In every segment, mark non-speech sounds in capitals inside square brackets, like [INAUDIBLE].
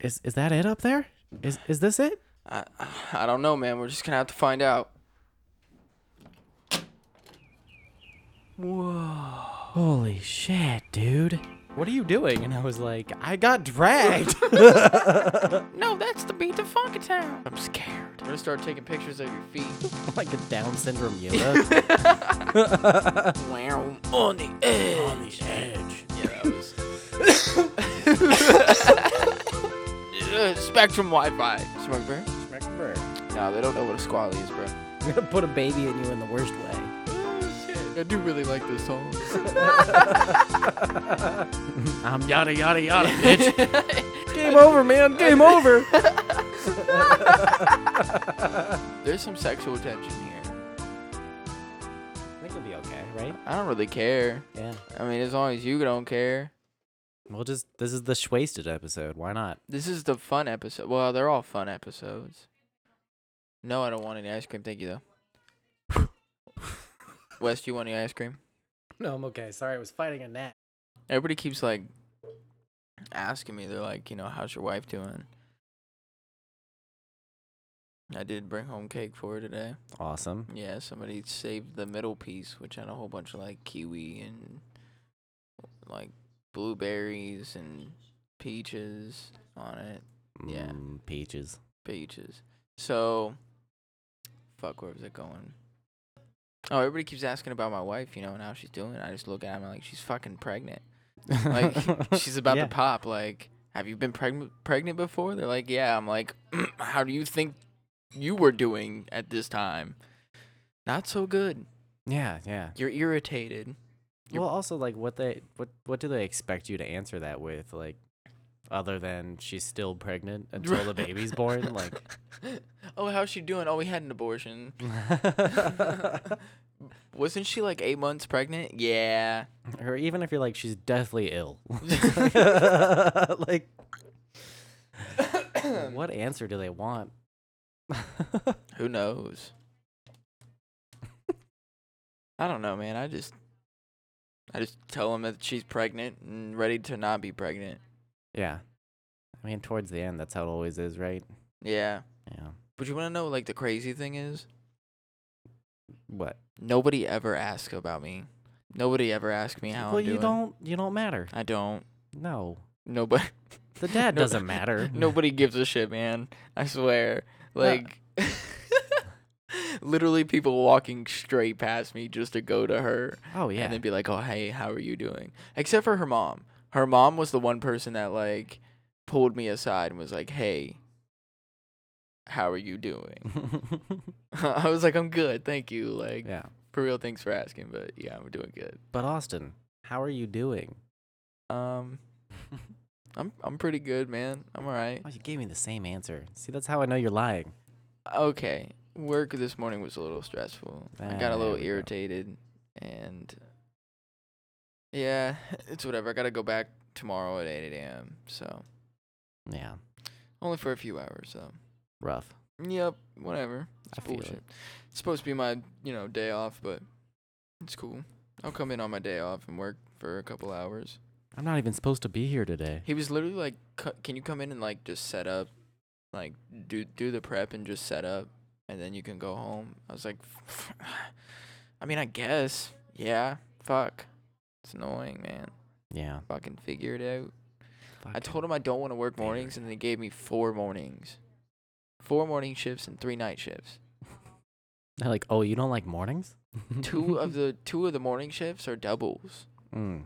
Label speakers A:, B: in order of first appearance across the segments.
A: Is is that it up there? Is is this it?
B: I, I don't know, man. We're just gonna have to find out.
A: Holy shit, dude. What are you doing? And I was like, I got [LAUGHS] dragged.
B: No, that's the beat of Funkatown.
A: I'm scared.
B: We're gonna start taking pictures of your [LAUGHS] feet.
A: [LAUGHS] Like a Down syndrome [LAUGHS] Yoda.
B: wow, on the edge. On the edge. Yeah, that was. Uh, [LAUGHS] Spectrum Wi-Fi. Smoke bear? No, they don't know what a squally is, bro.
A: I'm gonna put a baby in you in the worst way.
B: I do really like this song.
A: I'm yada yada yada, bitch. [LAUGHS] Game over, man. Game over.
B: [LAUGHS] There's some sexual tension here.
A: I [LAUGHS] think it'll be okay, right?
B: I don't really care.
A: Yeah.
B: I mean, as long as you don't care.
A: We'll just. This is the wasted episode. Why not?
B: This is the fun episode. Well, they're all fun episodes. No, I don't want any ice cream. Thank you, [LAUGHS] though. Wes, you want any ice cream?
A: No, I'm okay. Sorry, I was fighting a gnat.
B: Everybody keeps like asking me. They're like, you know, how's your wife doing? I did bring home cake for her today.
A: Awesome.
B: Yeah, somebody saved the middle piece, which had a whole bunch of like kiwi and like blueberries and peaches on it. Yeah.
A: Mm, peaches.
B: Peaches. So, fuck, where was it going? Oh, everybody keeps asking about my wife, you know, and how she's doing. I just look at him like she's fucking pregnant.
A: [LAUGHS]
B: Like [LAUGHS] she's about
A: Yeah.
B: to pop. Like, have you been pregnant pregnant before? They're like, yeah. I'm like, [CLEARS THROAT] how do you think you were doing at this time? Not so good.
A: Yeah, yeah.
B: You're irritated. You're-
A: Well, also like what they what what do they expect you to answer that with like other than she's still pregnant until
B: [LAUGHS]
A: the baby's born like [LAUGHS]
B: oh, how's she doing? Oh, we had an abortion. Wasn't she like eight months pregnant? Yeah.
A: or even if you're like she's deathly ill. [LAUGHS]
B: [LAUGHS]
A: like what answer do they want? [LAUGHS]
B: Who knows? [LAUGHS] I don't know, man. I just, I just tell them that she's pregnant and ready to not be pregnant.
A: yeah. I mean towards the end that's how it always is, right?
B: Yeah.
A: Yeah.
B: But you want to know, like, the crazy thing is,
A: What?
B: nobody ever asks about me. Nobody ever asks me how
A: well,
B: I'm
A: you
B: doing.
A: don't you don't matter.
B: I don't.
A: No. [LAUGHS]
B: Nobody.
A: The dad
B: No-
A: doesn't matter.
B: [LAUGHS] Nobody gives a shit, man. I swear.
A: Uh,
B: Like, [LAUGHS] literally, people walking straight past me just to go to her.
A: [LAUGHS] Oh yeah.
B: and
A: [LAUGHS]
B: then be like, "Oh, hey, how are you doing?" Except for her mom. Her mom was the one person that like pulled me aside and was like, "Hey, how are you
A: [LAUGHS]
B: doing?" [LAUGHS] I was like, "I'm good, thank you." Like,
A: yeah.
B: for real, thanks for asking, but yeah, I'm doing good.
A: But Austin, how are you doing?
B: Um, I'm I'm pretty good, man. I'm all right.
A: Oh, you gave me the same answer. See, that's how I know you're lying.
B: Okay, work this morning was a little stressful. I got
A: Ah,
B: a little
A: there we go.
B: irritated, and yeah, [LAUGHS] it's whatever. I gotta go back tomorrow at 8 a.m. So.
A: Yeah,
B: Only for a few hours, so.
A: rough.
B: Yep, whatever.
A: I
B: It's
A: feel
B: bullshit.
A: it.
B: It's supposed to be my, you know, day off, but it's cool. I'll come in on my day off and work for a couple hours.
A: I'm not even supposed to be here today.
B: He was literally like, "C- "Can you come in and like just set up, like do do the prep and just set up, and then you can go home." I was like, [SIGHS] "I mean, I guess, yeah. Fuck, it's annoying, man.
A: Yeah.
B: Fucking figure it out." I
A: fucking-
B: told him I don't want to work
A: Favorite.
B: mornings, and they gave me four mornings, four morning shifts and three night shifts.
A: They're like, oh, you don't like mornings?
B: Two
A: [LAUGHS]
B: of the two of the morning shifts are doubles.
A: Mm.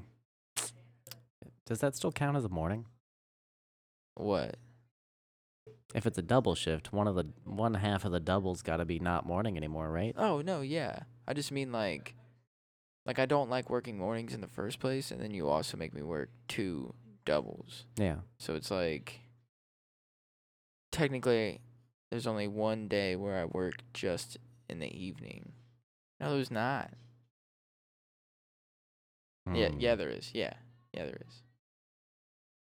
A: Does that still count as a morning?
B: What?
A: If it's a double shift, one of the one half of the doubles got to be not morning anymore, right?
B: Oh no, yeah. I just mean like, like I don't like working mornings in the first place, and then you also make me work two doubles.
A: Yeah.
B: So it's like, technically, there's only one day where I work just in the evening. No, there's not. Yeah,
A: Mm.
B: yeah, there is. Yeah, yeah, there is.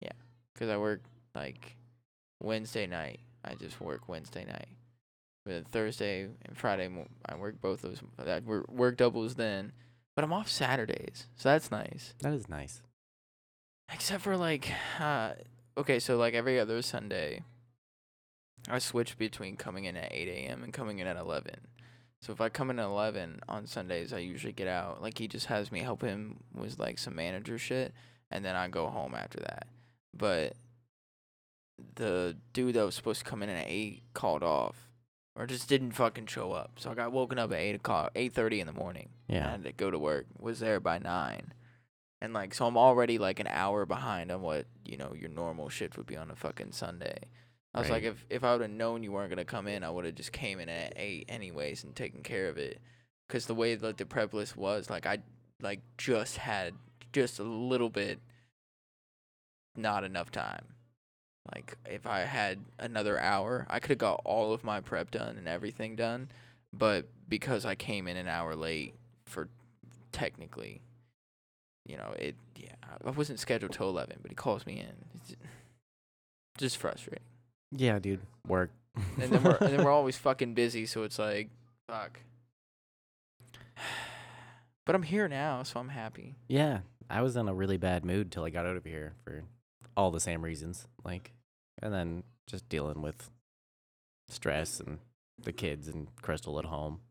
B: Yeah, because I work like Wednesday night. I just work Wednesday night. But then Thursday and Friday, mo- I work both those. I work, work doubles then, but I'm off Saturdays, so that's nice.
A: That is nice.
B: Except for like uh, okay, so like every other Sunday, I switch between coming in at 8 a.m. and coming in at 11. So if I come in at 11 on Sundays, I usually get out. Like he just has me help him with like some manager shit, and then I go home after that. But the dude that was supposed to come in at 8 called off. Or just didn't fucking show up, so I got woken up at eight o'clock, eight thirty in the morning. I
A: Yeah.
B: had to go to work. Was there by nine, and like so I'm already like an hour behind on what you know your normal shift would be on a fucking Sunday. I was like,
A: Right.
B: if if I would have known you weren't gonna come in, I would have just came in at eight anyways and taken care of it. Cause the way like the prep list was, like I like just had just a little bit, not enough time. Like if I had another hour, I could have got all of my prep done and everything done. But because I came in an hour late for technically, you know, it yeah, I- I wasn't scheduled till eleven, but he calls me in. It's ju- just frustrating.
A: Yeah, dude. Work.
B: And then we're and
A: [LAUGHS]
B: then we're always fucking busy, so it's like fuck. [SIGHS] But I'm here now, so I'm happy.
A: Yeah, I was in a really bad mood till I got out of here for all the same reasons. Like, and then just dealing with stress and the kids and Crystal at home.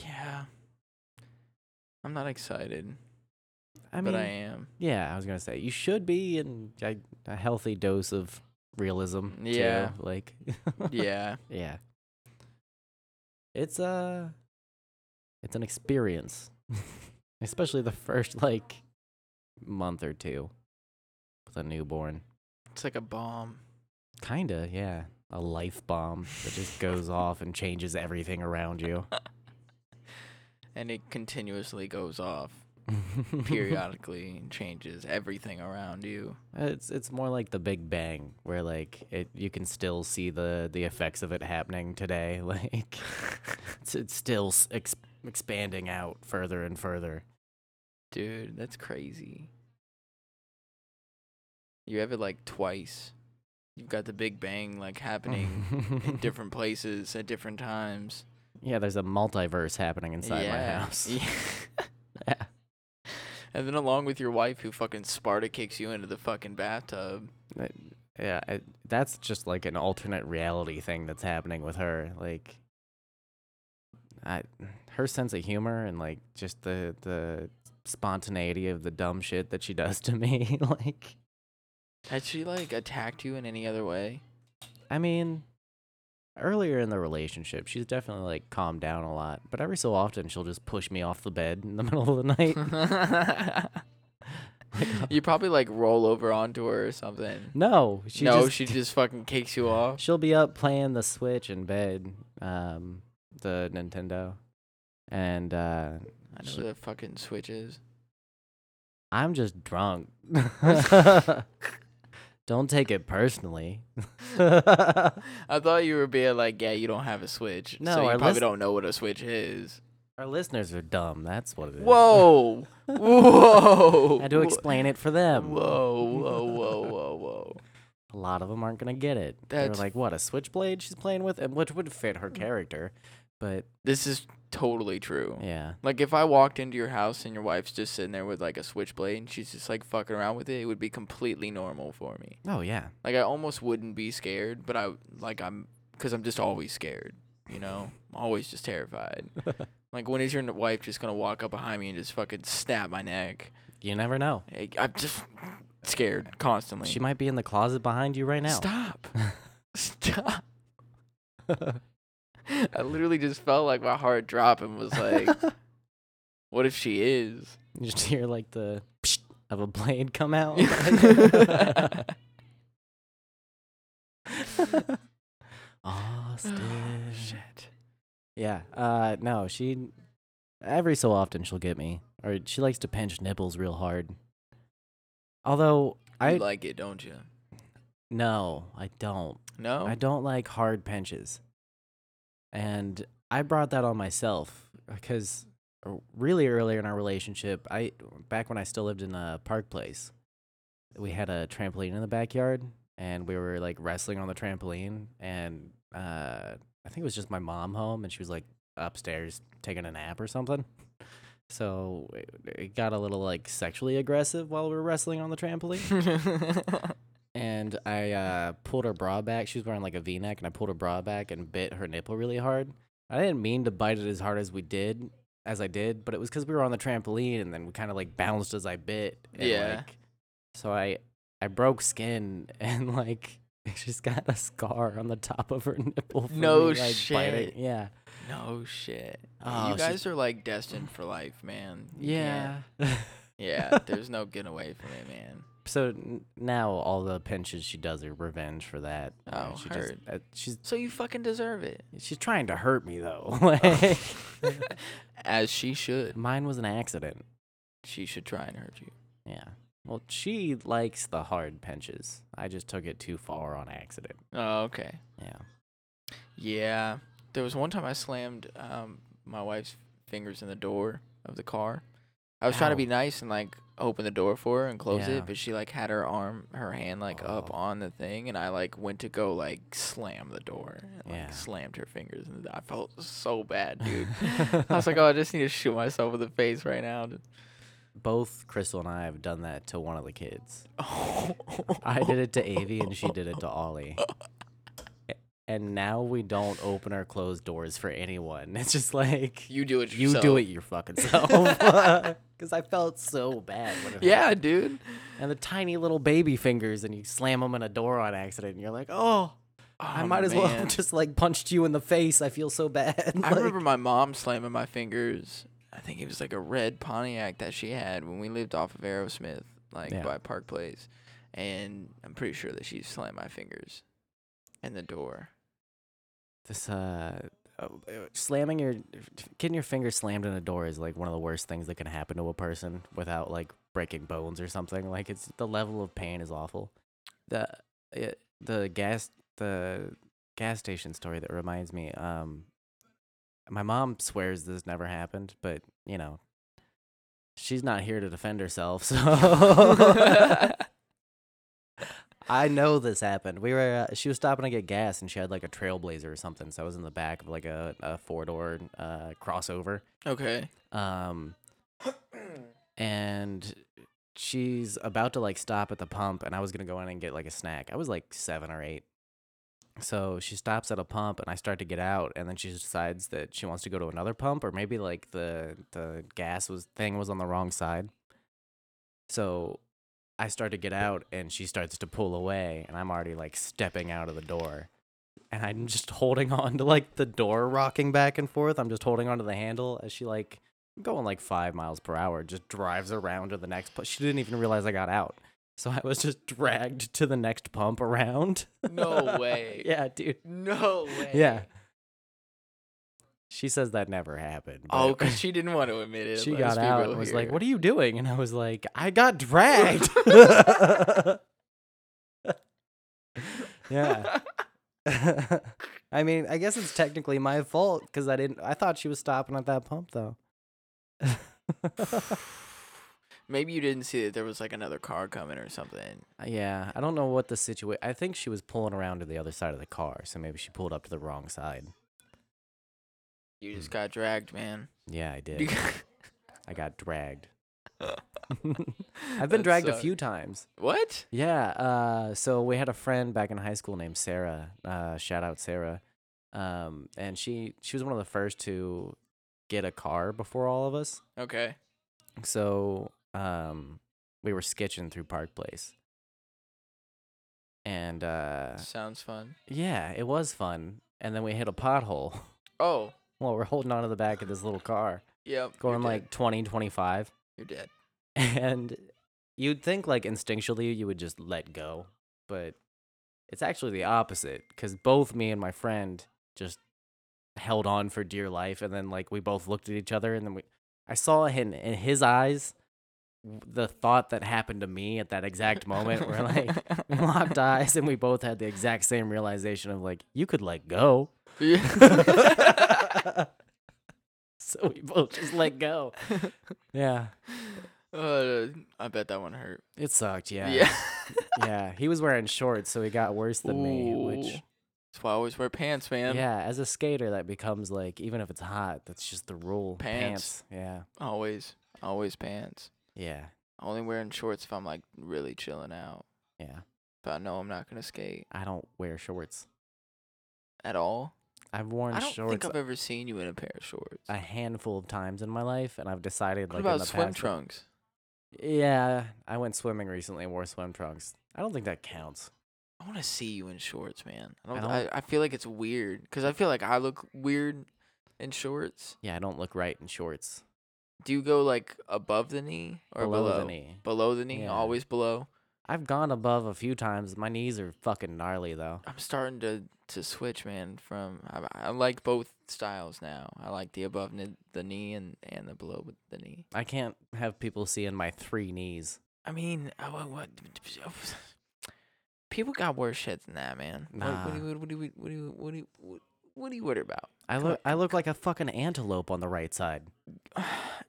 B: Yeah. I'm not excited,
A: I
B: but
A: mean, [LAUGHS]
B: I am.
A: yeah, I was gonna say you should be in a, a healthy dose of realism. too,
B: Yeah.
A: like [LAUGHS]
B: yeah.
A: yeah. It's uh it's an experience, [LAUGHS] especially the first like month or two with a newborn.
B: It's like a bomb.
A: Kinda, yeah. A life bomb that just goes off and changes everything around you. [LAUGHS]
B: And it continuously
A: [LAUGHS]
B: goes off periodically and changes everything around you.
A: it's it's more like the Big Bang, where like it you can still see the the effects of it happening today. [LAUGHS] Like it's, it's still s- ex- expanding out further and further.
B: Dude, that's crazy. You have it like twice. You've got the Big Bang
A: [LAUGHS]
B: like happening in different places at different times.
A: yeah, there's a multiverse happening inside
B: Yeah.
A: my house.
B: Yeah.
A: [LAUGHS] Yeah.
B: [LAUGHS] and then along with your wife who fucking Sparta kicks you into the fucking bathtub.
A: Yeah, I, that's just like an alternate reality thing that's happening with her. Like, I, her sense of humor and like just the the spontaneity of the dumb shit that she does to [LAUGHS] me. like,
B: Had she like attacked you in any other way?
A: I mean, earlier in the relationship, she's definitely like calmed down a lot, but every so often she'll just push me off the bed in the [LAUGHS] middle of the night. Like,
B: [LAUGHS] you probably like roll over onto her or something.
A: no, she
B: no,
A: just
B: she just fucking kicks you off.
A: She'll be up playing the Switch in bed, um, the Nintendo, and uh,
B: I know
A: She-
B: the fucking switches.
A: I'm just drunk. [LAUGHS] don't take it
B: [LAUGHS]
A: personally. Our
B: I thought you were being like, yeah, you don't have a switch,
A: No,
B: so you
A: our
B: probably
A: list-
B: don't know what a
A: [LAUGHS]
B: switch is.
A: listeners are dumb. That's what it is. [LAUGHS]
B: Whoa, whoa!
A: I had to explain it for
B: Whoa,
A: them.
B: whoa, whoa, whoa, whoa!
A: [LAUGHS] A lot of them aren't gonna get it. They're
B: That's-
A: like, "What a switchblade she's playing with," and which would fit her character. But
B: This is totally true.
A: [LAUGHS] yeah,
B: Like if I walked into your house and your wife's just sitting there with like a switchblade and she's just like fucking around with it, it would be completely normal for me.
A: oh
B: [LAUGHS]
A: yeah,
B: Like I almost wouldn't be scared, but I like I'm because I'm just always scared. You know, I'm always just terrified. like when is your n- wife just gonna walk up behind me and just fucking snap my neck?
A: you never know.
B: I- I'm just scared constantly.
A: She might be in the closet behind you right now. [LAUGHS]
B: Stop. Stop. I literally just felt like my heart drop and was
A: [LAUGHS]
B: [LAUGHS] like, what if she is?
A: You just hear like the psh of a blade come
B: [LAUGHS]
A: out. [LAUGHS]
B: [SIGHS]
A: Austin.
B: Shit.
A: Yeah. Uh, no, she. Every so often she'll get me, or she likes to pinch nipples real hard. Although
B: You
A: I
B: like it, don't you?
A: no, I don't.
B: No? [LAUGHS]
A: I don't like hard pinches. And I brought that on myself because really earlier in our relationship, I back when I still lived in a park place, we had a trampoline in the backyard and we were like wrestling on the trampoline and uh I think it was just my mom home and she was like upstairs taking a nap or something. [LAUGHS] So [LAUGHS] it, it got a little like sexually aggressive while we were wrestling on the trampoline and I uh, pulled her bra back. She was wearing like a V neck, and I pulled her bra back and bit her nipple really hard. I didn't mean to bite it as hard as we did, as I did, but it was because we were on the trampoline, and then we kind of like bounced as I bit. And,
B: Yeah.
A: Like, so I I broke skin, [LAUGHS] and like she's got a scar on the top of her nipple. from
B: No
A: me, like, biting-
B: shit.
A: Yeah.
B: No shit.
A: Oh,
B: you
A: she-
B: guys are like destined for life, man. You can't-
A: Yeah. [LAUGHS]
B: Yeah. There's no getting away from it, man.
A: so n- now all the pinches she does are revenge for that. you know,
B: Oh,
A: she
B: heard.
A: Just, uh, she's
B: So you fucking
A: [LAUGHS]
B: deserve it. [LAUGHS]
A: she's trying to hurt me though. [LAUGHS] Like,
B: As she should.
A: mine was an accident.
B: She should try and hurt you.
A: Yeah. Well, she likes the hard pinches. I just took it too far on accident.
B: Oh, okay.
A: Yeah.
B: Yeah. There was one time I slammed um, my wife's fingers in the door of the car. I was trying to
A: Ow.
B: be nice and like open the door for her and close
A: Yeah.
B: it, but she like had her arm, her hand like up
A: Oh.
B: on the thing, and I like went to go like slam the door and like
A: Yeah.
B: slammed her fingers, and I felt so bad,
A: [LAUGHS]
B: dude. I was like, oh, I just need to shoot myself in the face
A: [LAUGHS]
B: right now.
A: Both Crystal and I have done that to one of the kids.
B: Oh.
A: I did it to Avi and she did it to Ollie. A- [LAUGHS] And now we don't open or close doors for anyone. It's just like
B: You do it.
A: you
B: Yourself.
A: do it your fucking self. [LAUGHS] Because I felt so bad. When it happened.
B: Yeah, dude.
A: And the tiny little baby fingers, and you slam them in a door on accident, and you're like, oh, I
B: Oh,
A: might as well
B: man.
A: have [LAUGHS] just like punched you in the face. I feel so bad. [LAUGHS]
B: I
A: Like,
B: remember my mom slamming my fingers. I think it was like a red Pontiac that she had when we lived off of Aerosmith, like
A: Yeah.
B: by Park Place. And I'm pretty sure that she slammed my fingers and the door.
A: this uh, uh, slamming your getting your finger slammed in a door is like one of the worst things that can happen to a person without like breaking bones or something. Like it's the level of pain is awful. The it, the gas the gas station story that reminds me. Um, my mom swears this never happened, but you know, she's not here to defend herself, [LAUGHS] so. I know this happened. We were uh, she was stopping to get gas and she had like a Trailblazer or something. So I was in the back of like a, a four door uh, crossover.
B: okay.
A: Um, and she's about to like stop at the pump, and I was gonna go in and get like a snack. I was like seven or eight. So she stops at a pump, and I start to get out, and then she decides that she wants to go to another pump, or maybe like the the gas was thing was on the wrong side. So I start to get out, and she starts to pull away, and I'm already like stepping out of the door. And I'm just holding [LAUGHS] on to like the door rocking back and forth. I'm just holding on to the handle as she like going like five miles per hour, just drives around to the next pump. She didn't even realize I got out. So I was just dragged to the next pump around. [LAUGHS]
B: No way.
A: yeah, dude.
B: No way.
A: Yeah. She says that never happened. [LAUGHS]
B: Oh,
A: but-
B: because she didn't want to admit it.
A: she got
B: Let's be
A: out
B: real
A: and was
B: here.
A: like, What are you doing? And I was like, I got dragged. [LAUGHS] yeah. [LAUGHS] I mean, I guess it's technically my fault because I didn't. I thought she was stopping at that pump though.
B: Maybe you didn't see that there was like another car coming or something.
A: Uh, yeah, I don't know what the situation. I think she was pulling around to the other side of the car, so maybe she pulled up to the wrong side.
B: You just got dragged, man.
A: Mm. Yeah, I did.
B: You got-
A: I got dragged. I've been dragged a few times.
B: [LAUGHS] What?
A: Yeah. Uh, so we had a friend back in high school named Sarah. Uh, shout out Sarah. Um, and she she was one of the first to get a car before all of us.
B: Okay.
A: So um, we were sketching through Park Place. And uh,
B: Sounds fun.
A: yeah, it was fun. And then we hit a pothole. [LAUGHS]
B: Oh,
A: Well, we're holding onto the back of this little car,
B: yep.
A: going
B: you're
A: like
B: dead.
A: 20, 25.
B: you're dead.
A: [LAUGHS] and you'd think like instinctually you would just let go but it's actually the opposite because both me and my friend just held on for dear life and then like we both looked at each other and then we i saw in, in his eyes w- the thought that happened to me at that exact moment where like [LAUGHS] we
B: [LAUGHS]
A: locked eyes and we both had the exact same realization of like you could let go [LAUGHS]
B: Yeah.
A: so we both just let go yeah
B: Uh, I bet that one hurt.
A: it sucked
B: Yeah.
A: yeah, he was wearing shorts, so he got worse than me.
B: Ooh.
A: Which,
B: That's why I always wear pants, man.
A: yeah, as a skater, that becomes like even if it's hot, that's just the rule.
B: Pants.
A: Yeah.
B: Always, always pants.
A: Yeah.
B: Only wearing shorts if I'm like really chilling out.
A: Yeah.
B: But I know I'm not gonna skate
A: I don't wear shorts.
B: at all.
A: I've worn
B: I don't think
A: shorts
B: I've ever seen you in a pair of shorts.
A: a handful of times in my life, and I've decided
B: what
A: like in
B: about
A: the
B: swim
A: past,
B: trunks?
A: Yeah, I went swimming recently and wore swim trunks. I don't think that counts.
B: I want to see you in shorts, man. I
A: I
B: don't. I,
A: don't-
B: I, feel like it's weird because I feel like I look weird in shorts.
A: Yeah, I don't look right in shorts.
B: Do you go like above the knee or below,
A: below, the knee.
B: Below the knee,
A: Yeah.
B: always below.
A: I've gone above a few times. My knees are fucking gnarly though.
B: I'm starting to to switch, man. From I, I like both styles now. I like the above ni- the knee and and the below the knee.
A: I can't have people seeing my three knees.
B: I mean, I, what, what [LAUGHS] people got worse shit than that, man. What, what, do you, what do you what do you what do you what, what do you worry about?
A: I
B: Come
A: look
B: on,
A: I look like a fucking antelope on the right side.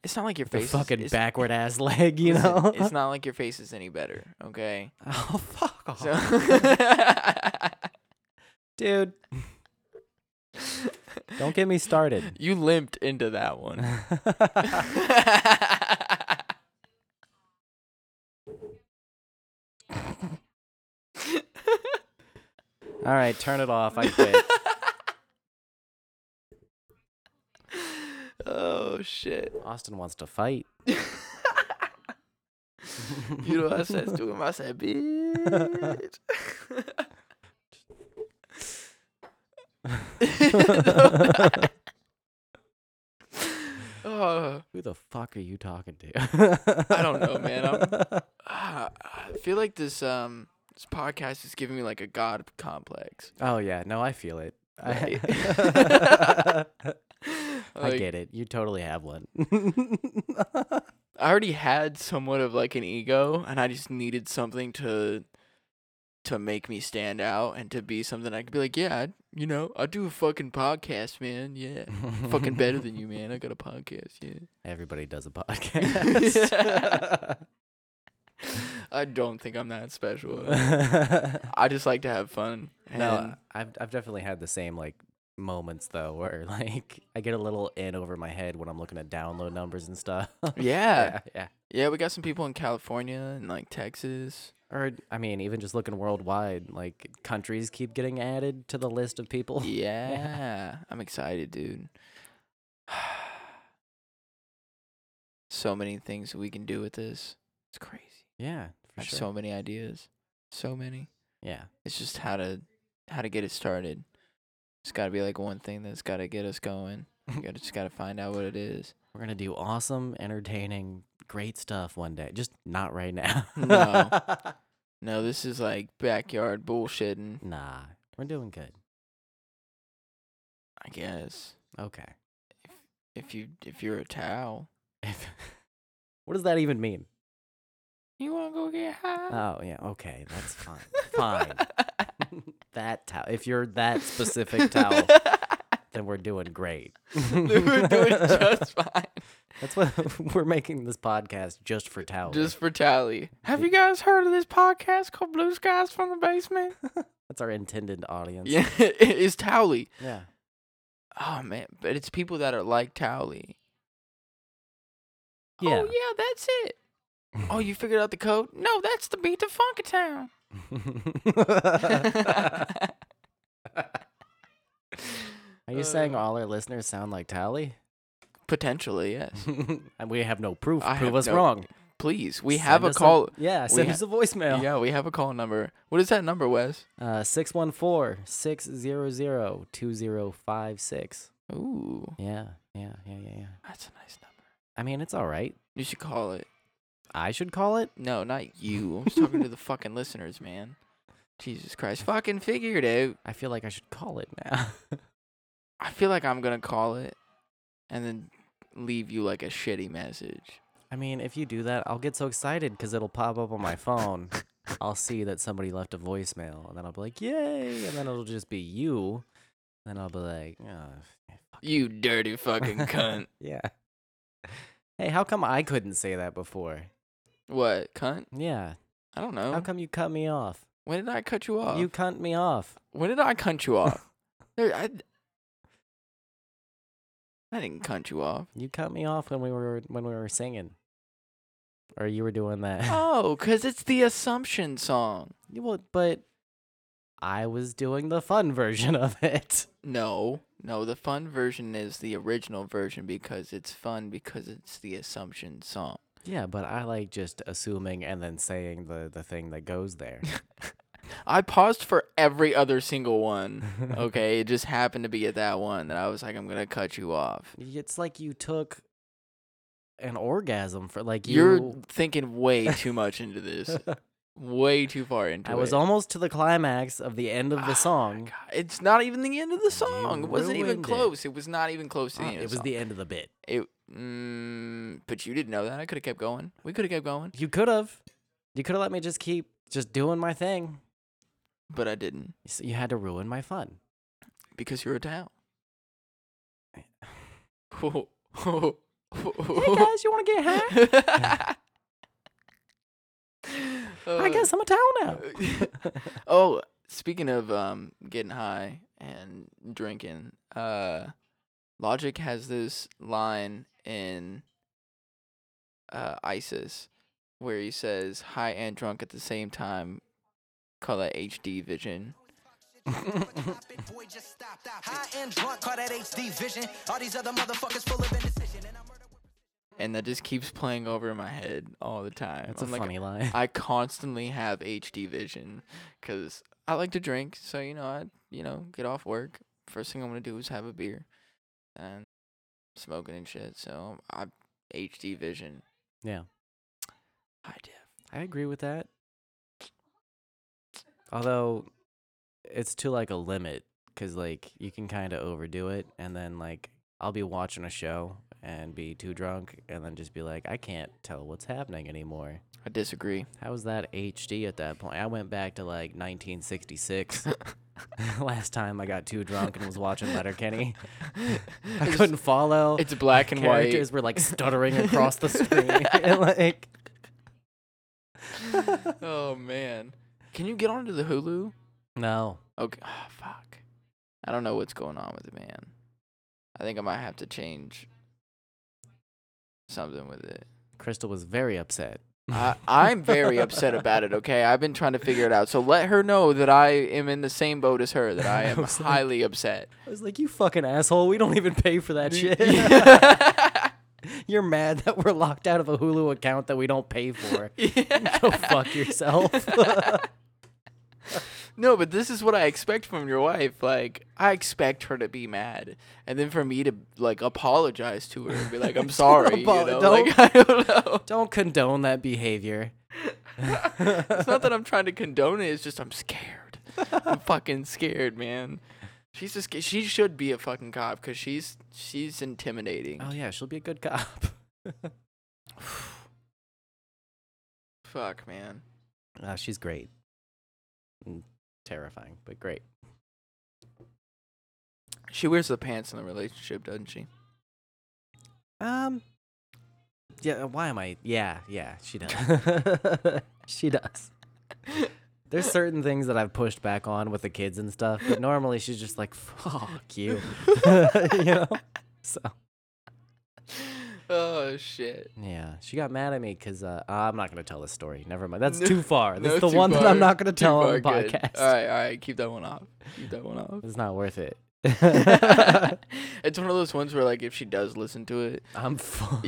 B: It's not like your
A: The
B: face
A: fucking
B: is, it's-
A: backward ass [LAUGHS] leg, you
B: listen,
A: know.
B: it's not like your face is any better. Okay,
A: [LAUGHS] oh fuck off.
B: so [LAUGHS]
A: Dude, don't get me
B: [LAUGHS]
A: started. [LAUGHS]
B: you limped into that one.
A: All right, turn it off. I
B: [LAUGHS]
A: quit.
B: oh shit.
A: [LAUGHS] Austin wants to fight.
B: You know what I said to him? I said, bitch. [LAUGHS] oh,
A: Who the fuck are you talking to?
B: I don't know, man. I'm, Ah, I feel like this um this podcast is giving me like a god complex.
A: [LAUGHS] Oh yeah, no, I feel it. [LAUGHS]
B: Right.
A: I,
B: [LAUGHS]
A: I
B: Like,
A: get it. You totally have one.
B: I already had somewhat of like an ego, and I just needed something to to make me stand out and to be something I could be like, yeah, I, you know, I do a fucking podcast, man. Yeah, fucking better than you, man. I got a podcast.
A: [LAUGHS]
B: Yeah,
A: Everybody
B: [LAUGHS]
A: does a [LAUGHS] podcast.
B: I don't think I'm that special.
A: [LAUGHS]
B: I just like to have fun.
A: no,
B: and-
A: I've I've definitely had the same like moments though where [LAUGHS] like I get a little in over my head when I'm looking at download numbers and stuff. [LAUGHS]
B: yeah,
A: yeah, yeah.
B: Yeah, we got some people in California and like Texas.
A: Or I mean, even just looking worldwide, like countries keep getting added to the list of people.
B: [LAUGHS] Yeah. I'm excited, dude. [SIGHS] so many things we can do with this. It's crazy.
A: [LAUGHS] Yeah,
B: I
A: for
B: have
A: sure.
B: so many ideas. So many.
A: yeah.
B: It's just how to how to get it started. It's got to be like one thing that's got to get us going. You gotta, just got to find out what it is.
A: We're gonna do awesome, entertaining, great stuff one day. Just not right now.
B: No.
A: [LAUGHS]
B: No, this is like backyard bullshitting,
A: nah. We're doing good.
B: I guess.
A: Okay. [LAUGHS]
B: If you if you're a towel,
A: If, what does that even mean?
B: you want to go get high.
A: Oh yeah, okay. That's
B: [LAUGHS]
A: fine. Fine. that towel. If you're that
B: [LAUGHS]
A: specific towel, then we're doing great.
B: they were doing just fine.
A: [LAUGHS] That's what [LAUGHS] we're making this podcast just for towels.
B: Just for tally. Have you guys heard of this podcast called Blue Skies from the Basement?
A: That's our intended audience.
B: [LAUGHS] Yeah, it's Towley.
A: yeah.
B: Oh man, but it's people that are like Towley.
A: Yeah.
B: Oh yeah, that's it. Oh, you figured out the code? No, that's the beat to Funkatown.
A: [LAUGHS] [LAUGHS] Are
B: [LAUGHS]
A: you saying
B: Uh.
A: all our listeners sound like
B: [LAUGHS]
A: Tally?
B: [LAUGHS] Potentially, yes.
A: and we have no proof.
B: I
A: Prove
B: have
A: us
B: no-
A: wrong.
B: Please, we
A: Send
B: have a
A: us
B: call.
A: yeah,
B: we
A: send
B: ha-
A: us a voicemail.
B: Yeah, we have a call number. What is that number, Wes?
A: Uh, 614-600-2056.
B: Ooh,
A: Yeah, yeah, yeah, yeah, yeah.
B: that's a nice number.
A: I mean, it's all right.
B: You should call it.
A: I should call it.
B: No, not you. I'm just talking to the fucking listeners, man. Jesus Christ. Fucking figure it out.
A: I feel like I should call it now. [LAUGHS]
B: I feel like I'm going to call it and then leave you like a shitty message.
A: I mean, if you do that, I'll get so excited because it'll pop up on my
B: [LAUGHS]
A: phone. I'll see that somebody left a voicemail, and then I'll be like, "Yay!" And then it'll just be you. And then I'll be like, oh,
B: You dirty
A: [LAUGHS]
B: fucking cunt.
A: "Yeah." Hey, how come I couldn't say that before?
B: What? Cunt?
A: Yeah.
B: I don't know.
A: How come you cut me off?
B: when did I cut you off?
A: You cunt me off.
B: when did I cunt you
A: [LAUGHS]
B: off? There- I, I didn't cunt you off.
A: You cut me off when we were when we were singing. or you were doing that. [LAUGHS]
B: Oh, because it's the Assumption song.
A: Yeah, Well, but I was doing the fun [LAUGHS] version of it.
B: No, no, the fun version is the original version because it's fun because it's the Assumption song.
A: Yeah, but I like just assuming and then saying the the thing that goes [LAUGHS] there.
B: I paused for every other
A: [LAUGHS]
B: single one. Okay, it just happened to be at that one that I was like, I'm gonna cut you off.
A: It's like you took an orgasm for like
B: You're
A: you.
B: thinking way too much into
A: [LAUGHS]
B: this, way too far into
A: I was
B: it.
A: almost to the climax of the end of
B: Ah,
A: the song.
B: God, It's not even the end of the song. It wasn't even
A: ruined it.
B: close. It. was not even close to the
A: Ah,
B: end.
A: it was
B: of the
A: the end of the bit.
B: song. It, mm, but you didn't know that. I could have kept going. We could have kept going,
A: You could have, you could have let me just keep just doing my thing.
B: but I didn't
A: You s- You had to ruin my fun.
B: because you're
A: [LAUGHS]
B: a [LAUGHS] towel.
A: [LAUGHS] hey guys, you want to get
B: [LAUGHS]
A: high? I guess I'm a towel [LAUGHS] now.
B: Uh, oh, speaking of um, getting high and drinking, uh, Logic has this line in uh, ISIS where he says, high and drunk at the same time, call that HD vision.
C: High and drunk, call that HD vision. All these other motherfuckers full of indecision. And I murder with
B: And that just keeps playing over in my head all the time.
A: That's a
B: I'm like,
A: funny line.
B: I constantly have HD vision because I like to drink. So you know, I you know get off work. First thing I'm gonna do is have a beer and smoking and shit. So I HD vision.
A: Yeah.
B: High def.
A: [LAUGHS] I agree with that. Although it's to like a limit cuz like you can kind of overdo it and then like I'll be watching a show and be too drunk and then just be like I can't tell what's happening anymore.
B: I
A: [LAUGHS]
B: disagree.
A: How is that HD at that point? I went back to like [LAUGHS] 1966 last time I got too drunk and was watching
B: [LAUGHS]
A: Letterkenny. [LAUGHS] I
B: It's-
A: couldn't follow.
B: It's black and white.
A: Characters were like stuttering across the screen. [LAUGHS] and, like
B: oh man, can you get onto the Hulu?
A: no.
B: Okay. Oh, fuck. I don't know what's going on with it, man. I think I might have to change something with it.
A: Crystal was very upset. [LAUGHS]
B: I, I'm very upset about it. Okay, I've been trying to figure it out. So let her know that I am in the same boat as her. That I
A: [LAUGHS]
B: am
A: I'm sorry.
B: highly upset.
A: [LAUGHS] I was like, you fucking asshole. We don't even pay for [LAUGHS] that shit.
B: Yeah.
A: You're mad that we're locked out of a Hulu account that we don't pay [LAUGHS] for. Go fuck yourself. [LAUGHS]
B: no, but this is what I expect from your wife. Like I expect her to be mad, and then for me to like apologize to her and
A: [LAUGHS]
B: be like, "I'm sorry." you
A: apo-
B: know,
A: don't-
B: like [LAUGHS] I don't know.
A: don't condone that behavior.
B: It's not that I'm trying to condone it. It's just I'm scared.
A: [LAUGHS]
B: I'm fucking scared, man. She's just sca- she should be a fucking cop because she's she's intimidating.
A: Oh, yeah, she'll be a good cop. [LAUGHS]
B: Fuck, man.
A: Ah, she's great. Mm, Terrifying, but great.
B: She wears the pants in the relationship, doesn't she?
A: Um, yeah, uh, why am I? Yeah, yeah, she does. [LAUGHS] she does. [LAUGHS] There's certain things that I've pushed back on with the kids and stuff, but normally she's just like, fuck you. [LAUGHS] you know? So,
B: Oh shit.
A: yeah, she got mad at me because uh, I'm not going to tell this story. Never mind. That's
B: No-
A: too far. That's
B: No,
A: the
B: too
A: one that I'm
B: far.
A: not going to
B: Too
A: tell on the
B: far, good.
A: podcast.
B: All right, all right. Keep that one off. Keep that one off.
A: It's not worth [LAUGHS] it.
B: it's one of those ones where like if she does listen to it,
A: I'm fu-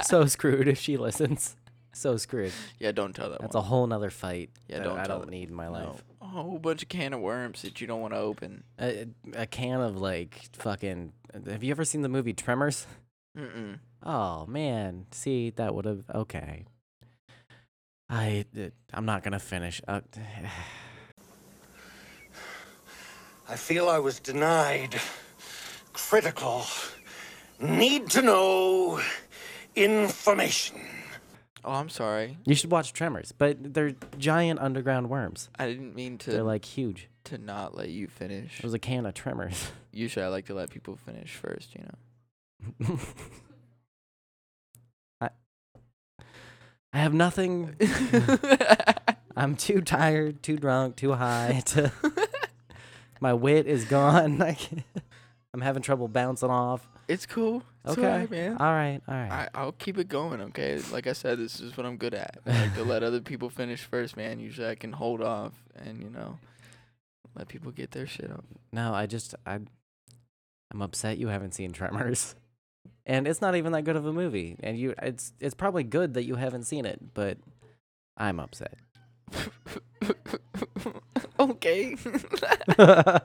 A: [LAUGHS] so screwed if she listens. So screwed.
B: yeah don't tell that
A: That's a
B: one.
A: whole nother fight
B: Yeah,
A: that
B: don't
A: I
B: tell
A: don't
B: it.
A: need in my
B: No.
A: life.
B: A whole bunch of can of worms that you don't want to open.
A: a, a can of like fucking. Have you ever seen the movie Tremors?
B: Mm-mm.
A: Oh man, see that would have okay. I uh, I'm not gonna finish. Uh, [SIGHS]
D: I feel I was denied critical, need to know information.
B: Oh, I'm sorry.
A: you should watch Tremors, but they're giant underground worms.
B: I didn't mean to
A: They're like huge.
B: to not let you finish.
A: It was a can of Tremors. [LAUGHS]
B: Usually, I like to let people finish first. You know.
A: I I have nothing. I'm too tired, too drunk, too high. To, [LAUGHS] my wit is gone. I can't- I'm having trouble bouncing off.
B: It's cool. It's all right, man.
A: All right. All right.
B: I, I'll keep it going, okay? Like I said, this is what I'm good at. I like to let other people finish first, man. Usually I can hold off and, you know, let people get their shit up.
A: No, I just I I'm upset you haven't seen Tremors. And it's not even that good of a movie. And you it's it's probably good that you haven't seen it, but I'm upset.
B: [LAUGHS] okay.
A: yeah,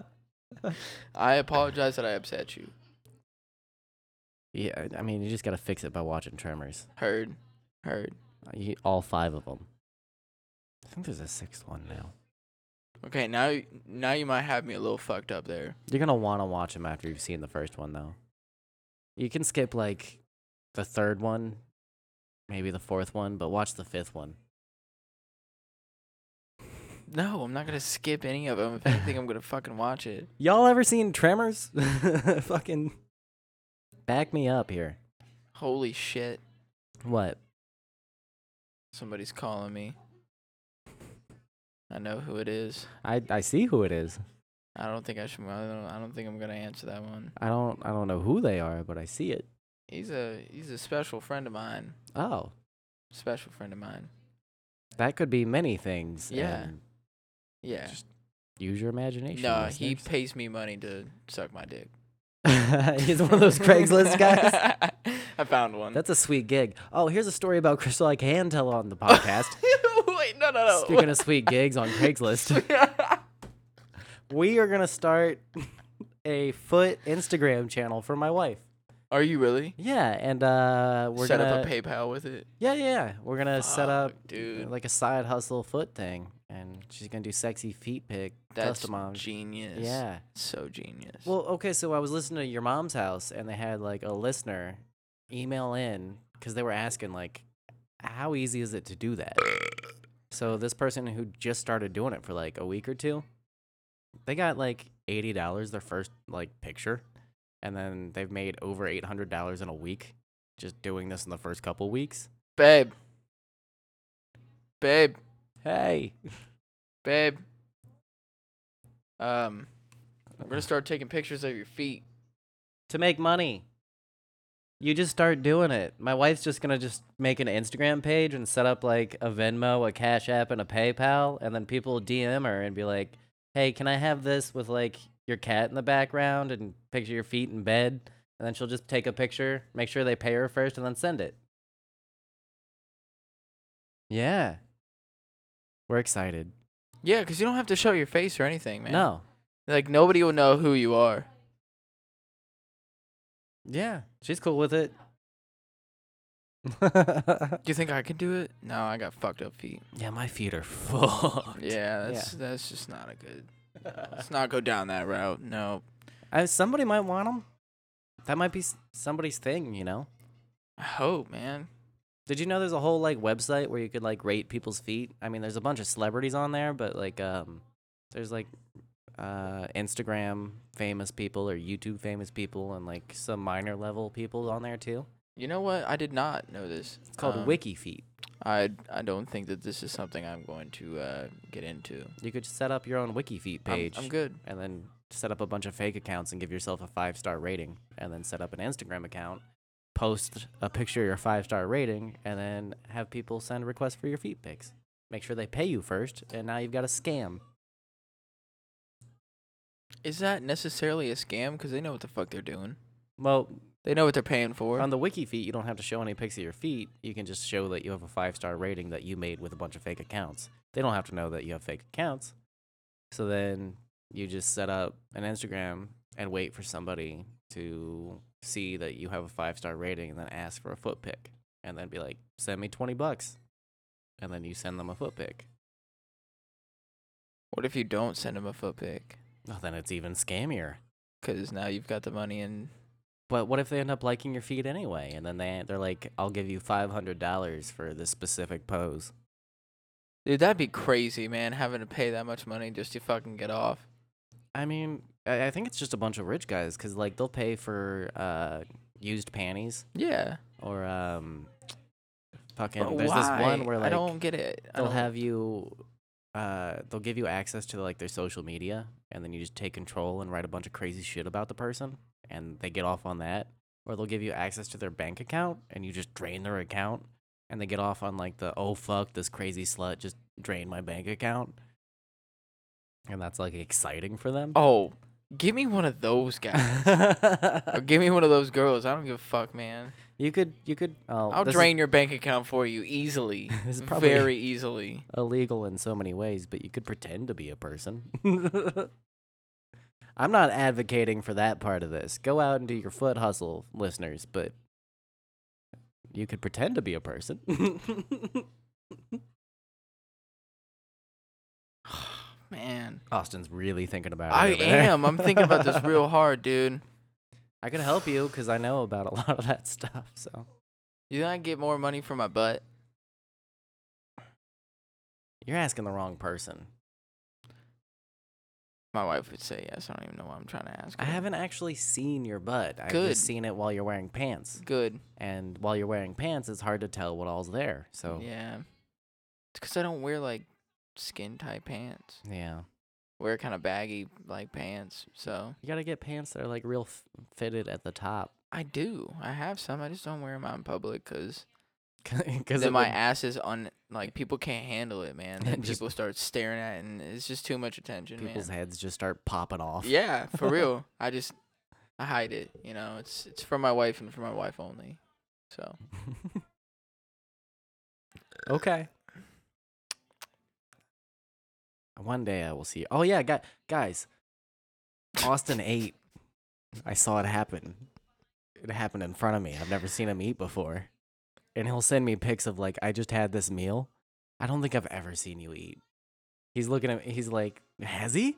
B: I apologize that I upset you.
A: I mean, you just got to fix it by watching Tremors.
B: Heard. Heard.
A: Uh, You, all 5 of them. I think there's a sixth one now.
B: Okay, now y- now you might have me a little fucked up there.
A: You're going to want to watch them after you've seen the first one though. You can skip like the third one, maybe the fourth one, but watch the fifth one.
B: No, I'm not gonna skip any of them. If anything, I'm gonna fucking watch it.
A: Y'all ever seen Tremors? [LAUGHS] Fucking back me up here.
B: Holy shit!
A: What?
B: Somebody's calling me. I know who it is.
A: I I see who it is.
B: I don't think I should. I don't, I don't think I'm gonna answer that one.
A: I don't I don't know who they are, but I see it.
B: He's a he's a special friend of mine.
A: Oh,
B: Special friend of mine.
A: that could be many things.
B: Yeah.
A: and
B: Yeah.
A: Just use your imagination.
B: No,
A: [LAUGHS]
B: he
A: listeners.
B: pays me money to suck my dick.
A: he's [LAUGHS] one of those Craigslist [LAUGHS] guys.
B: [LAUGHS] I found one.
A: Mm-hmm.
B: [LAUGHS]
A: That's a sweet gig. Oh, here's a story about Crystal I can tell on the
B: [LAUGHS]
A: podcast. [LAUGHS]
B: Wait, no, no, no.
A: Speaking of sweet gigs on
B: [LAUGHS]
A: Craigslist, [LAUGHS] we are gonna start a foot Instagram channel for my wife.
B: Are you really?
A: Yeah, and uh, we're
B: Set
A: gonna
B: up a PayPal with it.
A: Yeah, yeah, yeah. We're gonna set up
B: Fuck, dude.
A: like a side hustle foot thing, and she's gonna do sexy feet pic
B: That's
A: customized.
B: genius.
A: Yeah.
B: So genius.
A: Well, okay. So I was listening to your mom's house, and they had like a listener email in because they were asking like, how easy is it to do that? so this person who just started doing it for like a week or two, they got like eighty dollars their first like picture, and then they've made over eight hundred dollars in a week just doing this in the first couple weeks.
B: babe. Babe.
A: Hey.
B: Babe. Um, I'm gonna start taking pictures of your feet.
A: to make money. You just start doing it. My wife's just gonna just make an Instagram page and set up like a Venmo, a Cash App, and a PayPal, and then people will DM her and be like, "Hey, can I have this with like your cat in the background and picture your feet in bed?" And then she'll just take a picture, make sure they pay her first, and then send it. Yeah, we're excited.
B: Yeah, 'cause you don't have to show your face or anything, man.
A: No,
B: Like nobody will know who you are.
A: yeah, she's cool with it. [LAUGHS]
B: Do you think I could do it? No, I got fucked up feet.
A: yeah, my feet are [LAUGHS] fucked.
B: Yeah, that's that's just not a good. Let's not go down that route. No,
A: Uh, somebody might want them. That might be s- somebody's thing, you know.
B: I hope, man.
A: Did you know there's a whole like website where you could like rate people's feet? I mean, there's a bunch of celebrities on there, but like um there's like uh Instagram famous people or YouTube famous people and like some minor level people on there too.
B: You know what? I did not know this.
A: It's called
B: Um,
A: Wiki Feet.
B: I I don't think that this is something I'm going to uh, get into.
A: You could set up your own Wiki Feet
B: I'm-
A: page.
B: I'm good.
A: And then set up a bunch of fake accounts and give yourself a five star rating. And then set up an Instagram account, post a picture of your five star rating, and then have people send requests for your feet pics. Make sure they pay you first, and now you've got a scam.
B: Is that necessarily a scam? Because they know what the fuck they're doing.
A: Well,
B: They know what they're paying for.
A: on the Wiki Feet, you don't have to show any pics of your feet. You can just show that you have a five star rating that you made with a bunch of fake accounts. They don't have to know that you have fake accounts. So then you just set up an Instagram and wait for somebody to see that you have a five star rating and then ask for a foot pic. And then be like, send me 20 bucks. And then you send them a foot pic.
B: what if you don't send them a foot pic?
A: Well, Oh, then it's even scammier.
B: Because now you've got the money and
A: But what if they end up liking your feet anyway? And then they, they're like, I'll give you $500 for this specific pose.
B: dude, that'd be crazy, man. Having to pay that much money just to fucking get off.
A: I mean, I, I think it's just a bunch of rich guys because like they'll pay for uh, used panties
B: Yeah.
A: or um, fucking.
B: But
A: there's this one
B: why?
A: where like
B: I don't get it. I
A: they'll
B: don't-
A: have you. Uh, they'll give you access to like their social media, and then you just take control and write a bunch of crazy shit about the person, and they get off on that. or they'll give you access to their bank account and you just drain their account and they get off on like the oh fuck this crazy slut just drained my bank account and that's like exciting for them
B: Oh, give me one of those [LAUGHS] guys. or give me one of those girls. I don't give a fuck, man. [LAUGHS]
A: you could you could oh,
B: I'll
A: this is
B: drain your bank account for you [LAUGHS] easily.
A: This is probably-
B: Very easily.
A: illegal in so many ways but you could pretend to be a person [LAUGHS] i'm not advocating for that part of this go out and do your foot hustle listeners but you could pretend to be a
B: [LAUGHS]
A: person
B: Man.
A: austin's really thinking about it
B: [LAUGHS] I
A: over there.
B: am. I'm thinking about this [LAUGHS] real hard, dude.
A: [LAUGHS] I can help you because I know about a [LAUGHS] lot of that stuff. So
B: You think I get more money for my butt?
A: you're asking the wrong person.
B: My wife would say yes. I don't even know what I'm trying to ask.
A: I
B: her.
A: haven't actually seen your butt. I've
B: Good.
A: just seen it while you're wearing pants,
B: Good.
A: and while you're wearing pants, it's hard to tell what all's there. So
B: Yeah. It's because I don't wear like skin tight pants.
A: yeah,
B: Wear kind of baggy like pants. So
A: you gotta get pants that are like real f- fitted at the top [LAUGHS]
B: I do. I have some. I just don't wear them out in public because
A: because
B: then my ass is on. Like people can't handle
A: [LAUGHS]
B: it, man. Then
A: Just-
B: people start staring at it, and it's just too much attention, man.
A: people's heads just start popping off.
B: Yeah,
A: [LAUGHS]
B: for real. I just I hide it. You know, it's it's for my wife and for my wife only. So
A: [LAUGHS] okay. One day I will see. Oh yeah, guy, guys. Austin ate. I saw it happen. It happened in front of me. I've never seen him eat before. And he'll send me pics of like I just had this meal. I don't think I've ever seen you eat. He's looking at me. He's like, "Has he?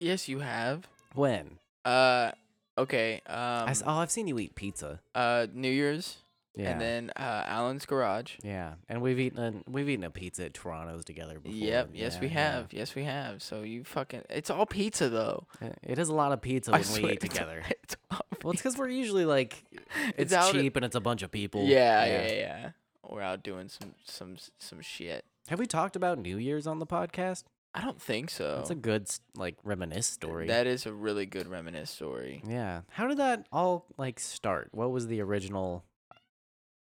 B: yes, you have.
A: When?"
B: Uh, okay.
A: I
B: Um,
A: s- oh, I've seen you eat pizza.
B: uh, New Year's
A: Yeah.
B: and then uh Alan's garage.
A: yeah. And we've eaten a, we've eaten a pizza at Toronto's together before.
B: Yep. Yes,
A: Yeah,
B: we
A: yeah.
B: have. Yes, we have. So you fucking. It's all pizza though.
A: Uh, It is a lot of pizza
B: I
A: when we
B: swear,
A: eat
B: it's-
A: together.
B: [LAUGHS] It's all
A: Well, it's because we're usually like it's,
B: out at-
A: cheap and it's a bunch of people.
B: yeah, yeah, yeah, We're out doing some some some shit.
A: Have we talked about New Year's on the podcast?
B: I don't think so.
A: That's a good s- like reminisce story.
B: Oh. That is a really good reminisce story.
A: yeah. How did that all like start? What was the original?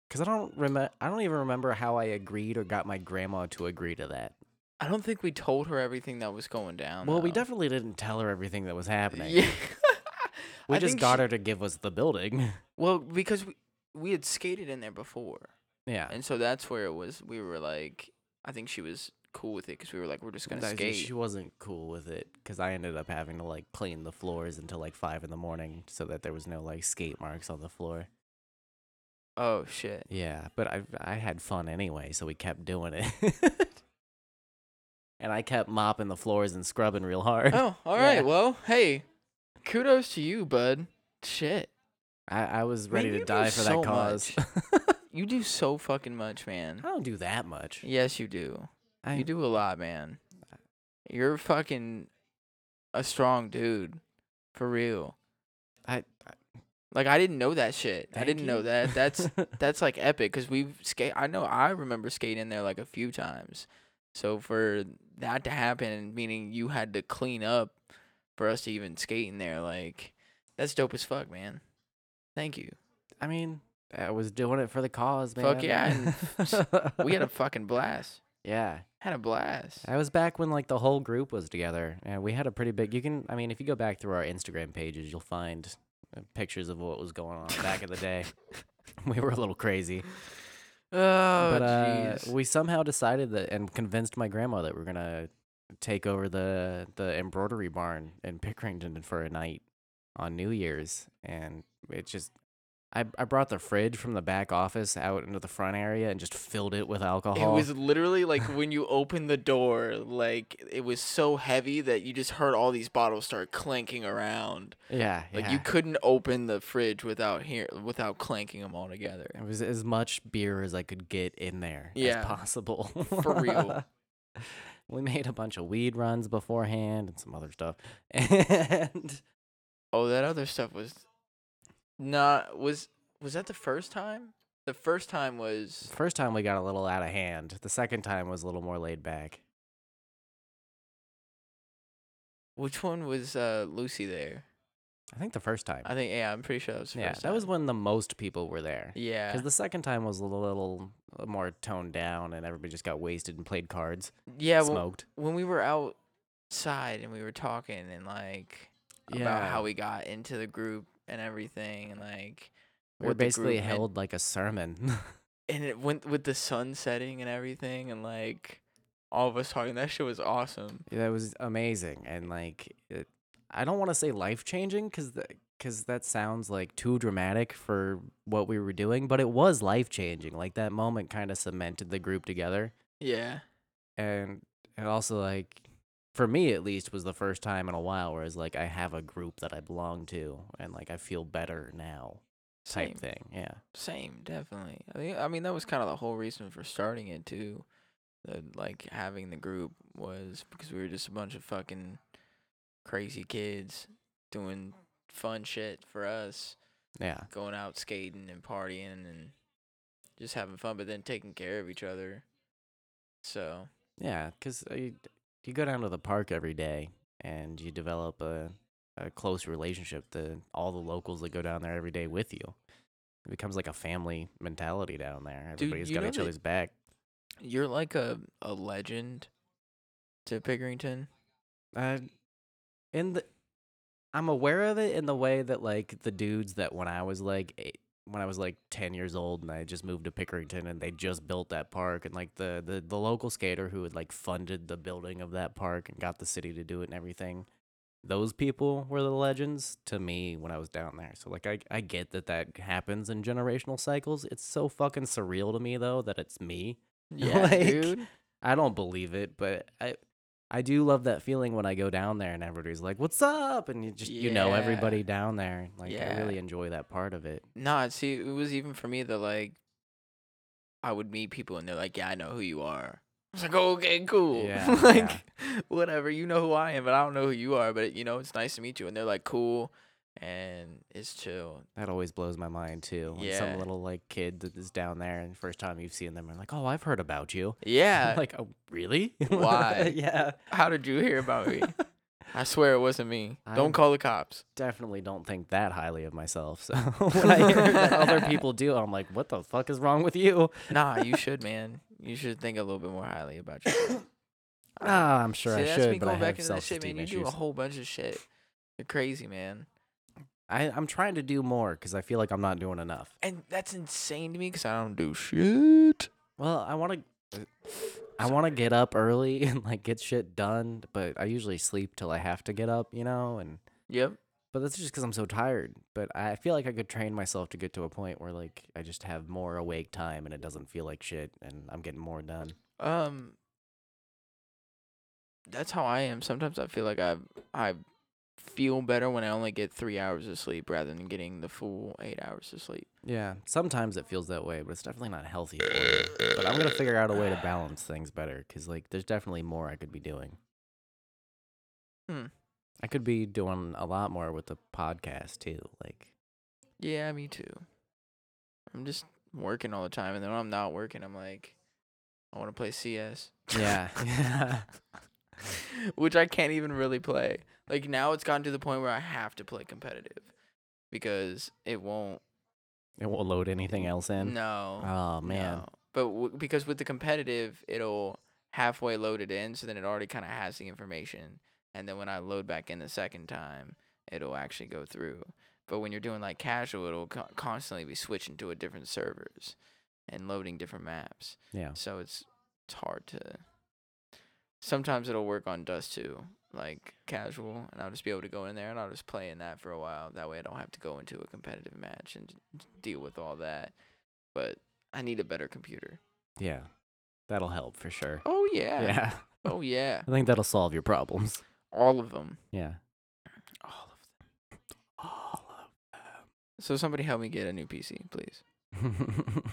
A: Because I don't remember. I don't even remember how I agreed or got my grandma to agree to that.
B: I don't think we told her everything that was going down.
A: Well, we
B: though.
A: definitely didn't tell her everything that was happening.
B: Oh, Yeah.
A: We
B: I
A: just
B: think
A: got
B: she-
A: her to give us the building.
B: [LAUGHS]
A: [LAUGHS]
B: Well, because we we had skated in there before,
A: yeah.
B: and so that's where it was. We were like, I think she was cool with it because we were like, we're just gonna
A: That-
B: skate.
A: She wasn't cool with it because I ended up having to like clean the floors until like five in the morning so that there was no like skate marks on the floor.
B: oh
A: [LAUGHS]
B: shit!
A: Yeah, but I I had fun anyway, so we kept doing it. [LAUGHS] and I kept mopping the floors and scrubbing real hard.
B: Oh, all right.
A: Yeah.
B: Well, hey, kudos to you, bud. Shit,
A: I, I was ready
B: Man,
A: to
B: you do
A: die for
B: so
A: that cause.
B: much. you do so fucking much, man.
A: [LAUGHS] I don't do that much.
B: Yes, you do.
A: I,
B: You do a lot, man. You're fucking a strong dude, for real.
A: I,
B: Like I didn't know that shit. I
A: Thank
B: didn't know
A: you. [LAUGHS]
B: that. That's that's like epic because we've skate. I know I remember skating there like a few times. So for that to happen, meaning you had to clean up for us to even skate in there, like that's dope as fuck, man. Thank you.
A: I mean, I was doing it for the cause, man.
B: Fuck yeah, [LAUGHS] We had a fucking blast.
A: [LAUGHS] yeah.
B: Had a blast.
A: I was back when like the whole group was together, and we had a pretty big. You can, I mean, if you go back through our Instagram pages, you'll find uh, pictures of what was going on back in the
B: [LAUGHS]
A: day. [LAUGHS] we were a little crazy,
B: Oh
A: but uh,
B: jeez.
A: we somehow decided that and convinced my grandma that we're gonna take over the the embroidery barn in Pickerington for a night on New Year's, and it just. I, I brought the fridge from the back office out into the front area and just filled it with alcohol.
B: It was literally like when you opened the door, like it was so heavy that you just heard all these bottles start clanking around.
A: yeah,
B: Like
A: yeah.
B: you couldn't open the fridge without hear without clanking them all together.
A: It was as much beer as I could get in there
B: Yeah.
A: as possible.
B: For real.
A: [LAUGHS] we made a bunch of weed runs beforehand and some other stuff. [LAUGHS] And
B: Oh, that other stuff was not was was that the first time? The first time was
A: first time we got a little out of hand. The second time was a little more laid back.
B: which one was uh Lucy there?
A: I think the first time.
B: I think yeah, I'm pretty sure that was the
A: yeah,
B: first.
A: that was
B: time.
A: when the most people were there.
B: yeah,
A: Because the second time was a little uh, more toned down, and everybody just got wasted and played cards,
B: yeah. When,
A: smoked.
B: when we were outside and we were talking and like about how we got into the group and everything and like
A: we were
B: what the
A: basically
B: group meant-
A: held like a sermon. [LAUGHS]
B: and it went with the sun setting and everything and like all of us talking that shit was awesome
A: that was amazing, and like, it, I don't want to say life changing because because that sounds like too dramatic for what we were doing, but it was life changing. Like that moment kind of cemented the group together,
B: yeah
A: and and also like. For me, at least, was the first time in a while where it's like I have a group that I belong to, and like I feel better now, type
B: same
A: thing. Yeah,
B: same definitely i think i mean that was kind of the whole reason for starting it too the, like having the group was because we were just a bunch of fucking crazy kids doing fun shit for us
A: yeah.
B: going out skating and partying and just having fun but then taking care of each other so
A: Yeah, because you, you go down to the park every day and you develop a, a close relationship to all the locals that go down there every day with you. It becomes like a family mentality down there.
B: Dude,
A: Everybody's
B: you
A: got
B: know
A: each
B: that-
A: other's back.
B: You're like a, a legend to Pickerington. [LAUGHS]
A: Uh, in the, I'm aware of it in the way that like the dudes that when I was like eight, when I was like ten years old and I just moved to Pickerington and they just built that park and like the the the local skater who had like funded the building of that park and got the city to do it and everything. Those people were the legends to me when I was down there. So like I I get that that happens in generational cycles. It's so fucking surreal to me though that it's me.
B: Yeah,
A: Like-
B: dude.
A: I don't believe it, but I I do love that feeling when I go down there and everybody's like, "What's up?" and you just you know
B: Yeah.
A: everybody down there. Like I
B: Yeah.
A: really enjoy that part of it.
B: Nah, see, it was even for me that like I would meet people and they're like, "Yeah, I know who you are." I was like, "Okay, cool." [LAUGHS]
A: Yeah,
B: like, whatever. You know who I am, but I don't know who you are. But you know, it's nice to meet you. And they're like, "Cool," and
A: [LAUGHS]
B: it's chill.
A: That always blows my mind too. When
B: Yeah.
A: some little like kid that is down there and first time you've seen them and like, "Oh, I've heard about you." [LAUGHS]
B: Yeah.
A: I'm like, "Oh, really?" [LAUGHS]
B: Why?
A: yeah.
B: How did you hear about me? I swear it wasn't me.
A: I'm-
B: Don't call the cops.
A: [LAUGHS] Definitely don't think that highly of myself.
B: [LAUGHS]
A: So [LAUGHS] when I hear that other people do, I'm like, "What the fuck is wrong with you?"
B: Nah, you should, man. You should think a little bit more highly [LAUGHS] about yourself.
A: Ah, I'm sure
B: See,
A: I
B: that's me
A: should, but I
B: going back
A: have
B: into that shit,
A: self-esteem
B: man. You
A: issues.
B: do a whole bunch of shit. You're crazy, man.
A: I, I'm trying to do more because I feel like I'm not doing enough.
B: And that's insane to me because I don't do shit.
A: Well, I want to. I want to get up early [LAUGHS] and like get shit done, but I usually sleep till I have to get up, you know. And
B: Yep.
A: but that's just because I'm so tired. But I feel like I could train myself to get to a point where like I just have more awake time and it doesn't feel like shit, and I'm getting more done.
B: Um. That's how I am. Sometimes I feel like I I feel better when I only get three hours of sleep rather than getting the full eight hours of sleep.
A: Yeah, sometimes it feels that way, but it's definitely not healthy. For me. But I'm gonna figure out a way to balance things better because like there's definitely more I could be doing.
B: Hmm.
A: I could be doing a lot more with the podcast too, like.
B: Yeah, me too. I'm just working all the time, and then when I'm not working, I'm like, I want to play CS.
A: [LAUGHS] Yeah.
B: [LAUGHS] which I can't even really play. Like now it's gotten to the point where I have to play competitive because it won't.
A: It won't load anything else in.
B: No.
A: Oh man.
B: no. But w- because with the competitive, it'll halfway load it in, so then it already kind of has the information, and then when I load back in the second time, it'll actually go through. But when you're doing like casual, it'll co- constantly be switching to a different servers and loading different maps.
A: Yeah.
B: So it's it's hard to. Sometimes it'll work on Dust too, like casual, and I'll just be able to go in there and I'll just play in that for a while. That way, I don't have to go into a competitive match and d- deal with all that. But I need a better computer.
A: Yeah. That'll help for sure.
B: Oh yeah.
A: Yeah. [LAUGHS]
B: Oh yeah.
A: I think that'll solve your problems.
B: All of them.
A: Yeah.
B: All of them.
A: All of
B: So somebody help me get a new PC, please.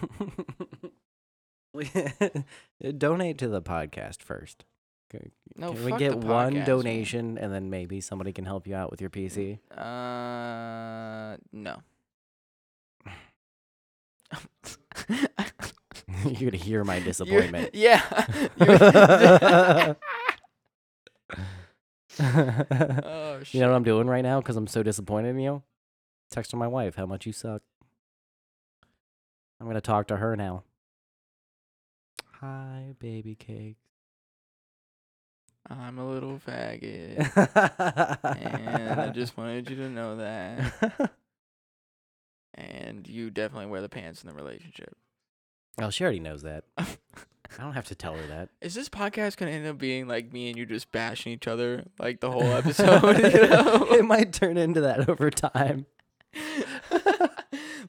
A: [LAUGHS]
B: [LAUGHS]
A: Donate to the podcast first. C-
B: No,
A: can we
B: Oh, fuck
A: get
B: the podcast,
A: one
B: man.
A: donation and then maybe somebody can help you out with your PC?
B: Uh,
A: [LAUGHS]
B: no. [LAUGHS]
A: [LAUGHS] You're gonna hear my
B: Mm. [LAUGHS] You're-
A: [LAUGHS] disappointment.
B: yeah. You're-
A: you [LAUGHS]
B: [LAUGHS] Oh shit.
A: know what I'm doing right now because I'm so disappointed in you? Texting my wife how much you suck. I'm going to talk to her now. Hi, baby [LAUGHS] cake.
B: I'm a little faggot. and I
A: and
B: just wanted you to know that. And you definitely wear the pants in the relationship.
A: [LAUGHS] oh, she already knows
B: [LAUGHS]
A: that. I don't have to tell her that.
B: Is this podcast gonna end up being like me and you just bashing each other like the whole episode? [LAUGHS] you know?
A: [LAUGHS] it might turn into that over time.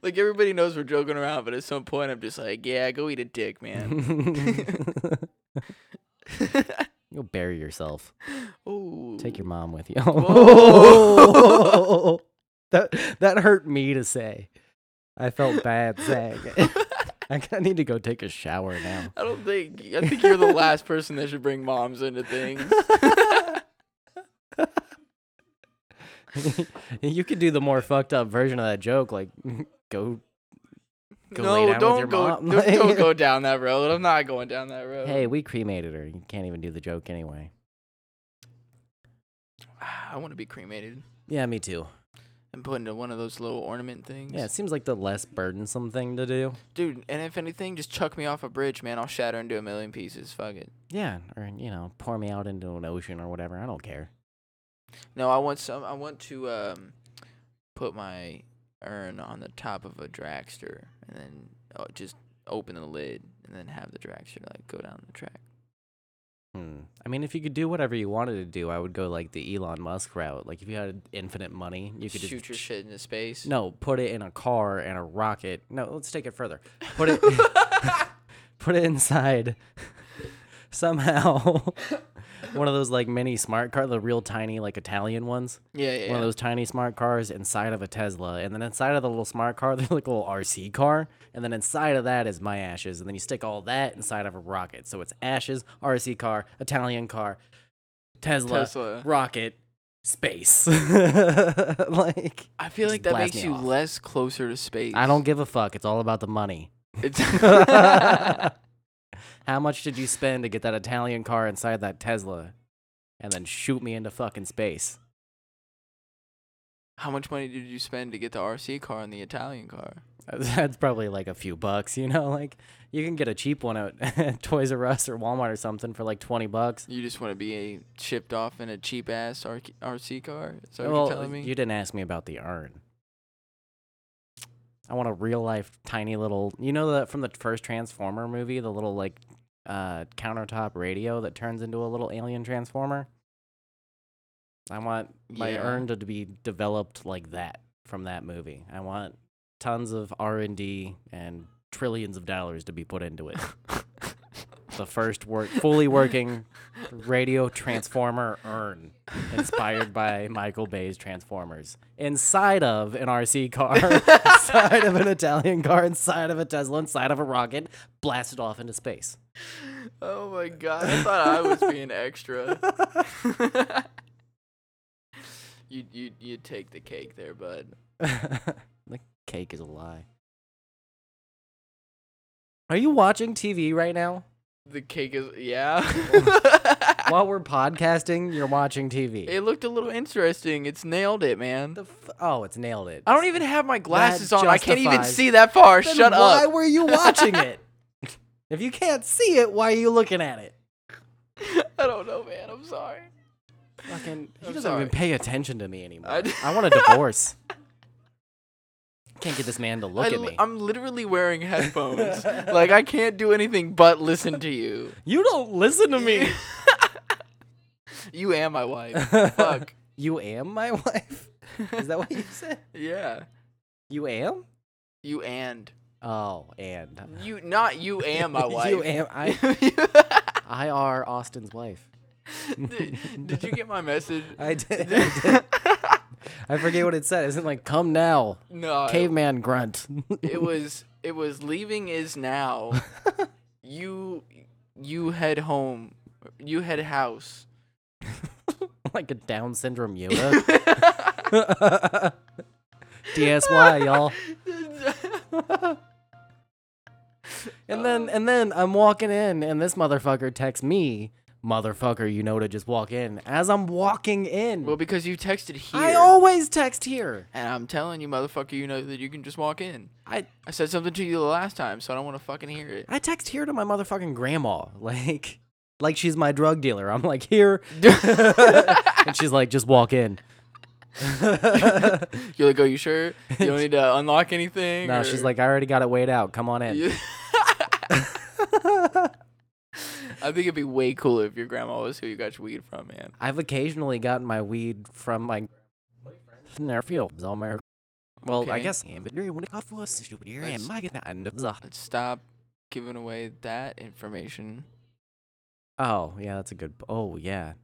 B: like everybody knows we're joking around, but at some point I'm just like, yeah, go eat a
A: [LAUGHS]
B: dick, man. [LAUGHS]
A: You'll bury yourself.
B: Ooh.
A: Take your mom with you.
B: Whoa.
A: [LAUGHS] that that hurt me to say. I felt bad saying it. [LAUGHS] I kinda need to go take a shower now.
B: [LAUGHS] I don't think I think you're the last person that should bring
A: [LAUGHS]
B: moms into things.
A: you could do the more fucked up version of that joke, like [LAUGHS] go Go lay down
B: no,
A: with
B: don't
A: your
B: go [LAUGHS]
A: mom. [LAUGHS]
B: don't, don't go down that road. I'm not going down that road.
A: hey, we cremated her. You can't even do the joke anyway.
B: [SIGHS] I want to be cremated
A: Yeah, me too.
B: and put into one of those little ornament things.
A: Yeah, it seems like the less burdensome thing to do.
B: Dude, and if anything, just chuck me off a bridge, man. I'll shatter into a million pieces. Fuck it.
A: Yeah, or you know, pour me out into an ocean or whatever. I don't care.
B: No, I want some. I want to um, put my urn on the top of a dragster, and then uh, just open the lid, and then have the dragster like go down the track.
A: Hmm. I mean, if you could do whatever you wanted to do, I would go like the Elon Musk route. Like if you had infinite money, you could
B: Shoot
A: just
B: your shit into space.
A: no, put it in a car and a rocket. No, let's take it further. Put
B: [LAUGHS]
A: it, put it inside [LAUGHS] somehow. [LAUGHS] one of those like mini smart car, the real tiny like Italian ones.
B: Yeah, yeah.
A: One of
B: yeah.
A: those tiny smart cars inside of a Tesla, and then inside of the little smart car, [LAUGHS] there's like a little RC car, and then inside of that is my ashes, and then you stick all that inside of a rocket. So it's ashes, RC car, Italian car, Tesla,
B: Tesla.
A: rocket, space. [LAUGHS] like
B: I feel
A: just
B: like that
A: blast
B: makes
A: me
B: you
A: off.
B: less closer to space.
A: I don't give a fuck. It's all about the money. [LAUGHS]
B: It's [LAUGHS]
A: How much did you spend to get that Italian car inside that Tesla, and then shoot me into fucking space?
B: How much money did you spend to get the RC car and the Italian car?
A: That's probably like a few bucks, you know. Like you can get a cheap one at, at [LAUGHS] Toys R Us or Walmart or something for like twenty bucks.
B: You just want to be a, shipped off in a cheap ass RC car? Is that what
A: well,
B: you're telling me?
A: you didn't ask me about the urn. I want a real life tiny little, you know, the from the first Transformer movie, the little like uh, countertop radio that turns into a little alien transformer. I want my
B: Yeah.
A: urn to be developed like that from that movie. I want tons of R and D and trillions of dollars to be put into it. the first work fully working radio transformer urn inspired by Michael Bay's Transformers inside of an RC car, inside of an Italian car, inside of a Tesla, inside of a rocket, blasted off into space.
B: oh my god, I thought I
A: [LAUGHS]
B: was being extra. [LAUGHS] you you you take the cake there, bud.
A: [LAUGHS] the cake is a lie. Are you watching TV right [LAUGHS] now?
B: The cake is yeah. [LAUGHS]
A: While we're podcasting, you're watching TV.
B: it looked a little interesting. It's nailed it, man.
A: The f- oh, it's nailed it.
B: I don't even have my glasses on. I can't even
A: justifies-
B: see that far.
A: Then
B: Shut
A: why
B: up.
A: were you [LAUGHS] watching it? if you can't see it, why are you looking at it?
B: I don't know, man. I'm sorry.
A: Fucking, he
B: I'm
A: doesn't
B: sorry.
A: even pay attention to me anymore.
B: I
A: I
B: d-
A: want a
B: [LAUGHS]
A: divorce. Can't get this man to look
B: I
A: at
B: li-
A: me.
B: I'm literally wearing headphones. like I can't do anything but listen to you.
A: you don't listen to
B: [LAUGHS]
A: me.
B: You and my wife. Fuck.
A: You am my [LAUGHS] wife. Is that what you said?
B: Yeah.
A: You am?
B: You and
A: Oh, and
B: you, not
A: [LAUGHS]
B: you and my wife.
A: you am I. I are Austin's wife.
B: did, [LAUGHS] did you get my message?
A: I did. [LAUGHS] I, did. I forget what it said. Isn't like come now,
B: No.
A: caveman grunt. [LAUGHS]
B: It was. It was leaving is now. you. You head home. You head house.
A: like a Down syndrome [LAUGHS] Yoda. DSY, [LAUGHS] y'all. and then and then I'm walking in and this motherfucker texts me motherfucker, you know, to just walk in. As I'm walking in,
B: Well, because you texted here.
A: I always text here.
B: and I'm telling you, motherfucker, you know that you can just walk in.
A: I
B: I said something to you the last time, so I don't want to fucking hear it.
A: I text here to my motherfucking grandma, [LAUGHS] like, like she's my drug dealer. I'm like
B: [LAUGHS]
A: here, and she's like, just walk in.
B: You're like, oh, you sure? You
A: [LAUGHS]
B: don't need to unlock anything?
A: No, she's
B: [LAUGHS]
A: like, I already got it weighed out. Come on in.
B: Yeah. I think it'd be way cooler if your grandma was who you got your weed from, man.
A: I've occasionally gotten my weed from my nephews on my. Well, I
B: Okay.
A: guess. Let's-
B: Let's stop giving away that information.
A: Oh yeah, that's a good. Oh yeah,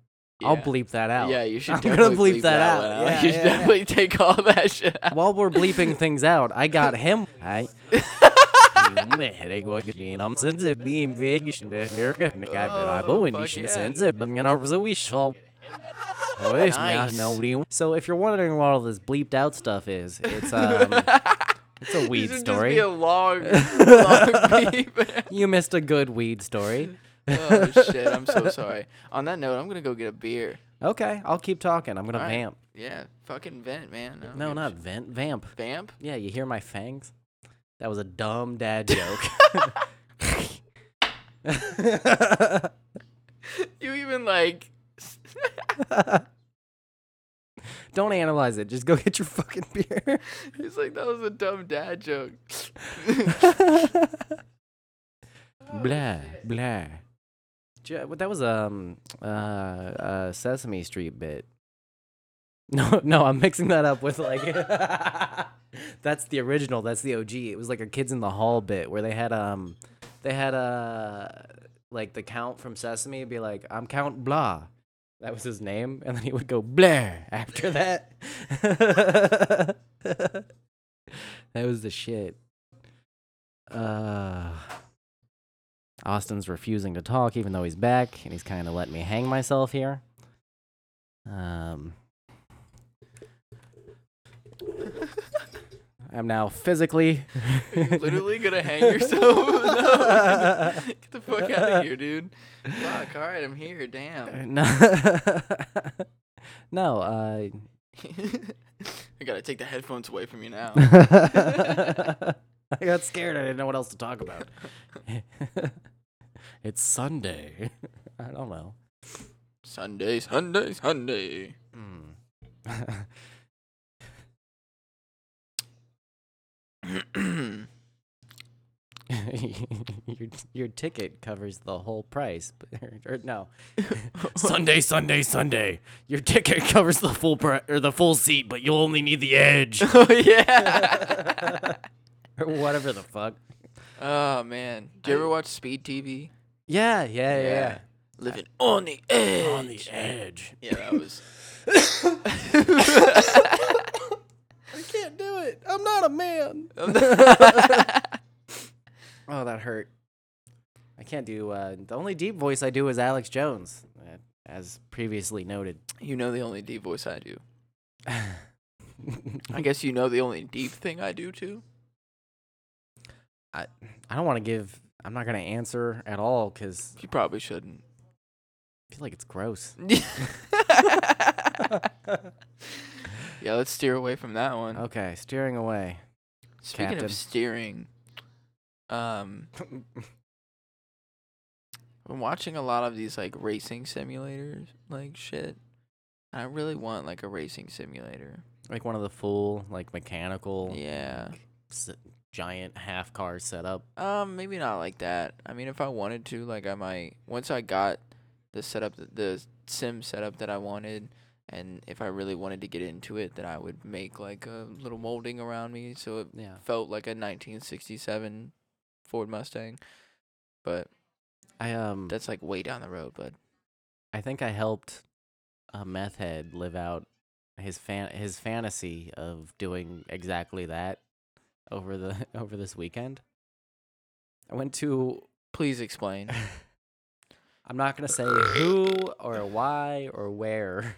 A: I'll
B: Yeah.
A: bleep that out.
B: Yeah, you should
A: [LAUGHS] I'm gonna
B: definitely
A: bleep, that, out.
B: one
A: Yeah,
B: [LAUGHS] you should
A: yeah, yeah.
B: definitely take all that shit out.
A: While we're bleeping things out, I got him. I. I'm sensitive being vacation to here. I
B: Oh,
A: will and you
B: fuck
A: should
B: yeah.
A: sense it, but you know, so we shall. Oh, it's not
B: Nice.
A: nobody- So if you're wondering what all this bleeped out stuff is, it's
B: [LAUGHS]
A: um, it's a
B: This
A: weed
B: would
A: story.
B: Just be a
A: [LAUGHS]
B: long, long beep.
A: You missed a good weed story.
B: [LAUGHS] oh shit! I'm
A: [LAUGHS]
B: so sorry. On that note, I'm gonna go get a beer.
A: Okay, I'll keep talking. I'm gonna
B: All right.
A: vamp.
B: Yeah, fucking vent, man. I don't give
A: No,
B: a
A: not
B: shit.
A: vent, vamp.
B: vamp.
A: Yeah, you hear my fangs? That was a dumb
B: [LAUGHS]
A: dad joke. [LAUGHS]
B: You even like.
A: Don't analyze it. Just go [LAUGHS] get your fucking beer.
B: He's like that was a dumb dad joke. [LAUGHS]
A: [LAUGHS] blah blah. Ju- what- That was um uh, uh Sesame Street bit. [LAUGHS] No, no, I'm mixing that up with like [LAUGHS] that's the original. That's the OG. It was like a Kids in the Hall bit where they had um they had uh like the count from Sesame would be like I'm Count Blah. That was his name, and then he would go blah after that. [LAUGHS] that was the shit. Uh, Austin's refusing to talk, even though he's back, and he's kind of letting me hang myself here. Um, I'm now physically. [LAUGHS]
B: Literally gonna hang yourself. [LAUGHS] No. [LAUGHS] Get the fuck out of here, dude. Fuck. All right, I'm here. Damn.
A: no, no. Uh,
B: [LAUGHS] I gotta take the headphones away from
A: [LAUGHS]
B: you now.
A: [LAUGHS] I got scared. I didn't know what else to talk about. [LAUGHS] it's Sunday. [LAUGHS] I don't know.
B: Sunday, Sunday, Sunday.
A: Hmm. [LAUGHS] your your ticket covers the whole price, but- or [LAUGHS] no? Sunday, Sunday, Sunday. Your ticket covers the full pri- or the full seat, but you'll only need the [LAUGHS] edge
B: [LAUGHS] oh
A: [LAUGHS]
B: yeah.
A: or whatever the fuck.
B: Oh man. Do you ever watch Speed TV?
A: Yeah, yeah, yeah. yeah.
B: Living on the edge.
A: On the edge.
B: Yeah, that was.
A: I can't do it. I'm not a man. [LAUGHS]
B: [LAUGHS]
A: oh, that hurt. I can't do. Uh, the only deep voice I do is Alex Jones, uh, as previously noted.
B: You know the only deep voice I do. I guess you know the only deep thing I do too.
A: I I don't want to give. I'm not gonna answer at all because
B: You probably shouldn't. [LAUGHS]
A: I feel like it's gross.
B: Yeah, let's steer away from that one.
A: [LAUGHS] Okay, steering away.
B: Speaking
A: Oh, Captain.
B: of steering, um, I've been watching a lot of these like racing simulators, like shit. I really want like a racing simulator.
A: Like one of the full, like mechanical,
B: Yeah.
A: s- giant half car setup.
B: Um, maybe not like that. I mean, if I wanted to, like, I might. Once I got the setup, th- the sim setup that I wanted, and if I really wanted to get into it, then I would make like a little molding around me so it
A: Yeah.
B: felt like a 1967 Ford Mustang. But
A: I um.
B: that's like way down the road, but
A: I think I helped a meth head live out his fan his fantasy of doing exactly that over the [LAUGHS] over this weekend. I went to
B: please explain.
A: I'm not gonna say who or why or where,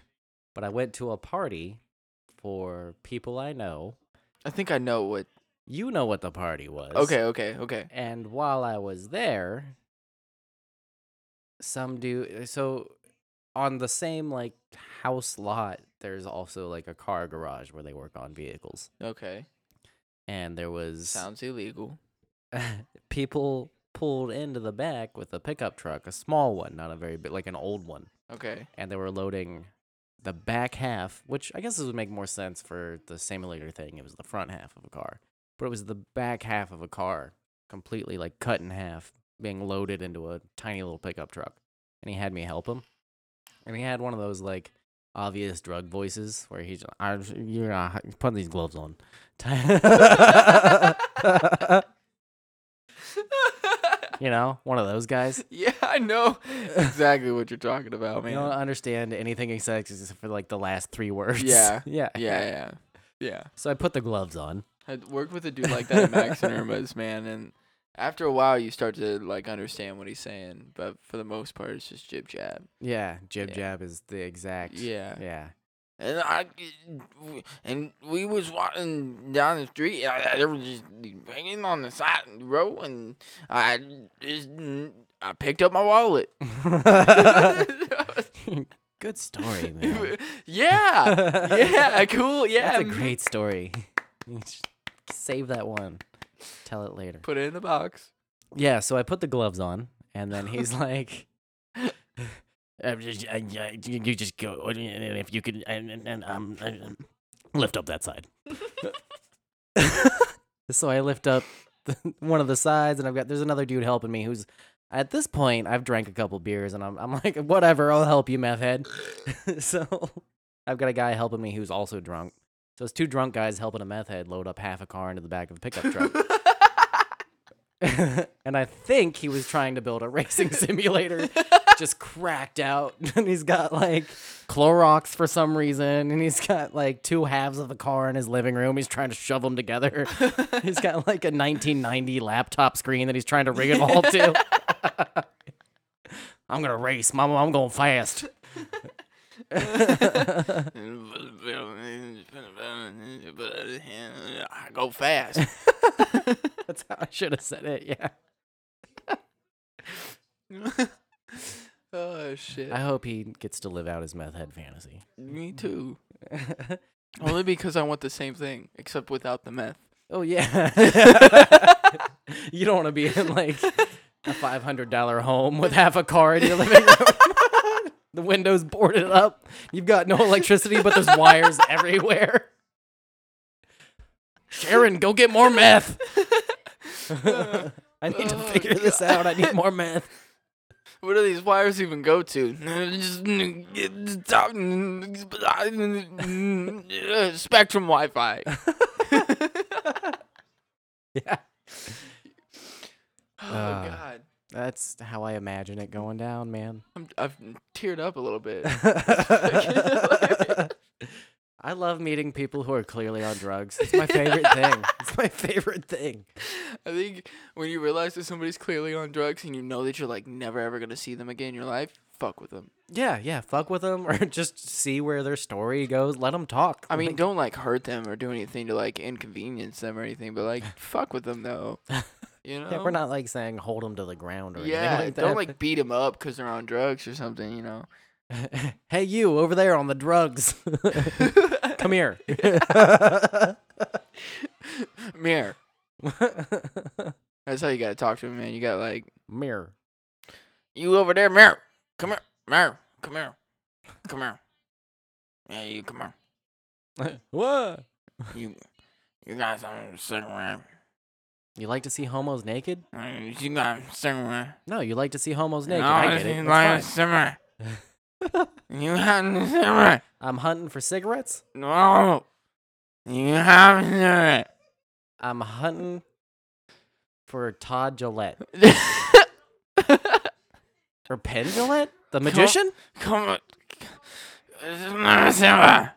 A: but I went to a party for people I know.
B: I think I know what.
A: You know what the party was.
B: Okay, okay, okay.
A: And while I was there, some do so on the same like house lot there's also like a car garage where they work on vehicles
B: Okay.
A: and there was
B: Sounds illegal.
A: people pulled into the back with a pickup truck a small one not a very big like an old one
B: Okay. [LAUGHS]
A: and they were loading the back half, which I guess this would make more sense for the simulator thing. It was the front half of a car, but it was the back half of a car, completely like cut in half, being loaded into a tiny little pickup truck. And he had me help him, and he had one of those like obvious drug voices where he's, "I'm you're not hi- put these gloves on." [LAUGHS] you know, one of those
B: [LAUGHS]
A: guys.
B: yeah, I know exactly what you're talking about, Oh, man.
A: You don't understand anything except except for like the last three words.
B: Yeah.
A: [LAUGHS] yeah.
B: yeah, yeah, yeah.
A: So I put the gloves on.
B: I worked with a dude like that at Max and Irma's, man, and after a while you start to like understand what he's saying, but for the most part it's just jib jab.
A: Yeah, jib
B: Yeah.
A: jab is the exact.
B: Yeah.
A: [LAUGHS] Yeah.
B: And I and we was walking down the street. And I, there was just hanging on the side of the road, and I just I picked up my wallet. [LAUGHS]
A: Good [LAUGHS] story, man.
B: yeah, yeah, cool. Yeah,
A: That's a
B: man.
A: great story. You should Save that one. Tell it later.
B: Put it in the box.
A: Yeah, so I put the gloves on, and then he's like, I'm just, I, I- "You just go and if you could, and, and, and um, and- lift up that side." [LAUGHS] so I lift up the, one of the sides, and I've got there's another dude helping me who's at this point I've drank a couple beers, and I'm I'm like, "Whatever, I'll help you, meth head." [LAUGHS] so I've got a guy helping me who's also drunk. So it's two drunk guys helping a meth head load up half a car into the back of a pickup truck. [LAUGHS] and I think he was trying to build a [LAUGHS] racing [LAUGHS] simulator, just cracked out. [LAUGHS] And he's got like Clorox for some reason, and he's got like two halves of the car in his living room. He's trying to shove them [LAUGHS] together. he's got like a 1990 laptop screen that he's trying to rig it all to. [LAUGHS] I'm gonna race, Mama. I'm going fast.
B: I go fast. [LAUGHS]
A: That's how I should have said it. Yeah.
B: oh shit.
A: I hope he gets to live out his meth head [LAUGHS] fantasy.
B: Me too. [LAUGHS] Only because I want the same thing, except without the meth.
A: Oh [LAUGHS] yeah. you don't want to be in like [LAUGHS] a five hundred dollar home with half a car in your living room. [LAUGHS] the windows boarded up. You've got no electricity, but there's [LAUGHS] wires everywhere. Sharon, go get more [LAUGHS] meth. I need to
B: Oh,
A: figure this out. I need more meth. [LAUGHS]
B: What do these wires even go to? [LAUGHS] Just Spectrum [LAUGHS] Wi-Fi.
A: Yeah.
B: Oh
A: Ah.
B: God,
A: That's how I imagine it going down, man.
B: I'm, I've teared up a little [LAUGHS] bit.
A: [LAUGHS] I love meeting people who are clearly on drugs. It's my favorite thing. It's my favorite thing.
B: I think when you realize that somebody's clearly on drugs and you know that you're like never ever gonna see them again in your life, fuck with them.
A: Yeah, yeah. Fuck with them or [LAUGHS] just see where their story goes. Let them talk.
B: I mean, don't like hurt them or do anything to like inconvenience them or anything,
A: [LAUGHS]
B: but like fuck with them though. You
A: [LAUGHS]
B: know,
A: Yeah, we're not like saying hold them to the ground or
B: um, Yeah,
A: anything like that.
B: don't like beat them up because they're on drugs or something.
A: [LAUGHS]
B: You know. [LAUGHS]
A: hey, you over there on the drugs. [LAUGHS] Come here. [LAUGHS]
B: Mirror. That's how you gotta talk to him, man. You got like
A: Mirror. [LAUGHS]
B: you over there, mirror. Come here, mirror. Come here, come here. Yeah, you come
A: [LAUGHS]
B: here.
A: what?
B: You, you got something to sing around.
A: You like to see homos naked?
B: Mm, You got something to sing around.
A: No, you like to see homos naked.
B: No,
A: I get
B: this
A: it.
B: is
A: That's
B: like
A: fine.
B: summer.
A: [LAUGHS]
B: you have a summer.
A: I'm hunting for cigarettes.
B: No. You have a
A: I'm hunting for Todd
B: [LAUGHS]
A: Gillette
B: summer.
A: or Penn Gillette, the magician.
B: Come on. This is not a summer.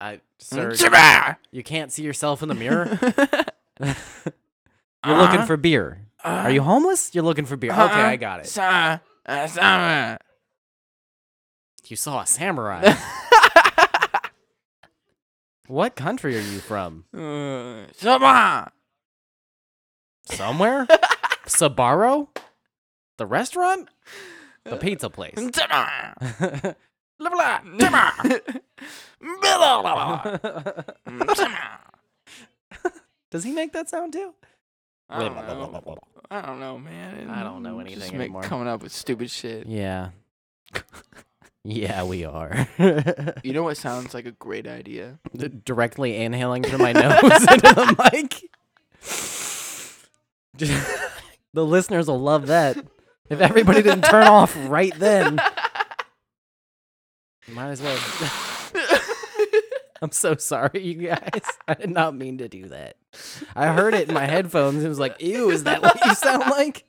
A: I
B: Mm,
A: sir,
B: Summer.
A: you can't see yourself in the
B: [LAUGHS]
A: mirror. [LAUGHS] You're
B: Uh,
A: looking for beer. Are
B: Uh-huh.
A: you homeless? You're looking for beer. Okay,
B: uh,
A: I got it.
B: Summer. Uh, summer.
A: You saw a
B: [LAUGHS]
A: samurai. what country are you from?
B: Uh, summer. [LAUGHS]
A: Somewhere? Sabaro? The restaurant?
B: Uh,
A: The pizza
B: [LAUGHS]
A: place.
B: Dinner.
A: [LAUGHS] Does
B: Mm,
A: he make that sound too?
B: I don't know. I don't know, man.
A: I don't know
B: I'm just
A: anything
B: make-
A: anymore.
B: Coming up with stupid
A: [LAUGHS]
B: shit.
A: Yeah. Yeah, we are. [LAUGHS]
B: You know what sounds like a great idea? [LAUGHS]
A: Directly inhaling through my nose [LAUGHS] into the mic. [LAUGHS] the listeners will love that. If everybody didn't turn off right [LAUGHS] then, might as well. [LAUGHS] I'm so sorry, you guys. I did not mean to do that. I heard it in my headphones and was like, ew, is that what you [LAUGHS] sound like?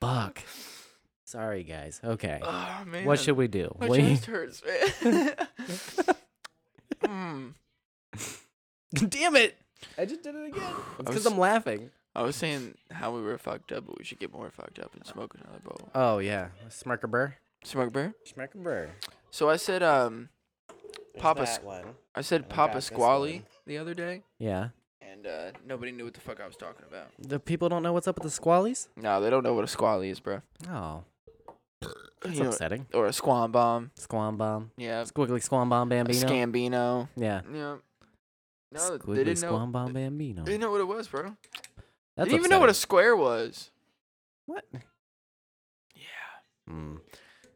A: Fuck. Sorry, guys. Okay.
B: oh man.
A: What should we do?
B: My
A: We-
B: chest hurts.
A: [LAUGHS]
B: man.
A: Hmm.
B: mm.
A: [LAUGHS] Damn it. I just did it [SIGHS] again. It's
B: was-
A: because I'm laughing.
B: I was saying how we were fucked up, but we should get more fucked up and smoke another bowl.
A: Oh, yeah. Smirker Burr.
B: Smoke bear.
A: Smirker Burr.
B: So I said, um, Papa. Squ-
A: one.
B: I said
A: got
B: Papa
A: this
B: Squally
A: one.
B: the other day,
A: Yeah.
B: and uh, nobody knew what the fuck I was talking about.
A: The people don't know what's up with the squallies?
B: No, they don't know what a squally is, bro.
A: Oh, that's
B: You know,
A: upsetting.
B: or a squam bomb.
A: Squam bomb.
B: Yeah.
A: Squiggly squam bomb
B: A
A: bambino.
B: scambino.
A: Yeah.
B: Yeah. No,
A: Squiggly
B: they didn't know.
A: squam bomb bambino.
B: They didn't know what it was, bro.
A: That's
B: they didn't even know what a
A: upsetting.
B: square was.
A: What?
B: Yeah.
A: Mm.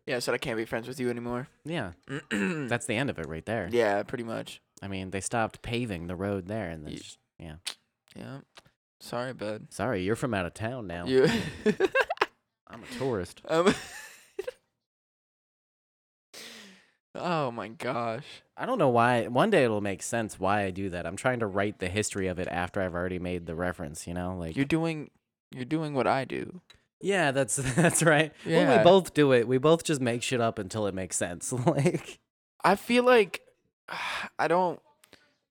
B: Yeah, I said I can't be friends with you anymore. [CLEARS THROAT]
A: Yeah,
B: yeah,
A: that's the end of it right there.
B: pretty much.
A: I mean, they stopped paving the road there, and then
B: Ye-
A: just- yeah.
B: Yeah. Sorry, bud.
A: Sorry, you're from out of town now.
B: You. [LAUGHS]
A: I'm a tourist.
B: um, [LAUGHS] oh my gosh.
A: I don't know why. One day it'll make sense why I do that. I'm trying to write the history of it after I've already made the reference. You know, like
B: You're doing you're doing what I do.
A: yeah, that's [LAUGHS] that's right. When
B: Yeah.
A: we both do it, we both just make shit up until it makes sense. [LAUGHS] like
B: I feel like [SIGHS] I don't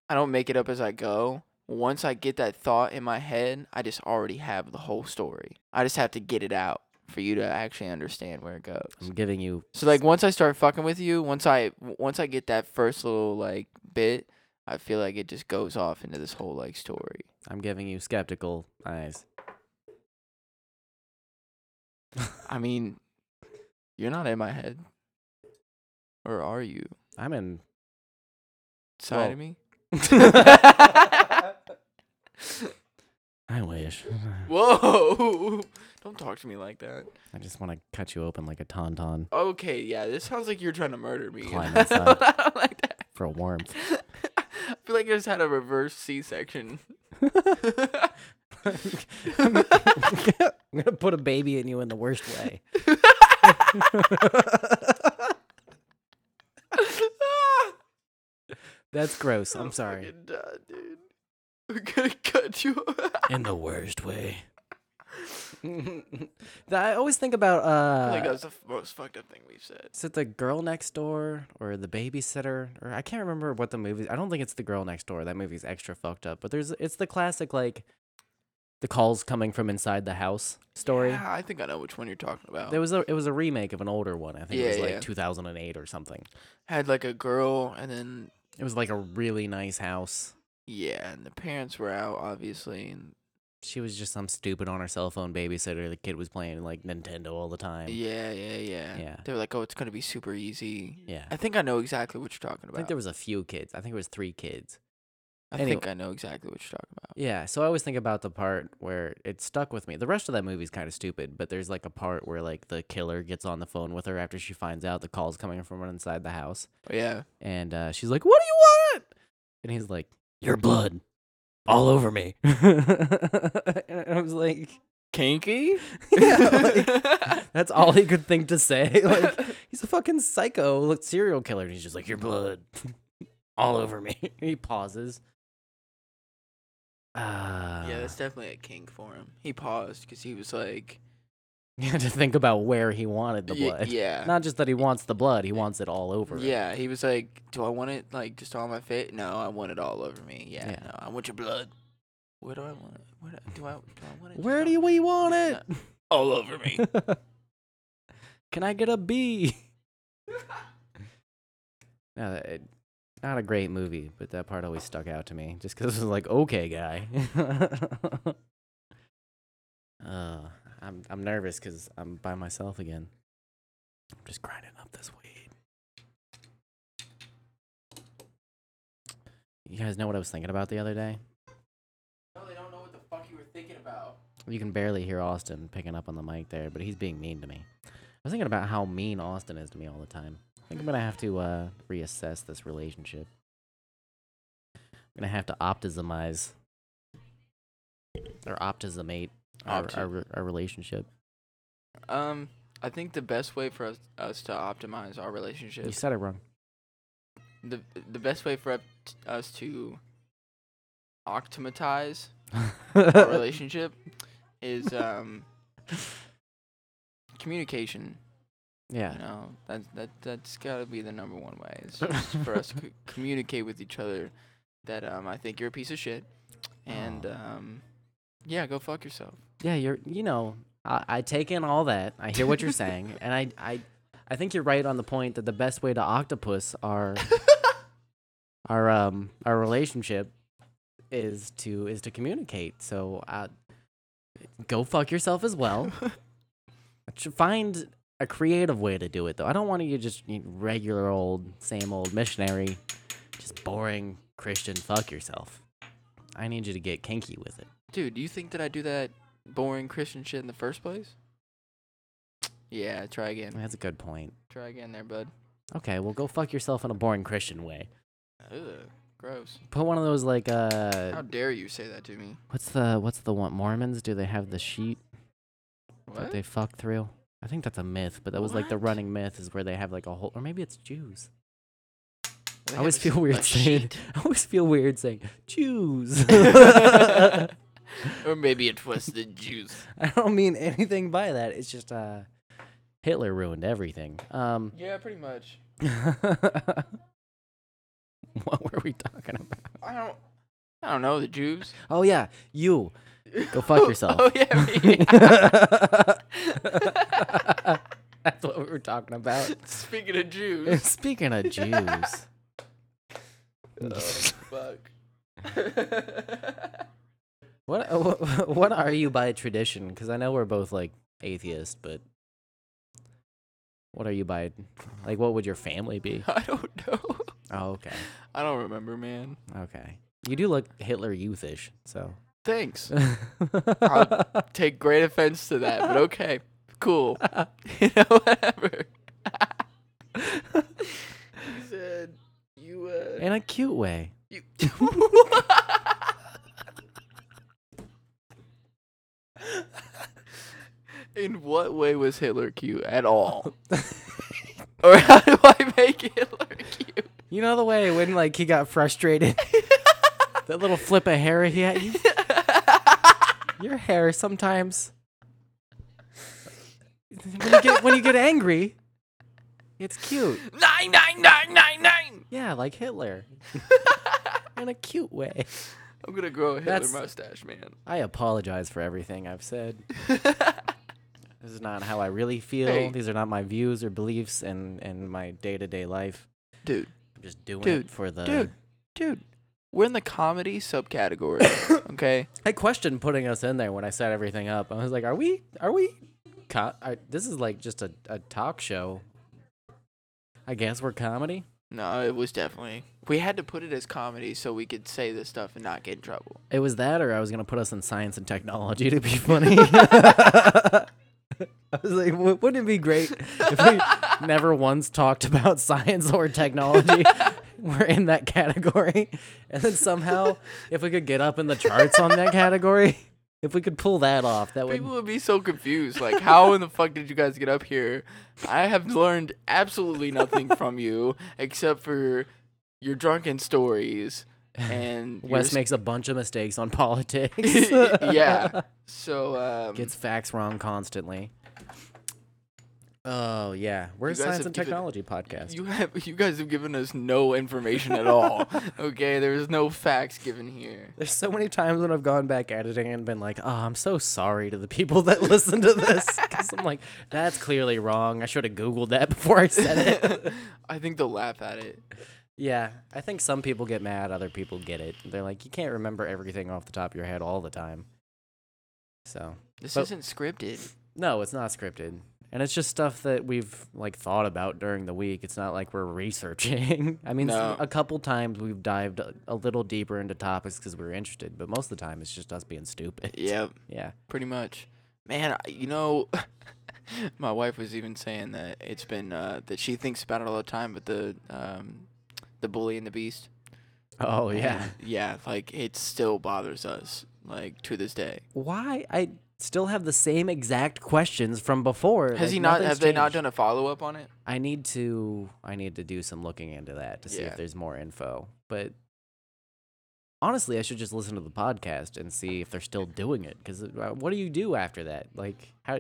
B: I don't make it up as I go. Once I get that thought in my head, I just already have the whole story. I just have to get it out for you to actually understand where it goes.
A: I'm giving you
B: So like once I start fucking with you, once I once I get that first little like bit, I feel like it just goes off into this whole like story.
A: I'm giving you skeptical eyes.
B: I mean, you're not in my head. Or are you?
A: I'm in.
B: Side
A: Well-
B: of [LAUGHS] me?
A: I wish.
B: Whoa! [LAUGHS] Don't talk to me like that.
A: I just want to cut you open like a tauntaun
B: Okay, yeah, this sounds like you're trying to murder me.
A: Climb
B: I [LAUGHS]
A: inside.
B: don't like that.
A: for warmth.
B: I feel like I just had a reverse C section.
A: [LAUGHS] I'm gonna put a baby in you in the worst way. That's gross.
B: [LAUGHS]
A: I'm sorry.
B: dude. I'm gonna cut you. [LAUGHS]
A: In the worst [LAUGHS] way. I always think about uh,
B: I think that's the f- most fucked up thing we've said.
A: is it the girl next door or the babysitter or i can't remember what the movie i don't think it's the girl next door that movie's extra fucked up but there's it's the classic like the calls coming from inside the house story
B: Yeah, I think I know which one you're talking about.
A: there was a it was a remake of an older one i think it was
B: Yeah,
A: like
B: yeah.
A: 2008 or something
B: had like a girl, and then
A: it was like a really nice house
B: yeah, and the parents were out obviously, and
A: she was just some stupid on her cell phone babysitter the kid was playing like nintendo all the time
B: yeah, yeah, yeah,
A: Yeah.
B: They were like, "Oh, it's gonna be super easy."
A: Yeah.
B: I think I know exactly what you're talking
A: i
B: about.
A: think there was a few kids i think it was three kids
B: I
A: anyway.
B: think I know exactly what you're talking about.
A: Yeah, so I always think about the part where it stuck with me. The rest of that movie's kind of stupid, but there's like a part where like the killer gets on the phone with her after she finds out the call's coming from inside the house,
B: Yeah.
A: and uh, she's like, "What do you want?" And he's like, "Your blood, all over me." [LAUGHS] and I was like, [LAUGHS]
B: [LAUGHS] Kinky?
A: "That's all he could think to say." [LAUGHS] Like uh, he's a fucking psycho like, serial killer, and he's just like, "Your blood, [LAUGHS] all over me." [LAUGHS] he pauses. Uh,
B: yeah, that's definitely a kink for him. He paused because he was like,
A: [LAUGHS] You had to think about where he wanted the
B: Ye-
A: blood.
B: yeah.
A: Not just that he wants the blood, he wants it all over. it.
B: yeah, he was like, do I want it like just on my face? No, I want it all over me. Yeah,
A: Yeah.
B: no, I want your blood. Where do I want it? Where do, do I do I want it?
A: Where
B: just
A: do
B: on-
A: we want it?
B: All
A: [LAUGHS]
B: over me.
A: Can I get a B? [LAUGHS] no, that- it, not a great movie, but that part always stuck out to me just because it was like, okay, guy. [LAUGHS] uh, I I'm I'm nervous because I'm by myself again. I'm just grinding up this weed. You guys know what I was thinking about the other day?
B: No, they don't know what the fuck you were thinking about.
A: You can barely hear Austin picking up on the mic there, but he's being mean to me. I was thinking about how mean Austin is to me all the time. I think I'm gonna have to uh, reassess this relationship. I'm gonna have to optimize or optimizate our,
B: Opti-
A: our re- our relationship.
B: Um, I think the best way for us, us to optimize our relationship,
A: You said it wrong.
B: the the best way for up t- us to
A: [LAUGHS]
B: optimize our relationship is um
A: [LAUGHS]
B: communication. You
A: yeah.
B: know, that that that's got to be the number one way.
A: [LAUGHS]
B: It's just for us to c- communicate with each other that um I think you're a piece of shit, and
A: Aw.
B: um yeah, go fuck yourself.
A: Yeah, you're you know, I, I take in all that. I hear what you're saying, and I I I think you're right on the point that the best way to octopus our our um our relationship is to is to communicate. So uh go fuck yourself as well. Tr- Find a creative way to do it though. I don't want you to just you know, regular old same old missionary, just boring Christian fuck yourself. I need you to get kinky with it.
B: Dude, do you think that I do that boring Christian shit in the first place? Yeah, try again.
A: That's a good point.
B: Try again there, bud.
A: Okay, well, go fuck yourself in a boring Christian way.
B: Ugh, gross.
A: Put one of those like
B: How
A: uh,
B: dare you say that to me?
A: what's the what's the one Mormons? Do they have the sheet that
B: What?
A: they fuck through? I think that's a myth, but that was like the
B: What?
A: running myth is where they have like a whole, or maybe it's Jews. [LAUGHS]
B: They
A: I
B: have
A: always
B: a
A: feel
B: s-
A: weird
B: a
A: saying.
B: sheet.
A: I always feel weird saying Jews. [LAUGHS]
B: or maybe it was the Jews.
A: I don't mean anything by that. It's just uh, Hitler ruined everything. Um,
B: [LAUGHS]
A: [LAUGHS]
B: Yeah, pretty much.
A: what were we talking about?
B: I don't. I don't know the Jews.
A: Oh yeah, you. Go
B: [LAUGHS]
A: fuck yourself.
B: oh yeah.
A: [LAUGHS]
B: me.
A: That's what we were talking about.
B: Speaking of
A: [LAUGHS]
B: Jews.
A: Speaking of Jews,
B: oh, [LAUGHS] fuck.
A: what what, what are you by tradition? Because I know we're both like atheists, but what are you by? Like, what would your family be?
B: I don't know.
A: Oh, okay,
B: I don't remember, man.
A: okay. You do look Hitler youthish, [LAUGHS] so.
B: [LAUGHS] Thanks. Take great offense to that, but okay, [LAUGHS] cool. you know, [LAUGHS] whatever. he said, "You uh,
A: In a cute way.
B: You. In what way was Hitler cute at [LAUGHS] all? or how do I make Hitler cute?
A: You know the way when like he got
B: [LAUGHS]
A: frustrated. that little flip of hair he had. You, your hair sometimes. When you get when you get angry, it's cute.
B: Nine, nine, nine, nine, nine.
A: Yeah, like
B: [LAUGHS]
A: Hitler. In a cute way.
B: I'm gonna grow a Hitler
A: That's-
B: mustache, man.
A: I apologize for everything I've
B: [LAUGHS]
A: said. this is not how I really feel.
B: Hey.
A: These are not my views or beliefs and and my day to day life.
B: Dude,
A: I'm just doing
B: Dude,
A: it for the
B: dude, dude. We're in the comedy [LAUGHS] subcategory, okay?
A: I questioned putting us in there when I set everything up. I was like, "Are we? Are we? Co- are, this is like just a, a talk show. I guess we're comedy.
B: No, it was definitely. We had to put it as comedy so we could say this stuff and not get in trouble.
A: It was that, or I was gonna put us in science and technology to be funny. [LAUGHS] I was like, "W- wouldn't it be great if we never once talked about science or technology? We're in that category, and then somehow, if we could get up in the charts on that category, if we could pull that off, that would
B: People would be so confused.
A: [LAUGHS]
B: Like, how in the fuck did you guys get up here? I have learned absolutely nothing from you except for your drunken stories
A: [LAUGHS]
B: and your
A: Wes
B: [LAUGHS] s-
A: makes a bunch of mistakes on [LAUGHS] politics.
B: [LAUGHS]
A: [LAUGHS]
B: yeah. So um,
A: Gets facts wrong constantly. Oh yeah, we're a
B: guys
A: science
B: have
A: and
B: given-
A: technology podcast.
B: you have you guys have given us no information
A: [LAUGHS]
B: at all. okay, there is no facts given here.
A: There's so many times when I've gone back editing and been like, "Oh, I'm so sorry to the people that [LAUGHS] listen to
B: [LAUGHS]
A: this," because I'm like, "That's clearly wrong. I should have googled that [LAUGHS] before I said
B: [LAUGHS]
A: it."
B: I think they'll laugh at it.
A: yeah, I think some people get mad, other people get it. They're like, "You can't remember everything off the top of your head all the time." So
B: This
A: But-
B: isn't scripted.
A: no, it's not scripted, and it's just stuff that we've like thought about during the week. It's not like we're [LAUGHS] researching. I mean, s-
B: No.
A: a couple times we've dived a- a little deeper into topics because we were interested, but most of the time it's just us being stupid.
B: Yep.
A: Yeah.
B: pretty much. Man, I- you know, [LAUGHS] my wife was even saying that it's been uh, that she thinks about it all the time, but the um, the bully and the beast.
A: [LAUGHS] Oh yeah.
B: And, yeah, like it still bothers us like to this day.
A: Why I still have the same exact questions from before.
B: Has
A: like,
B: he not? Have
A: nothing's
B: they not
A: changed.
B: done a follow up on it?
A: I need to I need to do some looking into that to see
B: Yeah.
A: if there's more info. But honestly, I should just listen to the podcast and see if they're still doing it. Because what do you do after that? Like how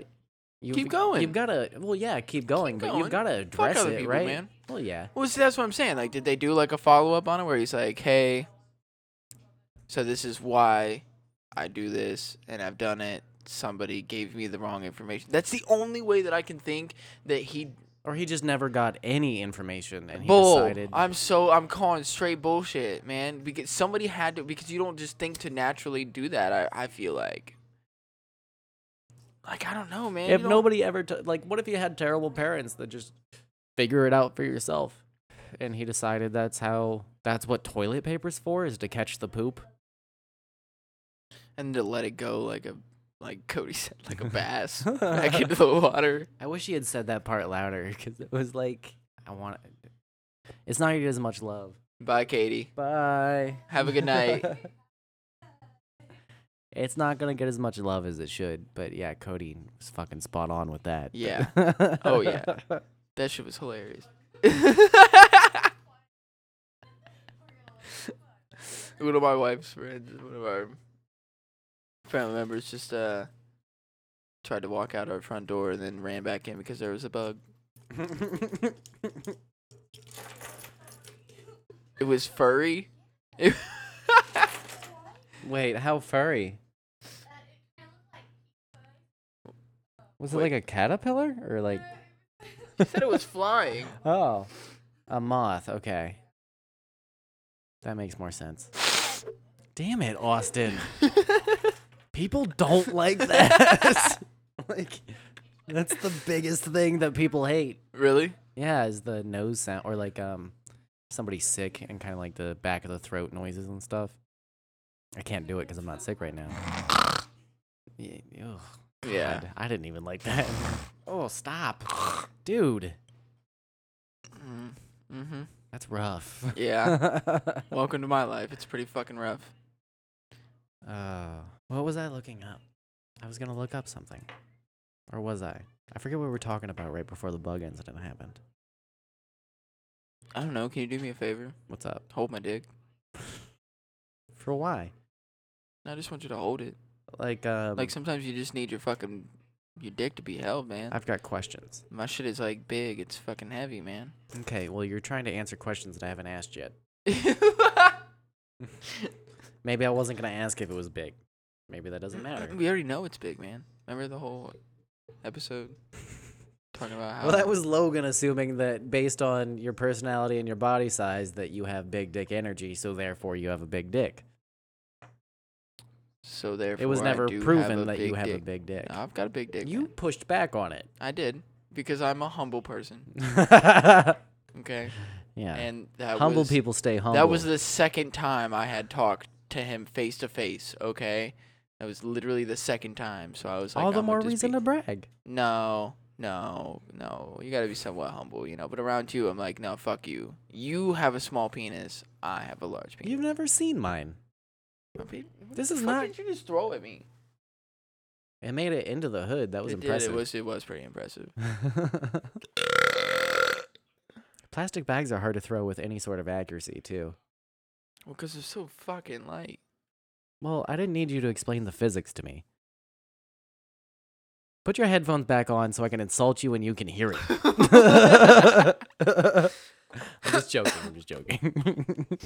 A: you
B: Keep going.
A: You've gotta well yeah keep going, but
B: going.
A: you've gotta
B: Fuck
A: address
B: other
A: it
B: people,
A: right.
B: man.
A: Well yeah.
B: Well, see, that's what I'm saying. Like, did they do like a follow up on it where he's like, "Hey, so this is why I do this, and I've done it. Somebody gave me the wrong information." That's the only way that I can think that he
A: Or he just never got any information and he
B: Bull.
A: decided
B: I'm so I'm calling straight bullshit, man. Because somebody had to because you don't just think to naturally do that. I, I feel like. Like I don't know, man.
A: if
B: You don't-
A: nobody ever t- like what if you had terrible parents that just figure it out for yourself and he decided that's how that's what toilet paper's for is to catch the poop
B: and to let it go like a like Cody said,
A: [LAUGHS]
B: like a bass back into the water.
A: I wish he had said that part louder [LAUGHS] because it was like, I want. It's not gonna get as much love.
B: Bye, Katie.
A: Bye.
B: Have a good night.
A: [LAUGHS] it's not gonna get as much love as it should, but yeah, Cody was fucking spot on with that. [LAUGHS]
B: Yeah. Oh, yeah. That shit was hilarious. [LAUGHS] one of my wife's friends, one of our family members, just uh tried to walk out our front door and then ran back in because there was a bug. It was furry. [LAUGHS] It-
A: Wait, how furry? Was it
B: Wait.
A: like a caterpillar or like?
B: it said it was flying.
A: Oh, a moth. Okay, that makes more sense. Damn it, Austin. people don't like that. [LAUGHS] like, that's the biggest thing that people hate.
B: [LAUGHS] Really?
A: Yeah, is the nose sound or like um somebody sick and kind of like the back of the throat noises and stuff. I can't do it because I'm not sick right now. Yeah, ugh,
B: Yeah.
A: God, I didn't even like that. [LAUGHS] oh, stop, dude.
B: Mm-hmm.
A: That's rough.
B: Yeah.
A: [LAUGHS]
B: Welcome to my life. It's pretty fucking rough.
A: Oh, what was I looking up? I was gonna look up something, or was I? I forget what we were talking about right before the bug incident happened.
B: I don't know. Can you do me a favor?
A: What's up?
B: Hold my dick.
A: For why?
B: I just want you to hold it.
A: Like, um,
B: Like sometimes you just need your fucking your dick to be held, man.
A: I've got questions.
B: My shit is like big. It's fucking heavy, man.
A: Okay, well, you're trying to answer questions that I haven't asked yet. Maybe I wasn't gonna ask if it was big. Maybe that doesn't matter.
B: [LAUGHS] [LAUGHS] we already know it's big, man. Remember the whole episode talking about how
A: Well, that was Logan assuming that based on your personality and your body size that you have big dick energy, so therefore you have a big dick.
B: so therefore
A: it was
B: I
A: never
B: do have a
A: proven that you
B: big
A: have a
B: dick.
A: big dick.
B: I've got a big dick.
A: You
B: man.
A: pushed back on it.
B: I did because I'm a humble person.
A: yeah.
B: [LAUGHS]
A: [LAUGHS]
B: Okay, and that
A: humble
B: was,
A: people stay humble.
B: That was the second time I had talked to him face to face. Okay, that was literally the second time. So I was like,
A: all the
B: "I'ma
A: more
B: just
A: reason
B: be-
A: to brag.
B: no, no, no. You gotta be somewhat humble, you know. But around you, I'm like, no, fuck you. You have a small penis. I have a large penis.
A: You've never seen mine.
B: My pe- what
A: this
B: the
A: is
B: fuck
A: not-
B: Did you just throw at me?
A: It made it into the hood. That was
B: it
A: impressive.
B: Did. It was. It was pretty impressive.
A: [LAUGHS] Plastic bags are hard to throw with any sort of accuracy, too.
B: Well, because it's so fucking light.
A: Well, I didn't need you to explain the physics to me. Put your headphones back on so I can insult you and you can hear it. [LAUGHS] I'm just joking. I'm just joking. [LAUGHS]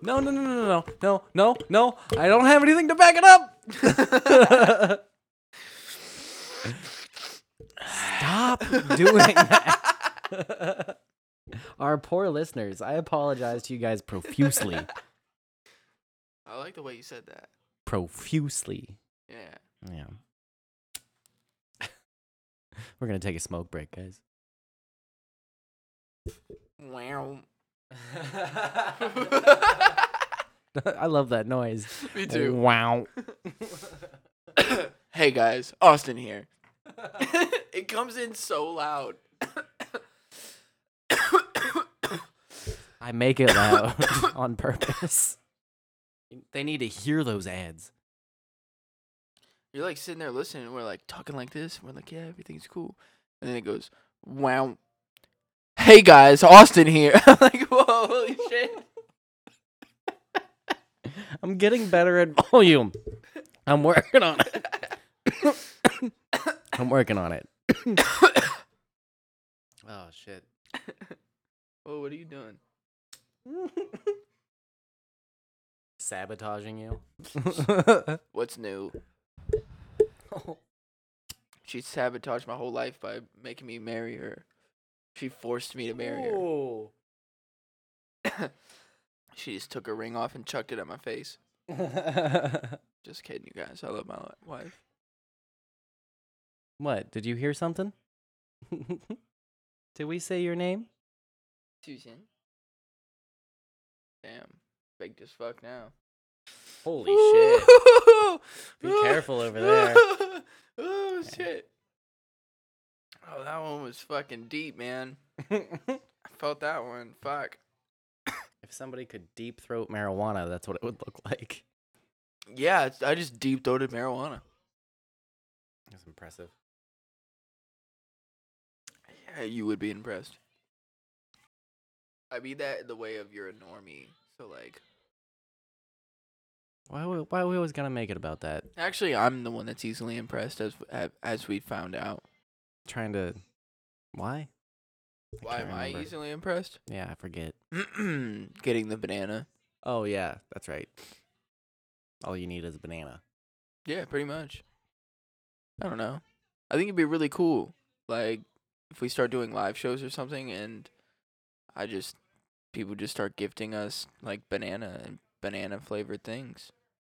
A: no, no, no, no, no, no, no, no. I don't have anything to back it [LAUGHS] up. Stop doing that. [LAUGHS] Our poor listeners, I apologize to you guys profusely.
B: I like the way you said that.
A: profusely.
B: Yeah. [LAUGHS]
A: Yeah. We're gonna take a smoke break, [LAUGHS] guys.
B: Wow.
A: I love that noise.
B: Me too.
A: Wow.
B: hey guys, Austin here. [LAUGHS] it comes in so loud.
A: I make it [COUGHS] loud [LAUGHS] on purpose. They need to hear those ads.
B: You're like sitting there listening, and we're like talking like this, and we're like, yeah, everything's cool. And then it goes, wow. Hey guys, Austin here. [LAUGHS] I'm like, whoa, holy shit. [LAUGHS]
A: I'm getting better at volume. I'm working on it. [COUGHS] I'm working on it. [COUGHS] oh shit.
B: Oh, what are you doing?
A: Sabotaging [LAUGHS] you.
B: What's new? She sabotaged my whole life by making me marry her. She forced me to marry her.
A: [LAUGHS] Oh.
B: [LAUGHS] She just took her ring off and chucked it at my face. Just kidding, you guys. I love my li- wife.
A: what? Did you hear something? [LAUGHS] Did we say your name?
B: Susan. Damn. Baked as fuck now.
A: Holy shit. [LAUGHS]
B: [LAUGHS]
A: Be careful over there.
B: oh, shit. Oh, that one was fucking deep, man.
A: if
B: I felt that one. Fuck.
A: somebody could deep throat marijuana, that's what it would look like.
B: Yeah, it's, I just deep throated marijuana.
A: That's impressive.
B: Yeah, you would be impressed. I mean that in the way of you're a normie. So, like,
A: Why we, why we always gonna make it about that?
B: actually, I'm the one that's easily impressed, as as- as we found out.
A: Trying to why?
B: Why
A: can't
B: am I
A: remember.
B: easily impressed? [CLEARS THROAT]
A: Yeah, I forget.
B: Getting the banana.
A: Oh yeah, that's right. All you need is a banana.
B: Yeah, pretty much. I don't know. I think it'd be really cool, like if we start doing live shows or something, and I just people just start gifting us like banana and banana flavored things.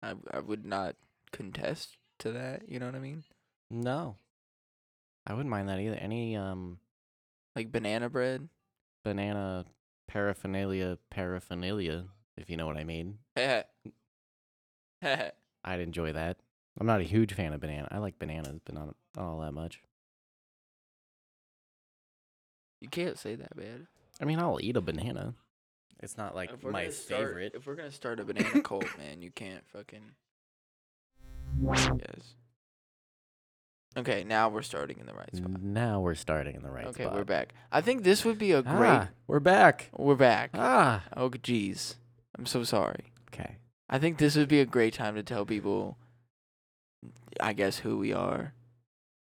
B: I I would not contest to that. You know what I mean?
A: No. I wouldn't mind that either. Any um
B: Like banana bread. [LAUGHS]
A: banana paraphernalia paraphernalia, if you know what I mean.
B: yeah,
A: I'd enjoy that. I'm not a huge fan of banana. I like bananas, but not, not all that much.
B: you can't say that, man.
A: I mean, I'll eat a banana. It's not like
B: If we're
A: my
B: gonna start-
A: favorite.
B: if we're gonna start a banana cult, man, you can't fucking. Yes. Okay, now we're starting in the right spot.
A: Now we're starting in the Mm, right
B: okay,
A: spot.
B: we're back. I think this would be a great.
A: Ah, we're back.
B: We're back.
A: Ah.
B: Oh, jeez. I'm so sorry.
A: Okay.
B: I think this would be a great time to tell people, I guess, who we are.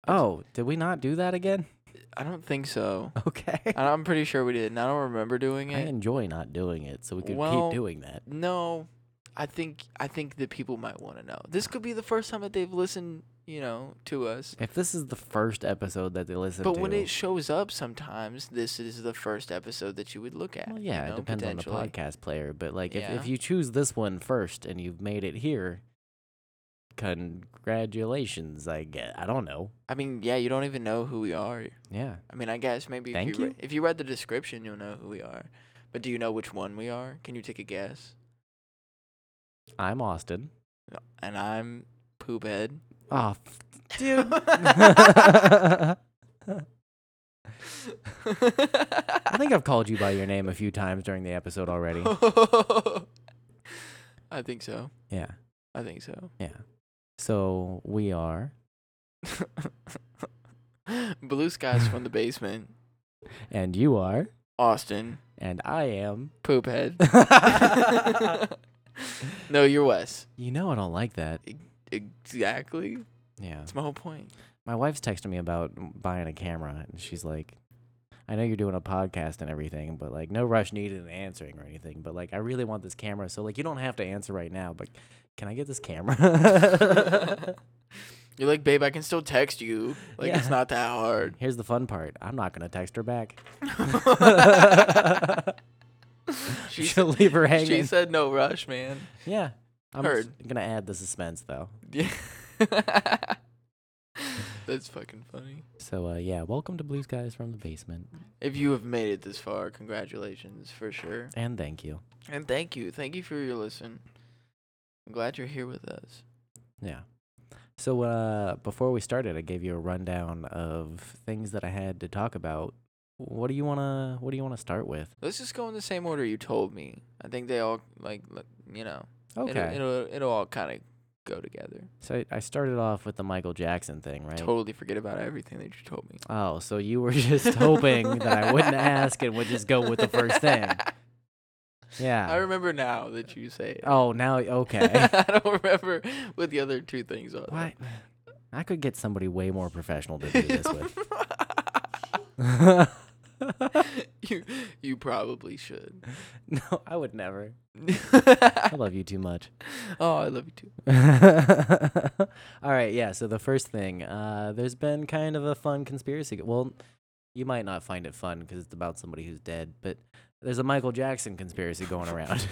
A: Oh, did we not do that again? [LAUGHS]
B: I don't think so.
A: Okay.
B: I- I'm pretty sure we did, and I don't remember doing
A: I
B: it.
A: enjoy not doing it, so we could
B: Well-
A: keep doing that.
B: No, I think I think that people might want to know. This could be the first time that they've listened, you know, to us.
A: If this is the first episode that they listen
B: But
A: to,
B: when it shows up, sometimes this is the first episode that you would look at.
A: well,
B: you
A: yeah,
B: know,
A: it depends on the
B: potentially.
A: podcast player. But like, if,
B: Yeah.
A: if you choose this one first and you've made it here, congratulations. I get. I don't know.
B: I mean, yeah, you don't even know who we are.
A: Yeah.
B: I mean, I guess maybe if
A: Thank
B: you, re-
A: you.
B: if you read the description, you'll know who we are. But do you know which one we are? Can you take a guess?
A: I'm Austin.
B: And I'm Poophead.
A: Oh, f- [LAUGHS] dude. I think I've called you by your name a few times during the episode
B: [LAUGHS]
A: already.
B: I think so.
A: Yeah,
B: I think so. [GASPS]
A: yeah. So we are,
B: Blue skies from the basement.
A: and you are,
B: Austin
A: and I
B: [LAUGHS]
A: am.
B: Poophead.
A: [LAUGHS]
B: no, you're Wes. E-,
A: you know I don't like that.
B: Exactly.
A: Yeah.
B: That's my whole point.
A: My wife's texting me about buying a camera, and she's like, I know you're doing a podcast and everything, but like, no rush needed in answering or anything. But like, I really want this camera. So like, you don't have to answer right now, but can I get this camera?
B: You're like, babe, I can still text you. Like, it's
A: Yeah.
B: not that
A: [LAUGHS]
B: hard.
A: Here's the fun part I'm not going to text her back. [LAUGHS]
B: She
A: She'll leave her
B: She
A: hanging.
B: said no rush, man. [LAUGHS]
A: yeah. I'm
B: Heard.
A: going to add the suspense, though.
B: Yeah. That's fucking funny.
A: So uh, yeah, welcome to Blue Skies from the basement,
B: If you have made it this far, congratulations for sure.
A: and thank you.
B: And thank you. Thank you for your listen. I'm glad you're here with us.
A: Yeah. So uh, before we started, I gave you a rundown of things that I had to talk about. What do you wanna What do you wanna start with?
B: Let's just go in the same order you told me. I think they all like l- you know. It'll it'll, it'll all kind of go together.
A: so I- I started off with the Michael Jackson thing, right?
B: Totally forget about everything that you told me.
A: Oh, so you were [LAUGHS] just hoping that I
B: [LAUGHS]
A: wouldn't ask and would just go with the first thing. Yeah.
B: I remember now that you say it.
A: oh, now okay.
B: [LAUGHS]
A: [LAUGHS]
B: I don't remember what the other two things are. [LAUGHS]
A: Why? I could get somebody way more professional to do this with.
B: [LAUGHS]
A: [LAUGHS]
B: you you probably should. [LAUGHS]
A: no, I would never. I
B: oh,
A: love you too much.
B: I love you too.
A: All right, yeah. So the first thing, uh, there's been kind of a fun conspiracy. Well, you might not find it fun because it's about somebody who's dead, but there's a Michael Jackson conspiracy going
B: [LAUGHS]
A: around.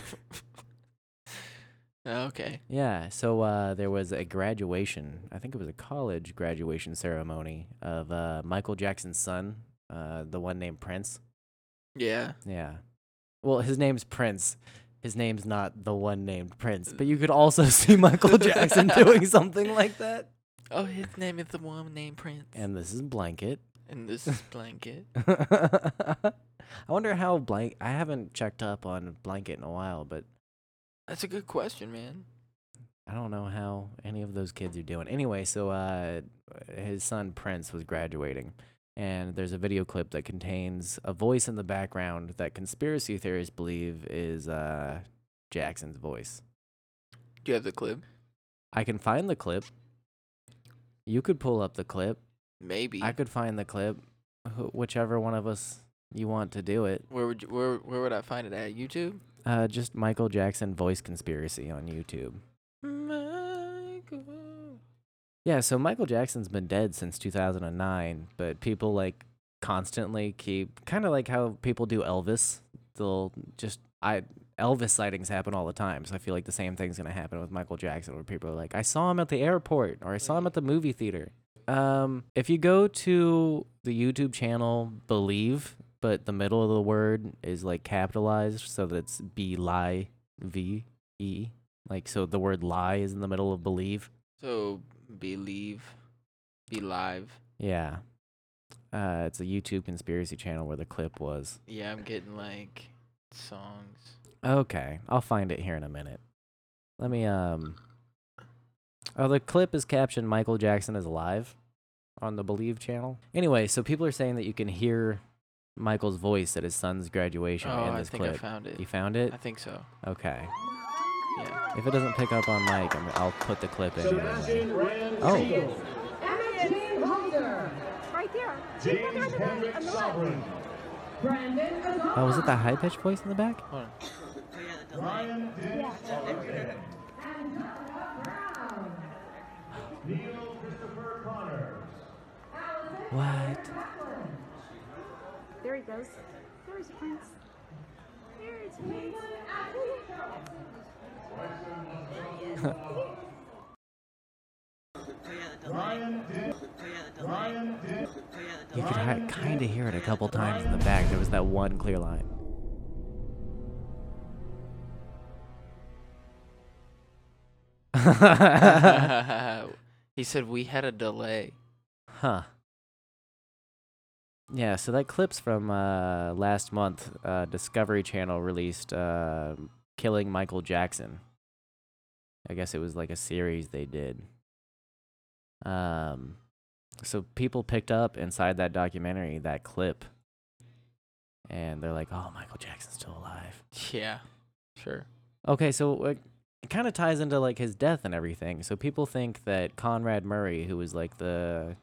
B: Okay.
A: yeah. So uh, there was a graduation. I think it was a college graduation ceremony of uh, Michael Jackson's son, uh, the one named Prince.
B: Yeah.
A: Yeah. Well, his name's Prince. His name's not the one named Prince, but you could also [LAUGHS] see [LAUGHS] Michael Jackson
B: [LAUGHS]
A: doing something like that.
B: Oh, his name is the woman named Prince.
A: And this is Blanket. [LAUGHS]
B: and this is blanket.
A: I wonder how blank. I haven't checked up on blanket in a while, but
B: That's a good question, man.
A: I don't know how any of those kids are doing. Anyway, so uh, his son Prince was graduating, and there's a video clip that contains a voice in the background that conspiracy theorists believe is uh, Jackson's voice.
B: Do you have the clip?
A: I can find the clip. You could pull up the clip.
B: Maybe.
A: I could find the clip. Wh- Whichever one of us you want to do it.
B: where would you, where where would I find it at YouTube?
A: Uh, just Michael Jackson voice conspiracy on YouTube.
B: Michael.
A: Yeah, so Michael Jackson's been dead since 2009, but people like constantly keep kind of like how people do Elvis. They'll just I Elvis sightings happen all the time, so I feel like the same thing's gonna happen with Michael Jackson, where people are like, "I saw him at the airport" or "I saw him at the movie theater." Um, if you go to the YouTube channel Believe, but the middle of the word is like capitalized, so that it's B lie V E, like so the word lie is in the middle of Believe.
B: So believe, be live.
A: Yeah. Uh, it's a YouTube conspiracy channel where the clip was.
B: Yeah, I'm getting like songs.
A: Okay, I'll find it here in a minute. Let me um Oh, the clip is captioned Michael Jackson is alive on the Believe channel. Anyway, so people are saying that you can hear Michael's voice at his son's graduation
B: Oh,
A: in
B: I
A: this
B: think
A: clip.
B: I found it.
A: You found it?
B: I
A: [LAUGHS]
B: think so.
A: Okay.
B: Yeah.
A: If it doesn't pick up on mic, I'm, I'll put the clip in. anyway. Oh,
E: Emma Jane Holder.
F: Right there.
E: James Henrik Sovereign. Brandon Azar.
A: oh, was it the high pitched voice in the back?
B: Hold on.
E: Ryan D. Fogarty. And Nora Brown.
D: Neil Christopher Connor.
A: What?
F: There he goes. There's Prince. There's Prince.
A: You could hi- kind of hear it a couple times in the back. There was that one clear line. [LAUGHS]
B: [LAUGHS] he said we had a delay.
A: Huh. Yeah, so that clip's from uh, last month. Uh, Discovery Channel released uh, Killing Michael Jackson. I guess it was like a series they did. Um, so people picked up inside that documentary that clip. And they're like, oh, Michael Jackson's still alive.
B: Yeah. Sure.
A: Okay, so uh, it kind of ties into like his death and everything. So people think that Conrad Murray, who was like the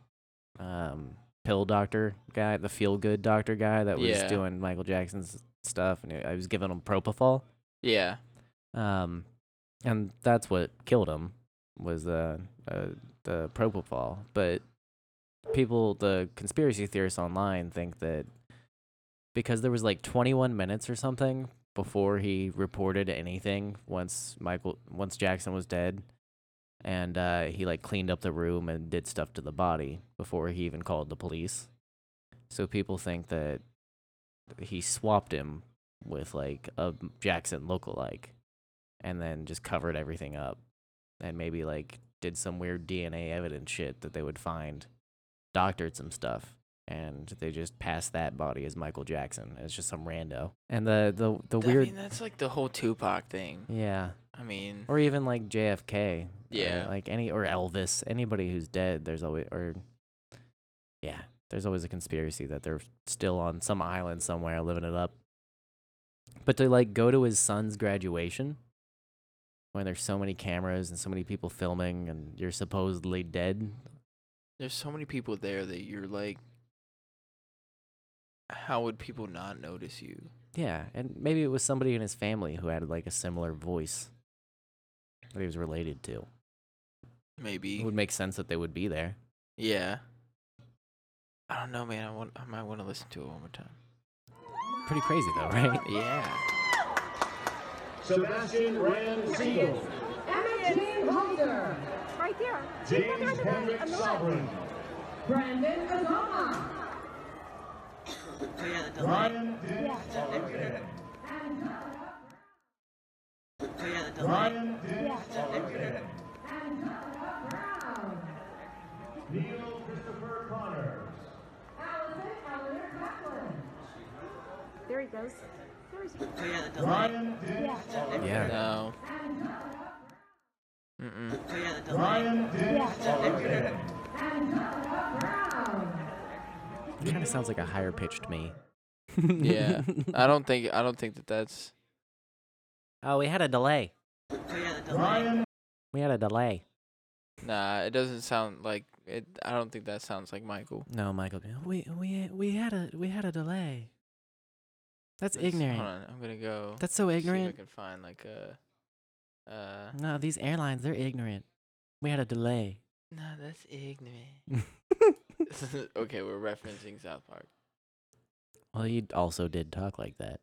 A: um, pill doctor guy, the feel good doctor guy that was
B: Yeah.
A: doing Michael Jackson's stuff, and I was giving him propofol,
B: Yeah.
A: um, and that's what killed him was uh, uh, the propofol. But people, the conspiracy theorists online, think that because there was like 21 minutes or something before he reported anything once Michael once Jackson was dead, and uh, he like cleaned up the room and did stuff to the body before he even called the police. So people think that he swapped him with like a m- Jackson lookalike, and then just covered everything up, and maybe like did some weird DNA evidence shit that they would find, doctored some stuff, and they just passed that body as Michael Jackson. It's just some rando, and the the the
B: I
A: weird
B: mean, that's like the whole Tupac thing.
A: yeah
B: I mean,
A: or even like JFK. or,
B: Yeah.
A: like any or Elvis, anybody who's dead, there's always or yeah, there's always a conspiracy that they're still on some island somewhere living it up. But to like go to his son's graduation when there's so many cameras and so many people filming and you're supposedly dead.
B: there's so many people there that you're like, how would people not notice you?
A: Yeah, and maybe it was somebody in his family who had like a similar voice that he was related to. It
B: Maybe.
A: would make sense that they would be there.
B: Yeah. I don't know, man. I want. I might want to listen to it one more time.
A: Pretty crazy though, [LAUGHS] right?
B: Yeah.
D: Sebastian Rand Siegel.
E: Emma Jean Holder.
F: Right there. See, look
D: James
F: at the-
D: Henrik
F: I'm not-
D: Sobrin.
E: Brandon Azama.
D: Brian Dick Holiday. Brian Dick Holiday. Neil Christopher Connors.
E: Allison Eleanor Kaplan.
F: There he goes. There he's.
D: Brian Dick Holiday.
A: Yeah. [LAUGHS]
B: No. Mm-mm.
D: Brian Dick Holiday.
A: kind of sounds like a higher pitched me.
B: Yeah. I don't think. I don't think that that's.
A: oh, we had a delay.
D: Brian
A: We had a delay.
B: Nah. It doesn't sound like it. I don't think that sounds like Michael.
A: No, Michael. We we we had a we had a delay. That's
B: Let's-
A: ignorant.
B: Hold on. I'm gonna go.
A: That's so
B: See if I
A: ignorant.
B: can find like a. Uh.
A: No, these airlines, they're ignorant. We had a delay.
B: No, that's ignorant. [LAUGHS] okay, we're referencing South Park.
A: well, he also did talk like that.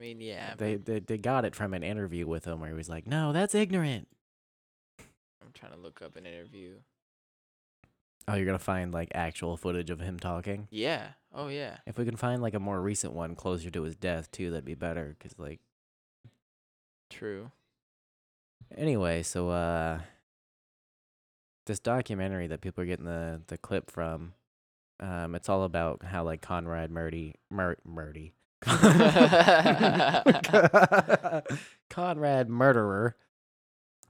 B: I mean, yeah.
A: They, they they got it from an interview with him where he was like, "No, that's ignorant."
B: I'm trying to look up an interview.
A: Oh, you're gonna find like actual footage of him talking.
B: Yeah. Oh yeah.
A: If we can find like a more recent one closer to his death too, that'd be better. Cause like
B: True.
A: Anyway, so uh this documentary that people are getting the the clip from um it's all about how like Conrad Murdy Mur- Murdy [LAUGHS] Conrad murderer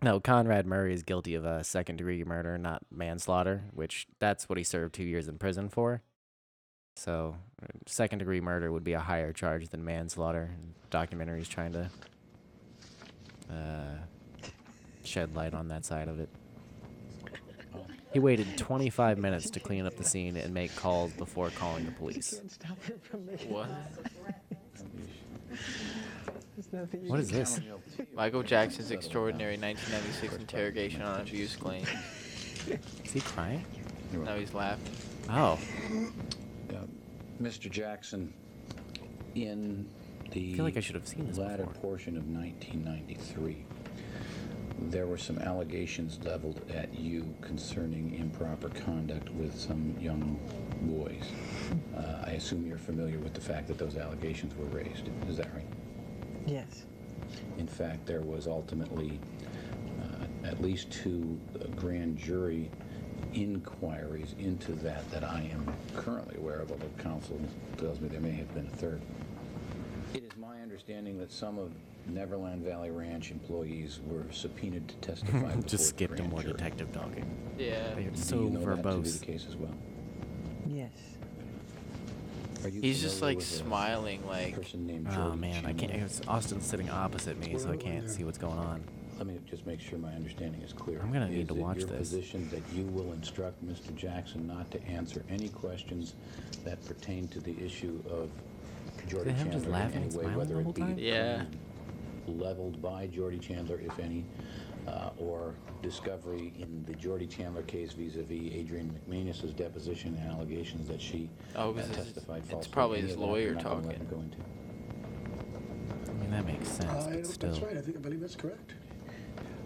A: no, Conrad Murray is guilty of uh, second degree murder, not manslaughter, which that's what he served two years in prison for. So, uh, second degree murder would be a higher charge than manslaughter. and Documentaries trying to uh, shed light on that side of it. He waited 25 minutes to clean up the scene and make calls before calling the police.
B: What?
A: What is this?
B: Michael Jackson's extraordinary 1996 interrogation on abuse claim.
A: Is he crying?
B: Now he's laughing.
A: Oh,
G: Mr. Jackson, in the
A: I feel like I should have seen this
G: latter
A: before.
G: portion of 1993, there were some allegations leveled at you concerning improper conduct with some young boys. Uh, I assume you're familiar with the fact that those allegations were raised. Is that right?
H: Yes.
G: In fact, there was ultimately uh, at least two uh, grand jury inquiries into that that I am currently aware of, although counsel tells me there may have been a third. It is my understanding that some of Neverland Valley Ranch employees were subpoenaed to
A: [LAUGHS]
G: testify before
A: just
G: the
A: skipped him
G: grand
A: more
G: jury.
A: detective talking.
B: Yeah.
A: They are
G: Do
A: so
G: you know that to be
A: verbose.
G: the case as well?
H: Yes.
G: Are you
B: He's just like
G: familiar with a
B: smiling, like
G: person named
A: Oh
G: Jody
A: man, I
G: Chandler?
A: can't. It's Austin's sitting opposite me, so I can't see what's going on.
G: Let me just make sure my understanding is clear.
A: I'm gonna need
G: Is
A: to
G: it
A: watch
G: your
A: this.
G: position that you will instruct Mr. Jackson not to answer any questions that pertain to the issue of Jordy
A: they have him
G: Chandler
A: just
G: in
A: laughing
G: any
A: and
G: way,
A: smiling
G: whether
A: the whole
G: it be
A: time?
B: Yeah.
G: leveled by Jordy Chandler, if any, uh, or discovery in the Jordy Chandler case vis-a-vis Adrian McManus's deposition and allegations that she
B: Oh,
G: uh,
B: 'cause it's-
G: testified
B: it's
G: falsely.
B: probably
G: Any
B: his
G: of that, I'm
B: lawyer
G: not gonna let
B: talking.
G: him go into.
A: I mean that makes sense,
I: I
A: but
I: don't- That's
A: still.
I: right, I think, I believe that's correct.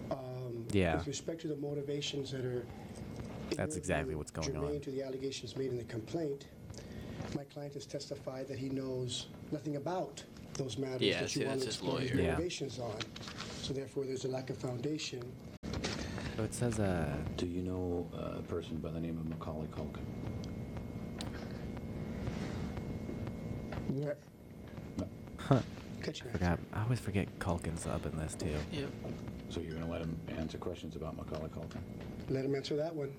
I: Um,
A: Yeah.
I: With respect to the motivations that are. in
A: That's
I: your
A: exactly
I: view,
A: what's going
I: Germane
A: on.
I: to the allegations made in the complaint, my client has testified that he knows nothing about those matters
B: Yeah,
I: that you
B: see,
I: want
B: that's
I: to
B: his
I: explore his
B: lawyer.
A: Yeah.
I: motivations on. So therefore, there's a lack of foundation.
A: So it says uh,
G: Do you know uh, a person by the name of Macaulay Culkin?
H: yes.
I: Catch your
A: forgot. I always forget Culkin's up in this too.
B: Yep.
G: So you're going to let him answer questions about Macaulay Culkin?
I: Let him answer that one.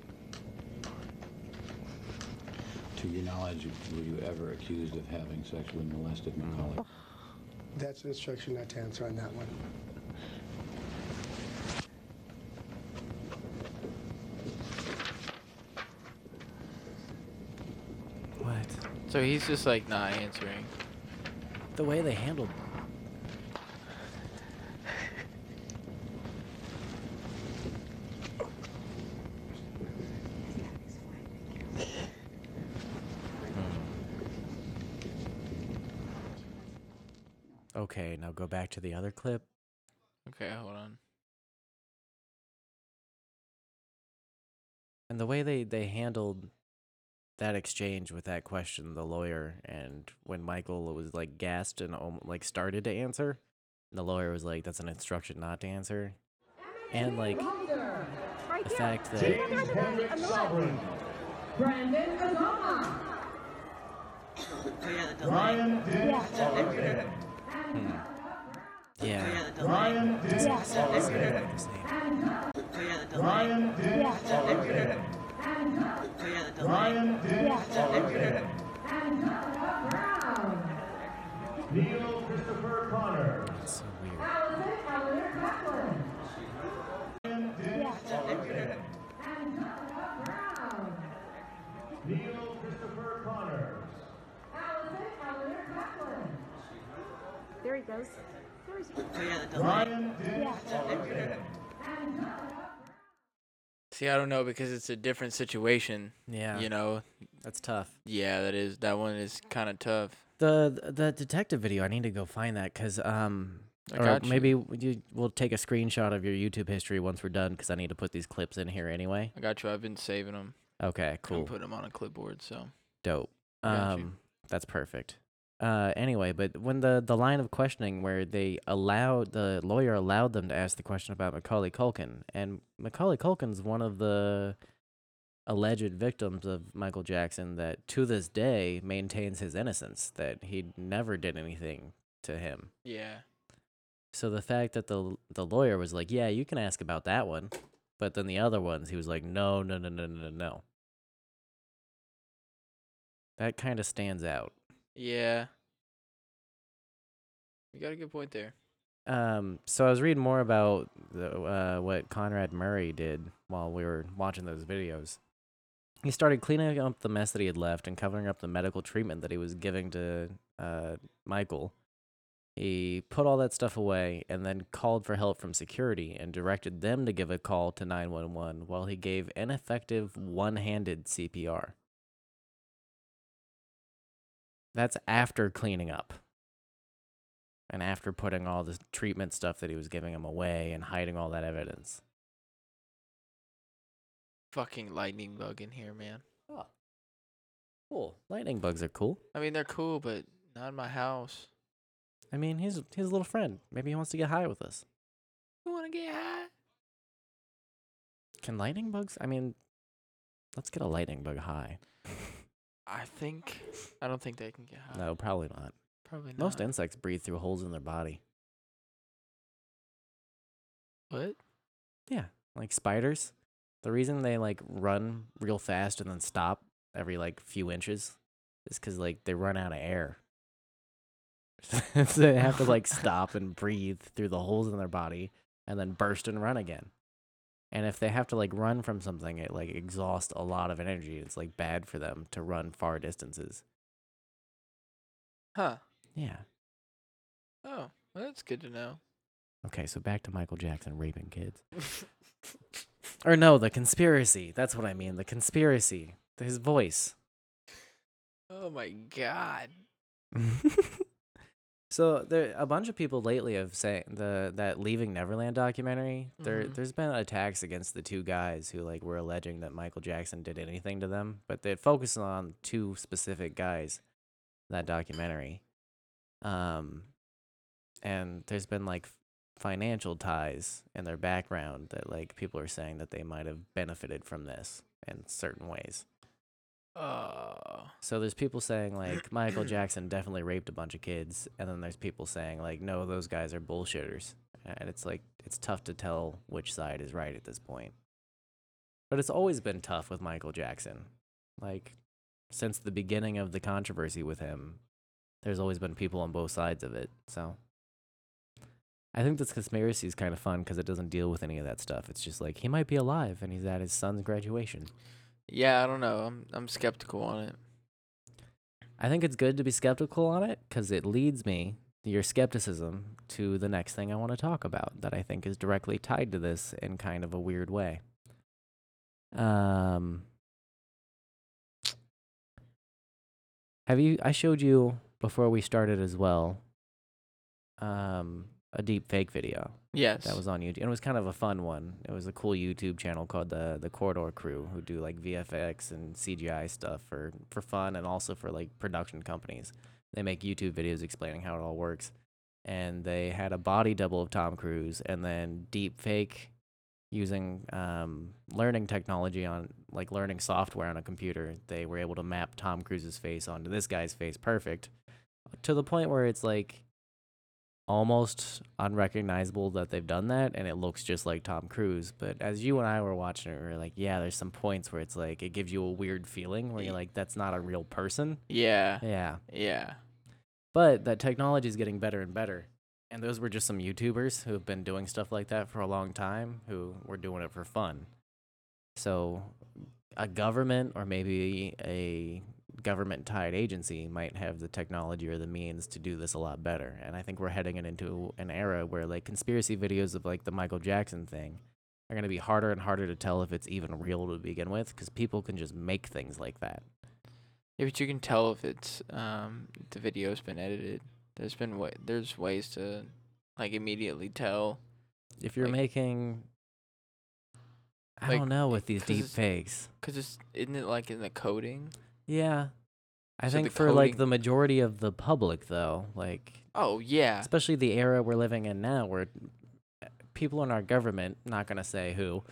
G: To your knowledge, were you ever accused of having sexually molested Macaulay?
I: That's an instruction not to answer on that one.
A: What?
B: So he's just like not answering.
A: The way they handled. Hmm. Okay, now go back to the other clip.
B: Okay, hold on.
A: And the way they they handled that exchange with that question, the lawyer, and when Michael was like gassed and almo- like started to answer, the lawyer was like, "That's an instruction not to answer," and like
E: Holder.
F: Right
A: the
F: here.
A: fact that
D: James Henrik Sovereign.
E: Brandon Azama.
D: Ryan D. Holiday.
A: yeah,
D: Ryan D. Holiday.
A: the same.
D: Ryan D. Holiday. Ryan D. Holiday. Neil Christopher Connor.
A: It's so weird.
D: Ryan D. Holiday. Neil Christopher Connor.
F: There he goes. There he's.
D: Ryan D. Holiday.
B: See, I don't know because it's a different situation.
A: Yeah,
B: You know.
A: that's tough.
B: Yeah, that is that one is kind of tough.
A: The the detective video, I need to go find that because um,
B: I
A: or
B: got you.
A: maybe w- you, we'll take a screenshot of your YouTube history once we're done because I need to put these clips in here anyway.
B: I got you. I've been saving them.
A: Okay, cool.
B: Cool. And put them on a clipboard. So.
A: dope.
B: Got you.
A: Um, that's perfect. Uh, anyway, but when the the line of questioning where they allowed the lawyer allowed them to ask the question about Macaulay Culkin, and Macaulay Culkin's one of the alleged victims of Michael Jackson that to this day maintains his innocence that he never did anything to him.
B: Yeah.
A: So the fact that the the lawyer was like, "Yeah, you can ask about that one," but then the other ones, he was like, "No, no, no, no, no, no, no." That kind of stands out.
B: Yeah. You got a good point there.
A: Um, so I was reading more about the, uh, what Conrad Murray did while we were watching those videos. He started cleaning up the mess that he had left and covering up the medical treatment that he was giving to uh, Michael. He put all that stuff away and then called for help from security and directed them to give a call to 911 while he gave ineffective one handed CPR. That's after cleaning up and after putting all the treatment stuff that he was giving him away and hiding all that evidence.
B: Fucking lightning bug in here, man.
A: Cool. Lightning bugs are cool.
B: I mean, they're cool, but not in my house.
A: I mean, he's he's a little friend. Maybe he wants to get high with us.
B: You wanna get high?
A: Can lightning bugs? I mean, let's get a lightning bug high.
B: I think. I don't think they can get high.
A: No, probably not.
B: Probably not.
A: Most insects breathe through holes in their body.
B: What?
A: Yeah, like spiders. The reason they like run real fast and then stop every like few inches is because like they run out of air. [LAUGHS] so they [LAUGHS] have to like stop and breathe through the holes in their body and then burst and run again. And if they have to like run from something, it like exhausts a lot of energy. It's like bad for them to run far distances.
B: Huh.
A: Yeah.
B: Oh, well, that's good to know. [LAUGHS]
A: Okay, so back to Michael Jackson raping kids. Or no, the conspiracy. That's what I mean. The conspiracy. His voice.
B: oh my god.
A: so [LAUGHS] So there, a bunch of people lately have saying the that Leaving Neverland documentary. There, there's been attacks against the two guys who like were alleging that Michael Jackson did anything to them, but they focus on two specific guys. in That documentary, um, and there's been like f- financial ties in their background that like people are saying that they might have benefited from this in certain ways.
B: Oh.
A: So there's people saying like Michael Jackson definitely raped a bunch of kids, and then there's people saying like no, those guys are bullshitters, and it's like it's tough to tell which side is right at this point. But it's always been tough with Michael Jackson, like since the beginning of the controversy with him. There's always been people on both sides of it, so I think this conspiracy is kind of fun because it doesn't deal with any of that stuff. It's just like he might be alive and he's at his son's graduation.
B: Yeah, I don't know. I'm I'm skeptical on it.
A: I think it's good to be skeptical on it because it leads me, your skepticism, to the next thing I want to talk about that I think is directly tied to this in kind of a weird way. Um, have you, I showed you before we started as well, um, a deep fake video
B: Yes.
A: that was on YouTube. And it was kind of a fun one. It was a cool YouTube channel called the the Corridor Crew who do like VFX and CGI stuff for for fun and also for like production companies. They make YouTube videos explaining how it all works. And they had a body double of Tom Cruise and then deep fake using um, learning technology on like learning software on a computer. They were able to map Tom Cruise's face onto this guy's face perfect to the point where it's like almost unrecognizable that they've done that and it looks just like Tom Cruise. But as you and I were watching it, we were like, yeah, there's some points where it's like it gives you a weird feeling where you're like, that's not a real person.
B: yeah.
A: Yeah.
B: Yeah.
A: But that technology is getting better and better. And those were just some YouTubers who have been doing stuff like that for a long time who were doing it for fun. So a government or maybe a government tied agency might have the technology or the means to do this a lot better. And I think we're heading it into an era where like conspiracy videos of like the Michael Jackson thing are going to be harder and harder to tell if it's even real to begin with because people can just make things like that.
B: Yeah, but you can tell if it's um if the video's been edited. There's been wa- there's ways to like immediately tell.
A: if you're
B: Like-
A: making I
B: like,
A: don't know with these
B: 'cause
A: deep
B: it's-
A: fakes.
B: Cause it's isn't it like in the coding?
A: Yeah. I
B: So the
A: think for like
B: coding-
A: the majority of the public though, like
B: Oh yeah.
A: especially the era we're living in now where people in our government, not going to say who,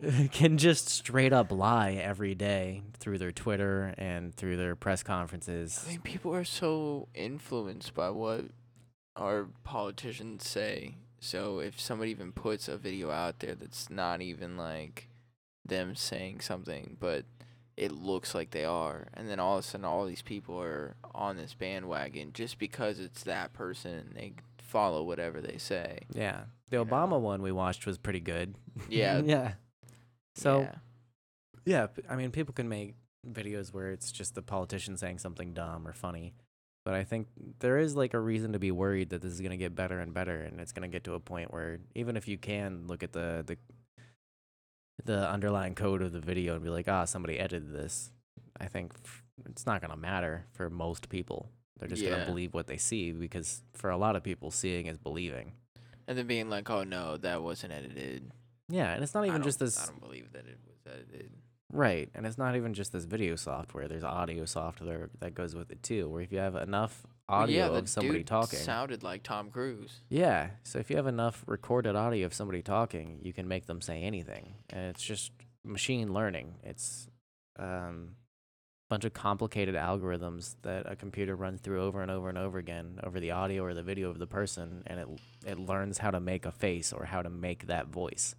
A: [LAUGHS] can just straight up lie every day through their Twitter and through their press conferences.
B: I mean, people are so influenced by what our politicians say. So if somebody even puts a video out there that's not even like them saying something, but it looks like they are, and then all of a sudden all these people are on this bandwagon just because it's that person and they follow whatever
A: [LAUGHS]
B: they say.
A: Yeah. The Obama one we watched was pretty good. [LAUGHS]
B: Yeah.
A: yeah. So
B: yeah.
A: Yeah, p- I mean, people can make videos where it's just the politician saying something dumb or funny, but I think there is like a reason to be worried that this is gonna get better and better, and it's gonna get to a point where even if you can look at the the the underlying code of the video and be like, ah, somebody edited this, I think f- it's not gonna matter for most people. They're just
B: Yeah.
A: gonna believe what they see because for a lot of people, seeing is believing.
B: and then being like, "Oh no, that wasn't edited."
A: Yeah, and it's not
B: I
A: even
B: don't-
A: just this.
B: I don't believe that it was edited.
A: Right, and it's not even just this video software. There's audio software that goes with it too. Where if you have enough
B: Well,
A: audio
B: the
A: of somebody
B: dude
A: talking,
B: sounded like Tom Cruise.
A: yeah. So if you have enough recorded audio of somebody talking, you can make them say anything, and it's just machine learning. It's um, a bunch of complicated algorithms that a computer runs through over and over and over again over the audio or the video of the person, and it it learns how to make a face or how to make that voice.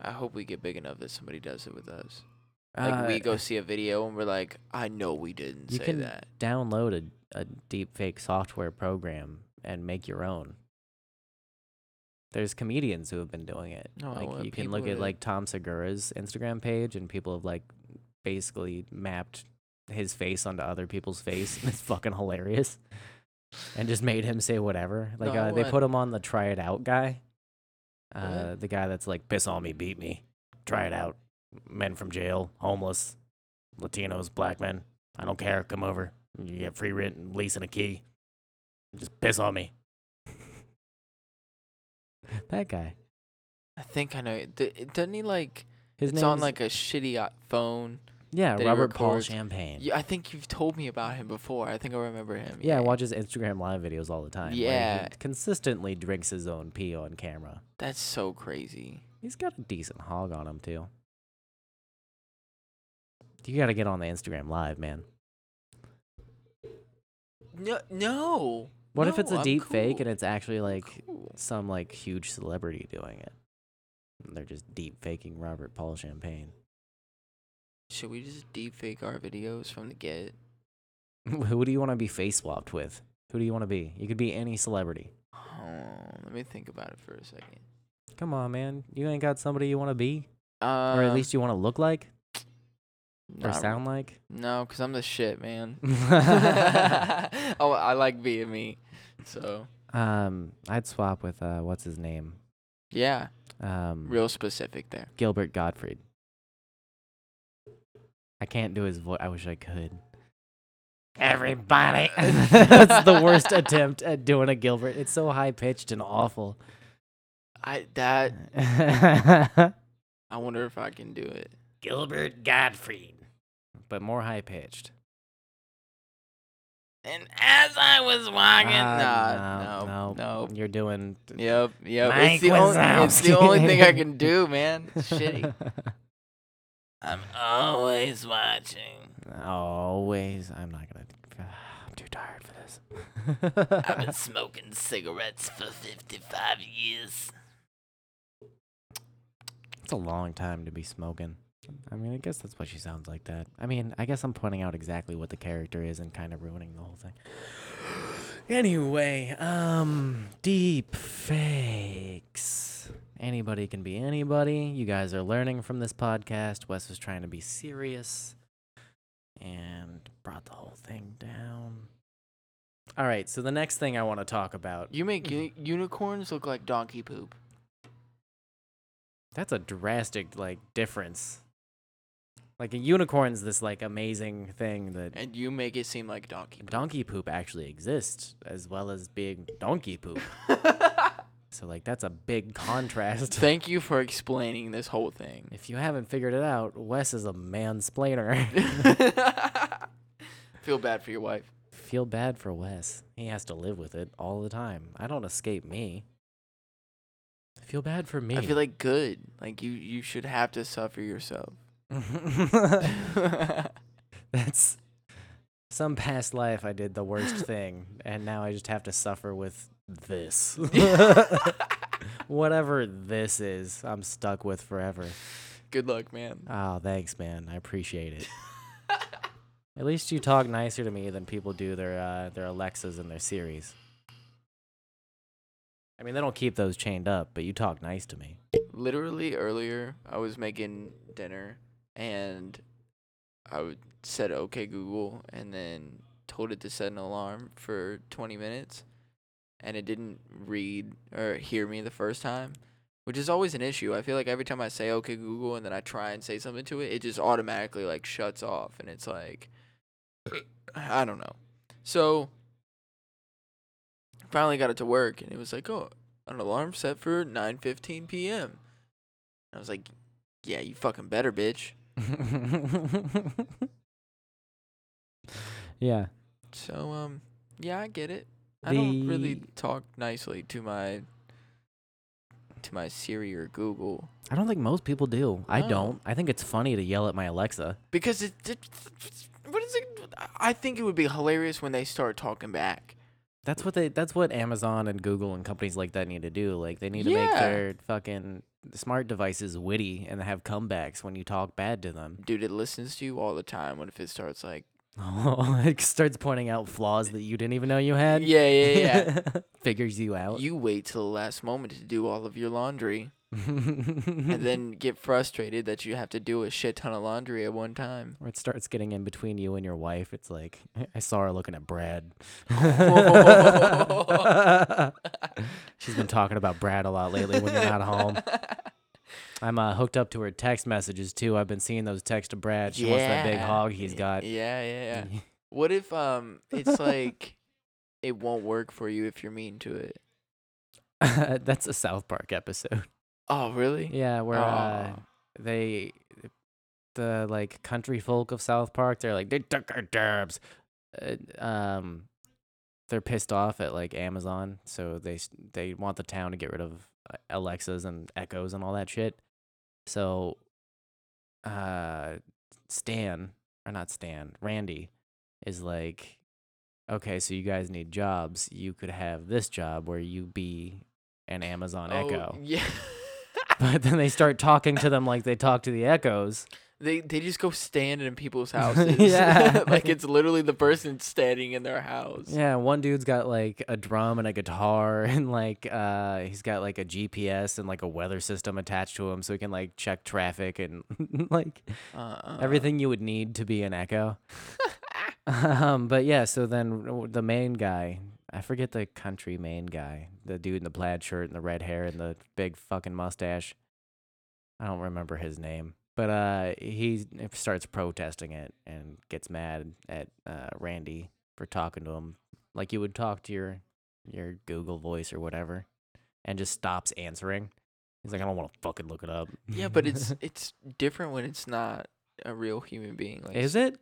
B: I hope we get big enough that somebody does it with us. Like we
A: Uh,
B: go see a video and we're like, I know we didn't
A: you
B: say
A: can
B: that.
A: download a, a deep fake software program and make your own there's comedians who have been doing it
B: No,
A: like
B: uh,
A: you can look
B: people
A: at
B: that-
A: like tom segura's instagram page and people have like basically mapped his face onto other people's face [LAUGHS] and it's fucking hilarious and just made him say whatever like
B: No,
A: uh, they
B: uh,
A: put him on the try it out guy uh,
B: What?
A: the guy that's like piss on me beat me try it out men from jail homeless latinos black men i don't care come over You get free rent and leasing a key. Just piss on me. [LAUGHS] that guy.
B: I think I know. it. D- it- Doesn't he like?
A: His
B: it's
A: name
B: on
A: is-
B: like a shitty uh, phone.
A: yeah
B: that he
A: Robert Paul
B: records.
A: Champagne.
B: Yeah, I think you've told me about him before. I think I remember him.
A: Yeah, I watch his Instagram live videos all the time. where he
B: Yeah.
A: consistently drinks his own pee on camera.
B: That's so crazy.
A: He's got a decent hog on him too. You got to get on the Instagram live, man.
B: No, no.
A: What if it's a
B: no, Oh, I'm
A: deep fake and
B: cool.
A: it's actually like
B: cool.
A: some like huge celebrity doing it? And they're just deep faking Robert Paul Champagne. [LAUGHS]
B: Should we just deep fake our videos from the get?
A: Who do you want to be face swapped with? Who do you want to be? You could be any celebrity.
B: Oh, let me think about it for a second.
A: Come on, man. You ain't got somebody you want to be,
B: Uh,
A: or at least you want to look like or
B: Um, not-
A: sound like.
B: No, cause I'm the shit, man. [LAUGHS] oh, I like being me. So
A: [LAUGHS] Um, I'd swap with uh, what's his name?
B: yeah,
A: Um,
B: real specific there.
A: Gilbert Gottfried. I can't do his voice. I wish I could. Everybody, [LAUGHS] that's the worst attempt at doing a Gilbert. It's so high pitched and awful.
B: I that Uh,
A: [LAUGHS] Gilbert
B: I wonder if I can do it.
A: Gottfried, but more high pitched.
B: And as I was walking,
A: Ah,
B: nah, no, no,
A: You're doing.
B: Yep, yep.
A: Mike
B: it's, the only, it's the
A: Wazowski.
B: only thing I [LAUGHS] can do, man. It's shitty. [LAUGHS] I'm always watching.
A: [LAUGHS] Always. I'm not gonna. [SIGHS] I'm too tired
B: [LAUGHS]
A: for this.
B: I've been smoking cigarettes for 55 years.
A: It's a long time to be smoking. I mean, I guess that's why she sounds like that. I mean, I guess I'm pointing out exactly what the character is and kind of ruining the whole thing. [SIGHS] Anyway, um, deep fakes. Anybody can be anybody. You guys are learning from this podcast. Wes was trying to be serious and brought the whole thing down. All right, so the next thing I want to talk about.
B: You make uni- unicorns look like donkey poop.
A: That's a drastic like difference. Like a unicorn's this like amazing thing that
B: And you make it seem like donkey poop.
A: donkey poop actually exists as well as being donkey
B: [LAUGHS]
A: poop. so like that's a big contrast.
B: Thank you for explaining this whole thing. [LAUGHS]
A: if you haven't figured it out, Wes is a mansplainer.
B: [LAUGHS]
A: [LAUGHS]
B: Feel bad for your wife.
A: Feel bad for Wes. He has to live with it all the time. I don't escape me. Feel bad for me.
B: I feel like good. Like you, you should have to suffer yourself. [LAUGHS]
A: [LAUGHS] That's some past life I did the worst thing, and now I just have to suffer with this. [LAUGHS] Whatever this is, I'm stuck with forever.
B: Good luck, man.
A: Oh, thanks, man. I appreciate it. At least you talk nicer to me than people do their uh, their Alexas and their series. I mean, they don't keep those chained up, but you talk nice to me.
B: Literally earlier, I was making dinner and I would said okay Google and then told it to set an alarm for 20 minutes and it didn't read or hear me the first time, which is always an issue. I feel like every time I say okay Google and then I try and say something to it, it just automatically like shuts off and it's like I don't know. So finally got it to work and it was like, "Oh, an alarm set for 9:15 p.m." I was like, "Yeah, you fucking better, bitch."
A: yeah.
B: So um, yeah, I get it. I don't really
A: The-
B: talk nicely to my to my Siri or Google
A: I don't think most people do. I
B: Oh.
A: don't. I think it's funny to yell at my Alexa.
B: because it, it what is it? I think it would be hilarious when they start talking back.
A: That's what they. That's what Amazon and Google and companies like that need to do. Like they need to make
B: Yeah.
A: their fucking smart devices witty and have comebacks when you talk bad to them. [LAUGHS]
B: Dude, it listens to you all the time. What if it starts like,
A: it starts pointing out flaws that you didn't even know you had.
B: yeah, yeah,
A: [LAUGHS]
B: yeah.
A: Figures you out.
B: you wait till the last moment to do all of your
A: [LAUGHS]
B: laundry and then get frustrated that you have to do a shit ton of laundry at one time.
A: or it starts getting in between you and your wife. It's like I saw her looking at Brad.
B: [LAUGHS]
A: [LAUGHS] She's been talking about Brad a lot lately when you're
B: [LAUGHS]
A: not home. I'm uh, hooked up to her text messages too. I've been seeing those texts to Brad. She wants that big
B: Yeah.
A: hog he's got.
B: Yeah, yeah, yeah. What
A: [LAUGHS]
B: if um it's like it won't work for you if you're mean to it?
A: [LAUGHS] That's a South Park episode. [LAUGHS]
B: Oh, really?
A: Yeah, where uh,
B: Aw.
A: they, the like country folk of South Park, they're like they took our jobs. Uh, um, they're pissed off at like Amazon, so they s- they want the town to get rid of uh, Alexas and Echoes and all that shit. So, uh, Stan or not Stan, Randy is like, okay, so you guys need jobs. You could have this job where you be an Amazon
B: Oh,
A: Echo.
B: Yeah. [LAUGHS]
A: [LAUGHS] But then they start talking to them like they talk to the echoes.
B: They they just go stand in
A: [LAUGHS]
B: people's houses.
A: Yeah.
B: [LAUGHS] like it's literally the person standing in their house.
A: Yeah, one dude's got like a drum and a guitar [LAUGHS] and like uh he's got like a GPS and like a weather system attached to him so he can like check traffic and [LAUGHS] like
B: Uh,
A: everything you would need to be an echo. um but yeah, so then w- the main guy, I forget the country main guy, the dude in the plaid shirt and the red hair and the big fucking mustache. I don't remember his name, but uh, he starts protesting it and gets mad at uh, Randy for talking to him like you would talk to your your Google Voice or whatever, and just stops answering. He's like, I don't want to fucking look it up.
B: [LAUGHS] Yeah, but it's it's different when it's not a real human being. Like,
A: [LAUGHS] is it?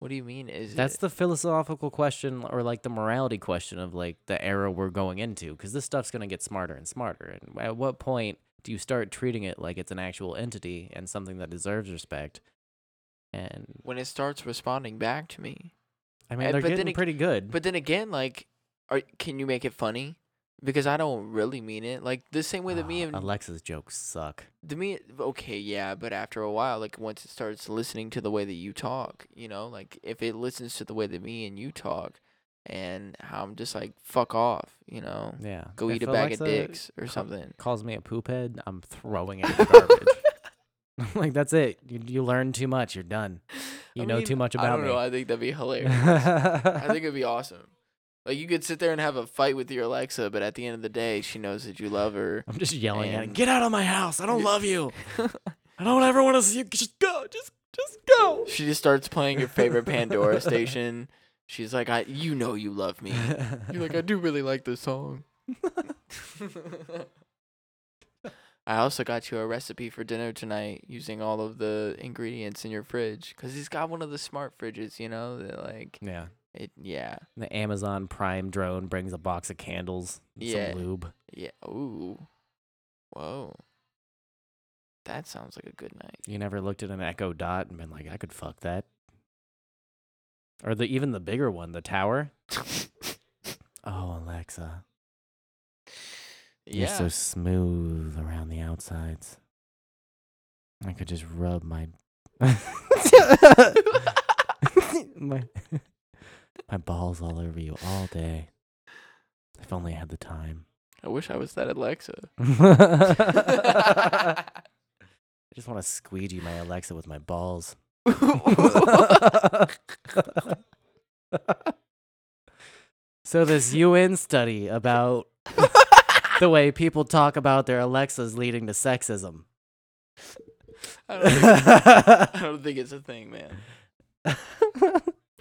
B: What do you mean? Is
A: That's
B: it?
A: the philosophical question or like the morality question of like the era we're going into because this stuff's going to get smarter and smarter. And at what point do you start treating it like it's an actual entity and something that deserves respect? And
B: when it starts responding back to me.
A: I mean,
B: Uh,
A: they're
B: but then
A: getting
B: ag-
A: pretty good.
B: But then again, like, are can you make it funny? Because I don't really mean it. Like the same way that me
A: Ah,
B: and
A: [SIGHS] Alexa's jokes suck.
B: the me. Okay, yeah, but after a while, like once it starts listening to the way that you talk, you know, like if it listens to the way that me and you talk, and how I'm just like fuck off, you know,
A: Yeah.
B: go
A: If
B: eat a bag of
A: Alexa
B: dicks or
A: ca-
B: something.
A: Calls me a poop head. I'm throwing it in
B: [LAUGHS]
A: the garbage. [LAUGHS] like that's it. You, you learn too much. You're
B: [SIGHS]
A: done. You
B: I
A: know
B: mean,
A: too much
B: I
A: about
B: don't
A: me.
B: know. I think that'd
A: [LAUGHS]
B: be hilarious. I
A: I
B: think it'd be awesome. Like you could sit there and have a fight with your Alexa, but at the end of the day, she knows that you love her.
A: am just yelling at it.
B: And-
A: Get out of my house. I don't love you. [LAUGHS] I don't ever want to see you. Just go. Just just go.
B: She just starts playing your favorite Pandora station. She's like, "I, you know, you
A: [LAUGHS]
B: love me." You're like, "I do really like this song." I also got you a recipe for dinner tonight using all of the ingredients in your fridge because he's got one of the smart fridges, you know, that like
A: yeah.
B: it. Yeah,
A: The Amazon Prime drone brings a box of candles, and
B: Yeah.
A: some lube.
B: yeah. Ooh, whoa. That sounds like a good night.
A: You never looked at an Echo Dot and been like, I could fuck that. Or the even the bigger one, the
B: [LAUGHS]
A: tower. Oh, Alexa, you're
B: yeah.
A: so smooth around the outsides. I could just rub my [LAUGHS] my [LAUGHS] my balls all over you all day. If only I had the time.
B: I wish I was
A: [LAUGHS]
B: that Alexa. [LAUGHS]
A: I just want to squeegee my Alexa with my balls. so this UN study about the way people talk about their Alexas leading to sexism.
B: I don't, think, I
A: I
B: don't think it's a thing, man.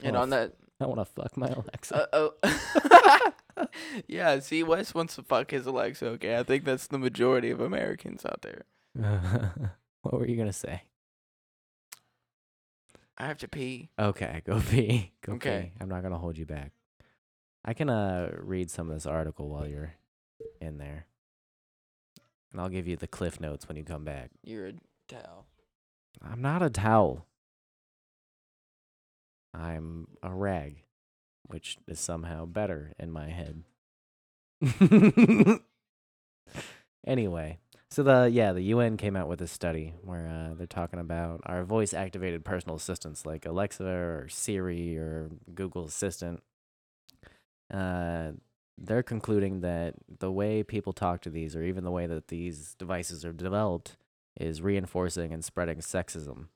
B: And on that,
A: want to fuck my [LAUGHS] Alexa.
B: uh, oh, [LAUGHS] yeah. See, Wes wants to fuck his Alexa. Okay, I think that's the majority of Americans out there.
A: what were you gonna say?
B: I have to pee.
A: Okay, go [LAUGHS] pee. Go
B: Okay.
A: pee. I'm not gonna hold you back. I can uh read some of this article while you're in there. And I'll give you the cliff notes when you come back.
B: You're a towel.
A: I'm not a towel. I'm a rag, which is somehow better in my head. anyway, so the yeah, the UN came out with a study where uh, they're talking about our voice activated personal assistants like Alexa or Siri or Google Assistant. Uh, they're concluding that the way people talk to these, or even the way that these devices are developed, is reinforcing and spreading sexism.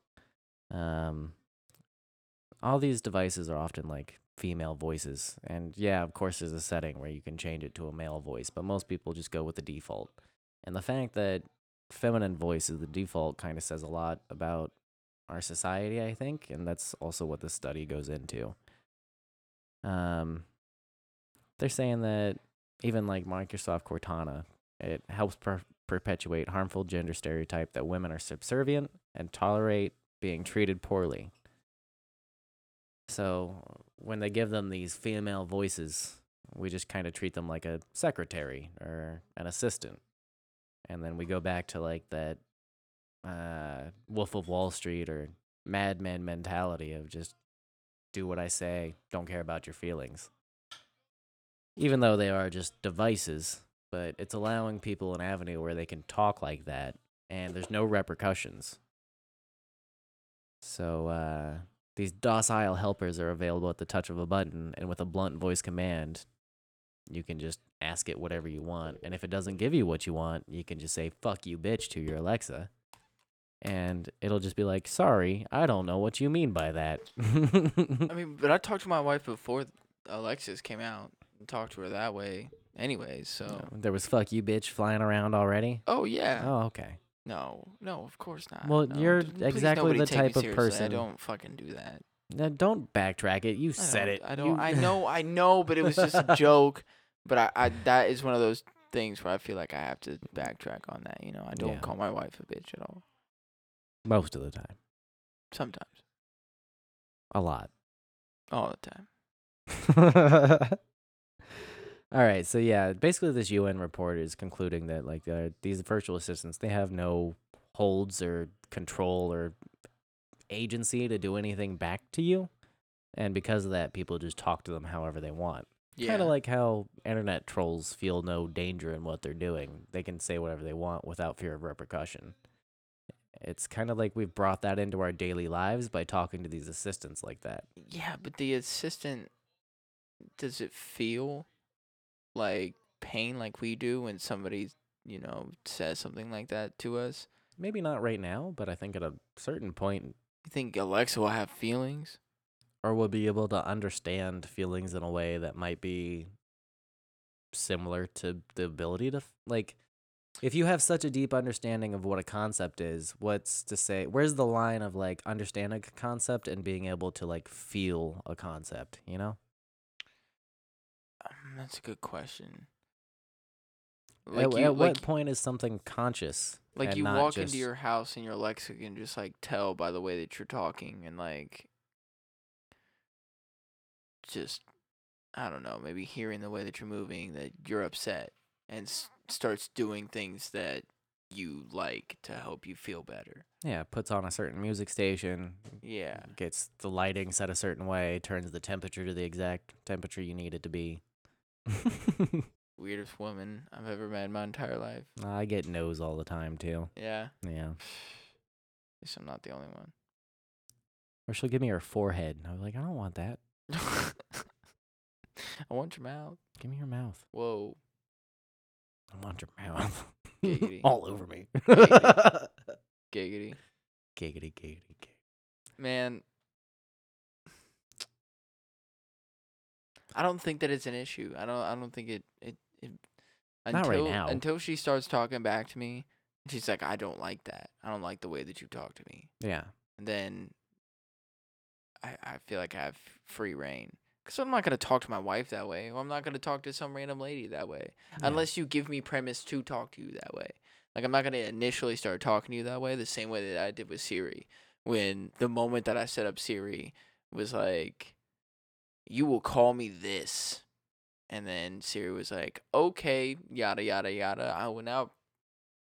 A: Um, all these devices are often like female voices, and yeah, of course, there's a setting where you can change it to a male voice, but most people just go with the default. And the fact that feminine voice is the default kind of says a lot about our society, I think, and that's also what the study goes into. Um, they're saying that even like Microsoft Cortana, it helps per- perpetuate harmful gender stereotype that women are subservient and tolerate being treated poorly. So when they give them these female voices, we just kind of treat them like a secretary or an assistant. And then we go back to like that uh, Wolf of Wall Street or madman mentality of just do what I say, don't care about your feelings. Even though they are just devices, but it's allowing people an avenue where they can talk like that and there's no repercussions. So, uh, these docile helpers are available at the touch of a button, and with a blunt voice command, you can just ask it whatever you want. And if it doesn't give you what you want, you can just say, fuck you, bitch, to your Alexa. And it'll just be like, sorry, I don't know what you mean by that. [LAUGHS]
B: I mean, but I talked to my wife before Alexis came out and talked to her that way, anyways. So.
A: there was fuck you, bitch, flying around already.
B: Oh yeah.
A: Oh, okay.
B: No, no, of course not.
A: Well,
B: no,
A: you're
B: d- please
A: exactly
B: nobody
A: the
B: take me
A: type of
B: seriously. I
A: person-
B: don't fucking do that.
A: Now, don't backtrack it. You
B: I
A: said
B: don't-
A: it.
B: I
A: You- [LAUGHS]
B: don't. I know. I know. But it was just a joke. But I, I, that is one of those things where I feel like I have to backtrack on that. You know, I don't
A: Yeah.
B: call my wife a bitch at all.
A: Most of the time.
B: Sometimes,
A: A lot.
B: [LAUGHS] all the time.
A: All right, so yeah, basically this UN report is concluding that like uh, these virtual assistants they have no holds or control or agency to do anything back to you, and because of that, people just talk to them however they want.
B: Yeah.
A: Kind of like how internet trolls feel no danger in what they're doing; they can say whatever they want without fear of repercussion. It's kind of like we've brought that into our daily lives by talking to these assistants like that.
B: Yeah, but the assistant does it feel like pain like we do when somebody, you know, says something like that to us?
A: Maybe not right now, but I think at a certain point,
B: You think Alexa will have feelings?
A: or will be able to understand feelings in a way that might be similar to the ability to f- like. If you have such a deep understanding of what a concept is, what's to say? Where's the line of like understanding a concept and being able to like feel a concept? You know,
B: Um, that's a good question.
A: At-
B: Like
A: at,
B: you,
A: what
B: like,
A: point is something conscious?
B: like
A: and
B: you
A: not
B: walk
A: just-
B: into your house and your Alexa can just like tell by the way that you're talking and like just I don't know, maybe hearing the way that you're moving that you're upset and s- starts doing things that you like to help you feel better.
A: yeah puts on a certain music station,
B: Yeah.
A: gets the lighting set a certain way, turns the temperature to the exact temperature you need it to be. [LAUGHS] Mm-hmm.
B: Weirdest woman I've ever met in my entire life.
A: I get no's all the time too.
B: Yeah.
A: Yeah.
B: At least I'm not the only one. [LAUGHS]
A: Or she'll give me her forehead. And I was like, I don't want that.
B: I want your mouth.
A: Give me your mouth.
B: Whoa.
A: I want your mouth.
B: Giggity.
A: [LAUGHS] all over me.
B: Giggity. Giggity.
A: giggity, giggity, giggity.
B: man i don't think that it's an issue i don't i don't think it it, it
A: Not right
B: until
A: now.
B: until she starts talking back to me she's like i don't like that i don't like the way that you talk to me
A: Yeah.
B: and then i i feel like i have free reign because i'm not going to talk to my wife that way or i'm not going to talk to some random lady that way
A: Yeah.
B: [LAUGHS] unless you give me premise to talk to you that way. Like I'm not gonna initially start talking to you that way, the same way that I did with Siri. When the moment that I set up Siri was like, "You will call me this," and then Siri was like, "Okay, yada yada yada. I will now,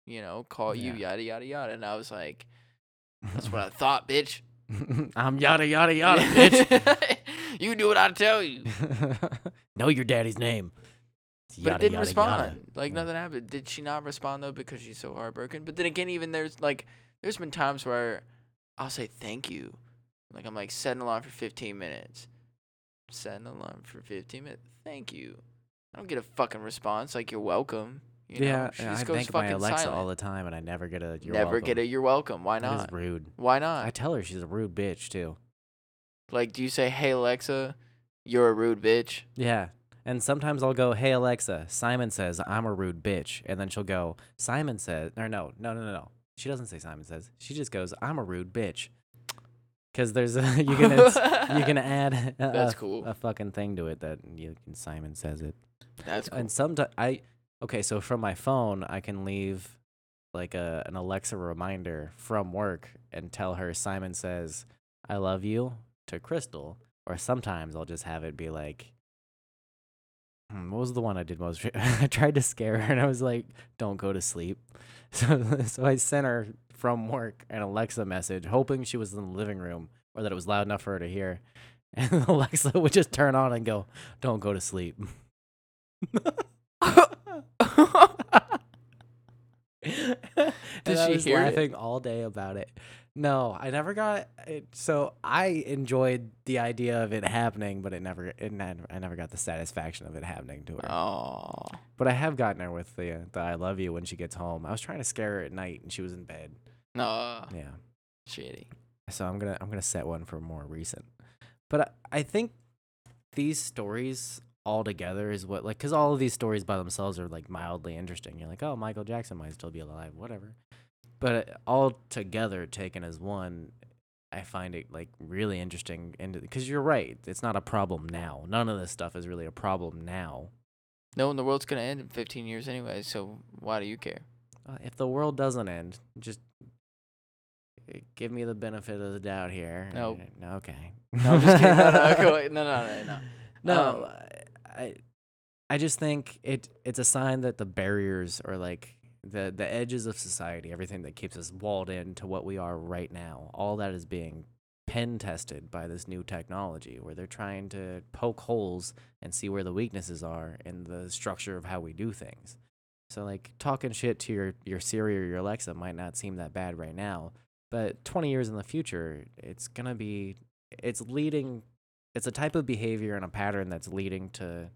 B: you know, call you yada yada yada." And I
A: [LAUGHS]
B: was like, "That's what I thought, bitch.
A: I'm yada, yada, yada, bitch. [LAUGHS]
B: [LAUGHS] you do what I tell you."
A: know your daddy's name. It's
B: But
A: yada,
B: it didn't
A: yada,
B: respond.
A: yada.
B: Like
A: Yeah.
B: nothing happened. Did she not respond though because she's so heartbroken? But then again, even there's like there's been times where I'll say thank you. Like I'm like set an alarm for 15 minutes. Set an alarm for 15 minutes. Thank you. I don't get a fucking response. Like you're welcome. You
A: yeah,
B: know? she
A: and
B: just
A: I
B: goes
A: thank my
B: fucking
A: Alexa
B: silent.
A: all the time, and I never get a. You're
B: Never
A: welcome.
B: get a you're welcome. Why
A: That is
B: not?
A: rude.
B: Why
A: I
B: not?
A: tell her she's a rude bitch too.
B: Like do you say hey Alexa, you're a rude bitch?
A: Yeah. And sometimes I'll go, "Hey Alexa, Simon says I'm a rude bitch," and then she'll go, "Simon says," or no, no, no, no, no. She doesn't say Simon says. She just goes, "I'm a rude bitch," because there's a, [LAUGHS] you
B: [LAUGHS]
A: can ins- you can add a,
B: That's
A: a-
B: cool.
A: a fucking thing to it that you can Simon says it.
B: That's cool.
A: And sometimes I okay, so from my phone I can leave like a an Alexa reminder from work and tell her Simon says I love you to Crystal, or sometimes I'll just have it be like. Hmm, What was the one I did most? [LAUGHS] I tried to scare her, and I was like, "Don't go to sleep." [LAUGHS] So, so I sent her from work an Alexa message, hoping she was in the living room or that it was loud enough for her to hear. [LAUGHS] And Alexa would just turn on and go, "Don't go to sleep." [LAUGHS]
B: Did
A: and I
B: she
A: was
B: hear it?
A: laughing all day about it. No, I never got it. So I enjoyed the idea of it happening, but it never, it never I never got the satisfaction of it happening to [LAUGHS] her.
B: Oh,
A: But I have gotten her with the, uh, the "I love you" when she gets home. I was trying to scare her at night, and she was in bed.
B: no,
A: Yeah.
B: shitty.
A: So I'm gonna I'm gonna set one for more recent. But I, I think these stories all together is what like because all of these stories by themselves are like mildly interesting. You're like, oh, Michael Jackson might still be alive, whatever. But uh, all together taken as one, I find it like really interesting. And because you're right, it's not a problem now. None of this stuff is really a problem now.
B: No, and the world's gonna end in 15 years anyway. So why do you
A: [LAUGHS]
B: care?
A: Uh, if the world doesn't end, just uh, give me the benefit of the doubt here.
B: Nope.
A: Uh, Okay.
B: No, I'm just kidding. No,
A: [LAUGHS]
B: no, go away. no, no, no, no.
A: No, uh,
B: Um,
A: I, I- I just think it it's a sign that the barriers or like the the edges of society, everything that keeps us walled in to what we are right now, all that is being pen tested by this new technology, where they're trying to poke holes and see where the weaknesses are in the structure of how we do things. So like talking shit to your your Siri or your Alexa might not seem that bad right now, but 20 years in the future, it's gonna be it's leading it's a type of behavior and a pattern that's leading to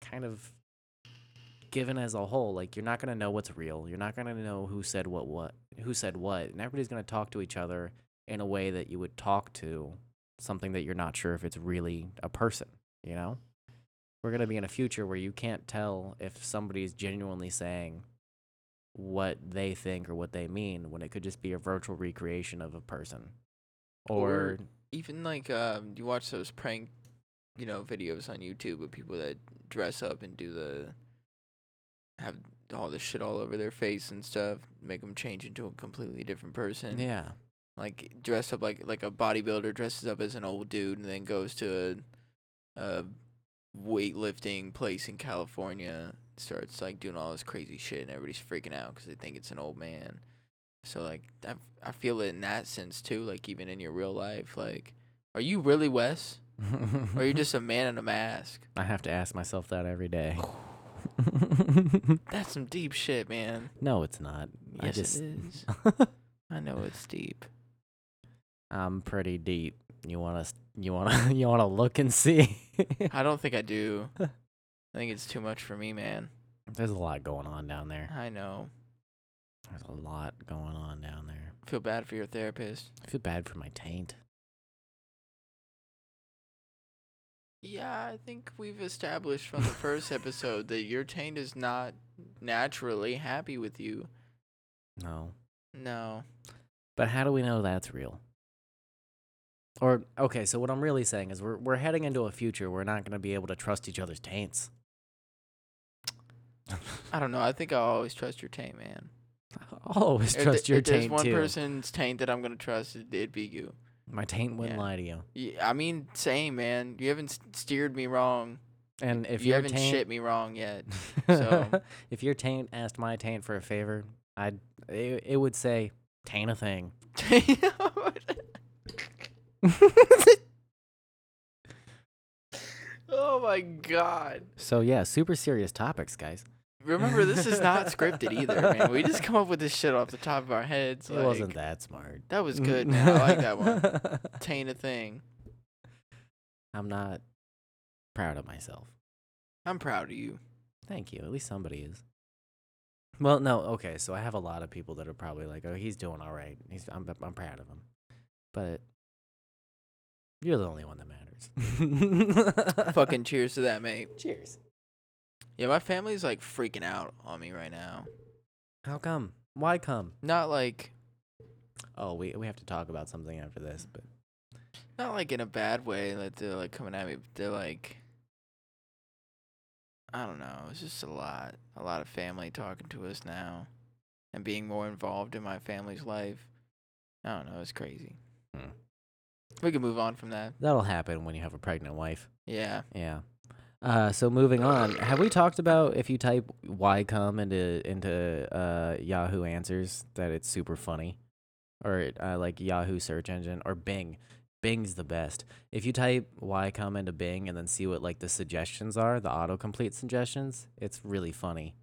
A: kind of given as a whole like you're not going to know what's real you're not going to know who said what what who said what and everybody's going to talk to each other in a way that you would talk to something that you're not sure if it's really a person you know we're going to be in a future where you can't tell if somebody's genuinely saying what they think or what they mean when it could just be a virtual recreation of a person [LAUGHS] or
B: Or- even like um, you watch those prank, you know, videos on YouTube of people that dress up and do the have all this shit all over their face and stuff, make them change into a completely different person.
A: yeah
B: Like dress up like like a bodybuilder dresses up as an old dude and then goes to a, a weightlifting place in California, starts like doing all this crazy shit and everybody's freaking out because they think it's an old man. So like I I feel it in that sense too. Like even in your real life, like are you really Wes? Or
A: [LAUGHS]
B: are you just a man in a mask?
A: I have to ask myself that every
B: [LAUGHS]
A: day.
B: That's some deep shit, man.
A: no, it's not. I
B: Yes,
A: just
B: it
A: [LAUGHS]
B: is. I know it's deep.
A: I'm pretty deep. You want to you want to [LAUGHS] you want to look and see. [LAUGHS]
B: I don't think I do. I think it's too much for me, man.
A: There's a lot going on down there.
B: I know.
A: There's a lot going on down there.
B: I feel bad for your therapist.
A: I feel bad for my taint.
B: Yeah, I think we've established from the first episode that your taint is not naturally happy with you.
A: No.
B: No.
A: But how do we know that's real? Or okay, so what I'm really saying is we're we're heading into a future we're not going to be able to trust each other's taints. [LAUGHS]
B: I don't know. I think I'll always trust your taint, man.
A: I'll always
B: If th-
A: trust your
B: if there's
A: taint
B: one
A: too.
B: person's taint that I'm gonna trust, it, it'd be you.
A: my taint wouldn't
B: Yeah.
A: lie to you.
B: Yeah, I mean, same, man. You haven't s- steered me wrong.
A: And if
B: you
A: your
B: haven't
A: taint
B: shit me
A: [LAUGHS]
B: wrong yet. So- [LAUGHS]
A: if your taint asked my taint for a favor, I'd it, it would say taint a thing.
B: oh my god.
A: So yeah, super serious topics, guys.
B: Remember, this is not scripted either,
A: [LAUGHS]
B: man. We just come up with this shit off the top of our heads.
A: it wasn't
B: like,
A: that Mm-hmm. smart. [LAUGHS]
B: That was good, man. I like that one. Taint a thing.
A: I'm not proud of myself.
B: I'm proud
A: [LAUGHS]
B: of you.
A: Thank you. At least somebody is. Well, no, okay. So I have a lot of people that are probably like, "Oh, he's doing all right. He's I'm I'm proud of him." But you're the only one that matters.
B: [LAUGHS] Fucking cheers to that, mate.
A: cheers.
B: Yeah, my family's like freaking out on me right now.
A: How come? Why come?
B: Not like
A: Oh, we we have to talk about something after this, but
B: Not like in a bad way, like they're like coming at me. But they're like, I don't know. It's just a lot, a lot of family talking to us now, and being more involved in my family's life. I don't know. It's crazy.
A: Hmm.
B: We can move on from that.
A: that'll happen when you have a pregnant wife.
B: Yeah.
A: Yeah. Uh, so moving on, have we talked about if you type "why come" into into uh, Yahoo Answers that it's super funny, or uh, like Yahoo search engine or Bing? Bing's the best. If you type "why come" into Bing and then see what like the suggestions are, the autocomplete suggestions, it's really funny.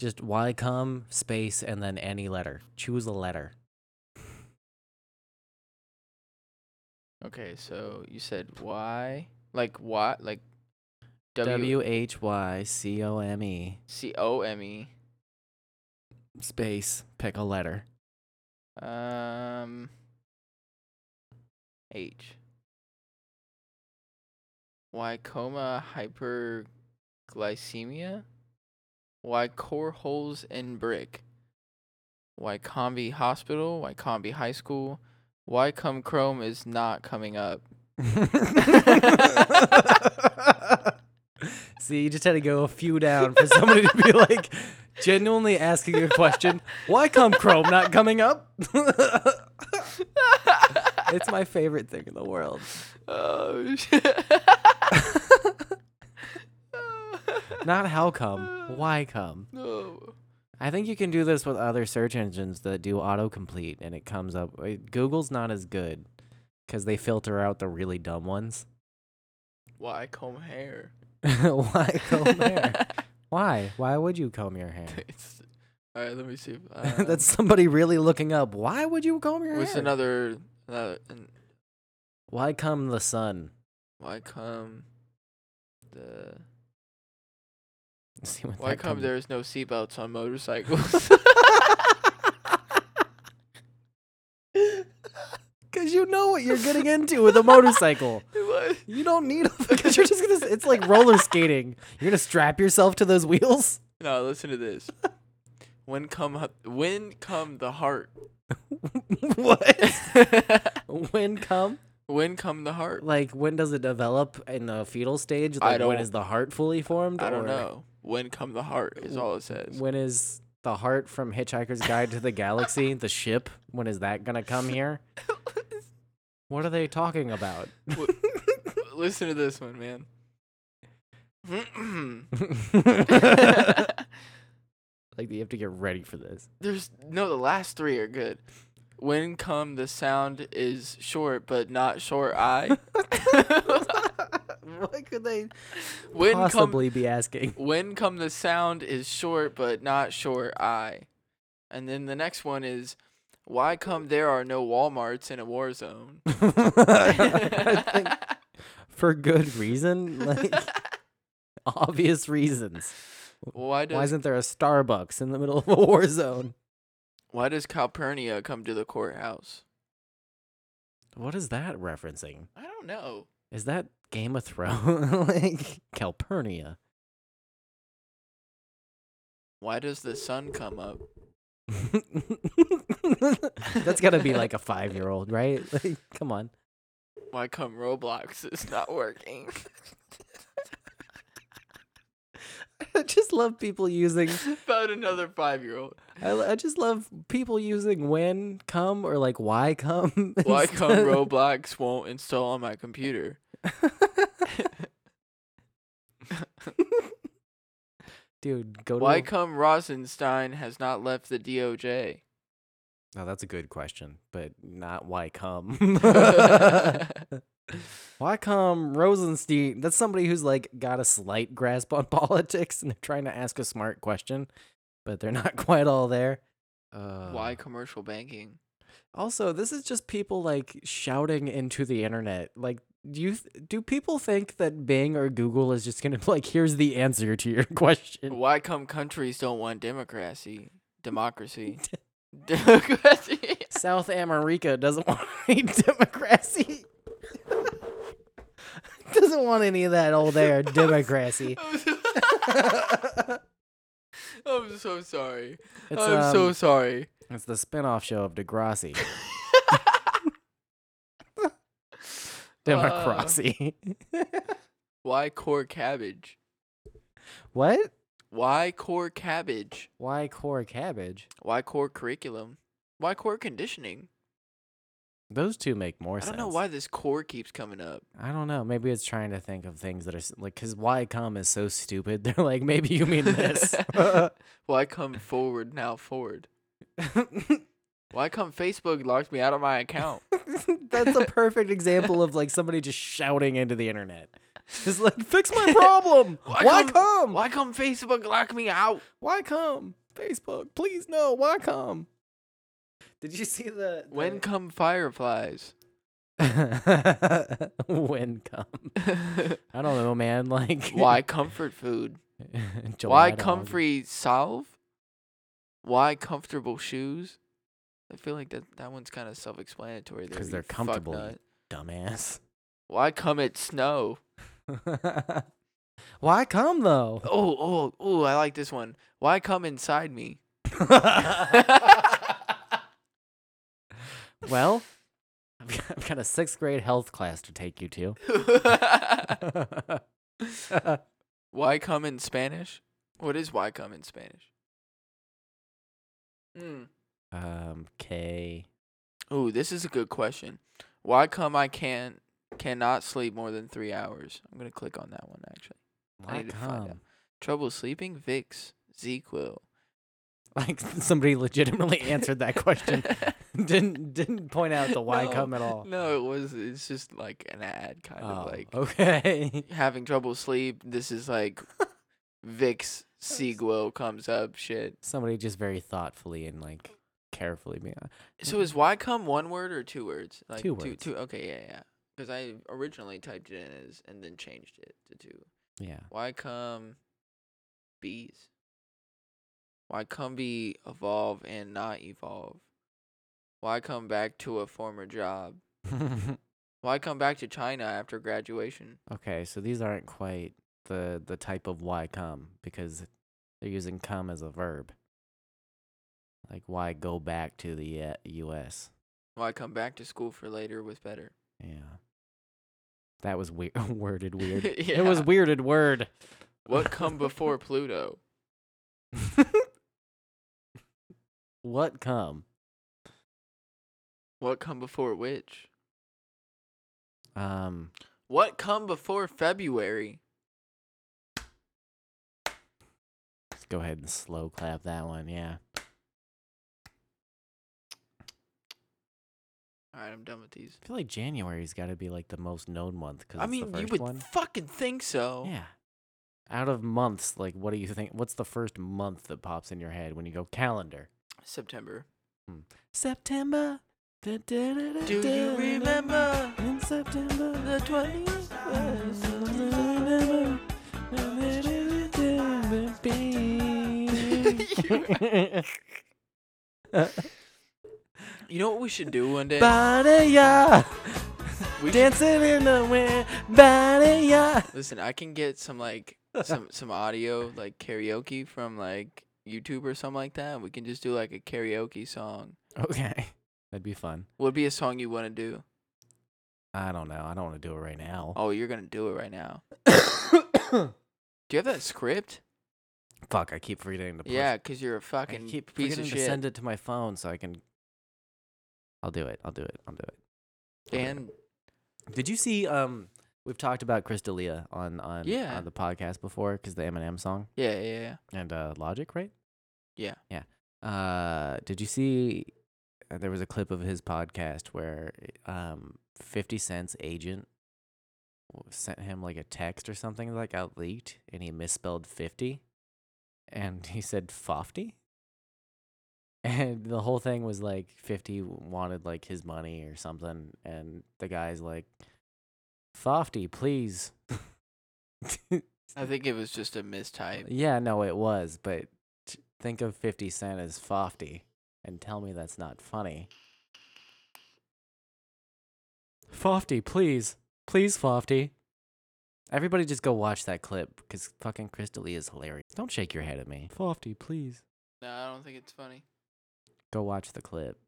A: Just "why come" space and then any letter. Choose a letter.
B: Okay. So you said why? Like what? Like
A: W H Y C O M E
B: C O M E.
A: space. Pick a letter. [LAUGHS]
B: Um. H. Wycoma hyperglycemia. Why core holes in brick? Wycombe Hospital, Wycombe High School. Why come Chrome is not coming up?
A: See, you just had to go a few down for somebody to be [LAUGHS] like genuinely asking a question. Why come Chrome not coming up? [LAUGHS] it's my favorite thing in the world. [LAUGHS]
B: Oh shit! [LAUGHS]
A: Not how come, why come?
B: no.
A: I think you can do this with other search engines that do autocomplete and it comes up. uh, Google's not as good because they filter out the really dumb ones.
B: Why comb hair?
A: why [LAUGHS] comb
B: [LAUGHS]
A: hair? Why? Why would you comb your hair?
B: It's- all right. Let me see. If,
A: [LAUGHS]
B: uh,
A: That's somebody really looking up. Why would you comb your
B: what's
A: hair?
B: another uh, another. an-
A: Why come the sun? [LAUGHS]
B: Why come the
A: See what
B: Why
A: that
B: come
A: comes-
B: there's no seatbelts on motorcycles?
A: [LAUGHS] Cause you know what you're getting into with a
B: [LAUGHS]
A: motorcycle.
B: What?
A: You don't need a [LAUGHS] because you're just gonna. It's like roller skating. You're gonna strap yourself to those wheels. [LAUGHS]
B: no, listen to this. When come hu- when come
A: [LAUGHS]
B: the heart? [LAUGHS]
A: what? when come?
B: When come the heart?
A: Like when does it develop in the fetal stage?
B: I
A: Like when
B: don't-
A: is the heart fully formed?
B: I don't
A: or
B: know. When come the heart is all it says.
A: When is the heart from Hitchhiker's Guide to the Galaxy, the ship? When is that gonna come here? What are they talking
B: [LAUGHS]
A: about? [LAUGHS]
B: Wh- listen to this one,
A: [LAUGHS]
B: man. [CLEARS THROAT]
A: like you have to get ready for this.
B: There's no the last three are good. When come the sound is short but not short I.
A: [LAUGHS]
B: [LAUGHS]
A: What could they
B: When come
A: possibly be
B: [LAUGHS]
A: asking?
B: when come the sound is short but not short I. And then the next one is why come there are no Walmarts in a war zone?
A: [LAUGHS] I think for good reason, like obvious reasons.
B: [LAUGHS] Why
A: Why
B: does
A: isn't there a Starbucks in the middle of a war zone?
B: why does Calpurnia come to the courthouse?
A: What is that referencing?
B: I don't know.
A: Is that Game of Thrones? [LAUGHS] like Calpurnia.
B: Why does the sun come up?
A: [LAUGHS] That's gotta be like a five year old, right? [LAUGHS] Like, come on.
B: Why come Roblox is not working?
A: I just love people
B: [LAUGHS]
A: using
B: About another five year old.
A: I, I just love people using when, come, or like why come. [LAUGHS]
B: Why come
A: instead of-
B: [LAUGHS] Roblox won't install on my computer?
A: Dude, go to.
B: Why come Rosenstein has not left the DOJ?
A: No, Oh, that's a good question, but not why come. why come Rosenstein? That's somebody who's like got a slight grasp on [LAUGHS] politics and they're trying to ask a smart question, but they're not [LAUGHS] quite all there. Uh,
B: Why commercial banking?
A: Also, this is just people like shouting into the internet. Like, do you th- do people think that Bing or Google is just gonna be like, here's the answer to your [LAUGHS] question?
B: Why come countries don't want democracy?
A: [LAUGHS]
B: Democracy. [LAUGHS] democracy. [LAUGHS]
A: South America doesn't want [LAUGHS] any democracy. [LAUGHS] doesn't want any of that old air democracy.
B: I'm so sorry.
A: It's,
B: [LAUGHS] I'm so
A: um,
B: sorry.
A: It's the spin-off show of Degrassi.
B: [LAUGHS]
A: Democracy.
B: Why core cabbage?
A: [LAUGHS] what?
B: Why core cabbage?
A: Why core cabbage?
B: Why core curriculum? Why core conditioning?
A: Those two make more
B: I
A: sense.
B: don't know why this core keeps coming up.
A: I don't know. Maybe it's trying to think of things that are s- like because why come is so stupid. [LAUGHS] They're like maybe you mean
B: [LAUGHS]
A: this. [LAUGHS]
B: Why come forward now forward? Why come Facebook locked me out of my
A: [LAUGHS]
B: account?
A: That's a perfect example of like somebody just shouting into the internet. Just like fix [LAUGHS] my problem. why, come?
B: Why come Facebook locked me out?
A: Why come? Facebook, please no. Why come? Did you see the, the- [LAUGHS]
B: When come fireflies?
A: when come? I don't know, man. Like [LAUGHS]
B: Why comfort food?
A: Joel, I
B: Why
A: don't-
B: comfrey solve? Why comfortable shoes? I feel like that that one's kind of self-explanatory. there,
A: 'Cause
B: you
A: they're comfortable, you
B: fucknut.
A: Dumbass. [LAUGHS]
B: Why come it snow?
A: why come though?
B: Oh oh oh! I like this one. Why come inside
A: [LAUGHS]
B: me?
A: [LAUGHS] Well, I've got, I've got a sixth grade health class to take you to.
B: why come in Spanish? What is why come in Spanish? Mm. [LAUGHS]
A: um, K.
B: Ooh, this is a good question. Why come I can't cannot sleep more than three hours? I'm gonna click on that one actually. I
A: Why
B: need to find out.
A: come?
B: Trouble sleeping? Vicks, ZQL.
A: [LAUGHS] Like somebody legitimately answered that
B: [LAUGHS]
A: question. didn't didn't point out the why come at all.
B: No, it was. It's just like an ad, kind
A: Oh,
B: of like
A: okay. [LAUGHS]
B: having trouble sleep. This is like Vicks, ZQL comes up. Shit.
A: Somebody just very thoughtfully and like carefully uh, being like,
B: So is why come one word or two words? Like
A: Mm-hmm. Two words.
B: Two, okay, yeah, yeah. Because I originally typed it in as and then changed it to two.
A: yeah. [LAUGHS]
B: Why come bees? Why come be evolve and not evolve? Why come back to a former job? Why come back to China after graduation?
A: okay, so these aren't quite the the type of why come because they're using come as a verb. Like why go back to the uh, U.S.
B: Why come back to school for later was better?
A: Yeah. That was weird. [LAUGHS] worded
B: [LAUGHS]
A: weird. It
B: Yeah.
A: was weirded word.
B: [LAUGHS] What
A: [LAUGHS]
B: come before Pluto?
A: what come?
B: What come before which?
A: Um,
B: What come before February?
A: let's go ahead and slow clap that one. Yeah.
B: All right, I'm done with these.
A: I feel like January's got to be like the most known month because
B: I
A: the
B: mean,
A: first
B: you would
A: one.
B: fucking think so.
A: Yeah. Out of months, like what do you think? What's the first month that pops in your head when you go calendar?
B: September.
A: September. Do
B: Do you remember
A: In September. [LAUGHS]
B: the 21st? You know what we should do one day?
A: Body ya,
B: We should-
A: dancing in the wind. Body ya.
B: listen, I can get some like
A: [LAUGHS]
B: some some audio like karaoke from like YouTube or something like that. and We can just do like a karaoke song.
A: Okay, that'd be fun.
B: What would be a song you want to do?
A: I don't know. I don't want to do it right now.
B: Oh, you're gonna do it right now. Oh. Do you have that script?
A: [COUGHS] Fuck! I keep forgetting to. Post.
B: Yeah, cause you're a
A: I
B: fucking
A: keep
B: piece
A: forgetting
B: of
A: to
B: shit.
A: send it to my phone so I can. I'll do it. I'll do it. I'll do it. I'll do it.
B: and
A: Did you see? Um, we've talked about Chris D'Elia on on
B: Yeah.
A: on the podcast before because the Eminem song
B: yeah, yeah, yeah.
A: and uh, Logic, right?
B: Yeah.
A: Yeah. Uh, did you see? uh, There was a clip of his podcast where um, Fifty Cent's agent w- sent him like a text or something like out leaked, and he misspelled fifty, and [LAUGHS] he said fofty. And the whole thing was like fifty wanted like his money or something, and the guy's like, "Fofty, please."
B: I think it was just a mistype.
A: Yeah, no, it was, but t- think of 50 Cent as Fofty and tell me that's not funny. Fofty, please. Please, Fofty. Everybody just go watch that clip because fucking Crystal Lee is hilarious. Don't shake your head at me. Fofty, please.
B: No, I don't think it's funny.
A: Go watch the clip.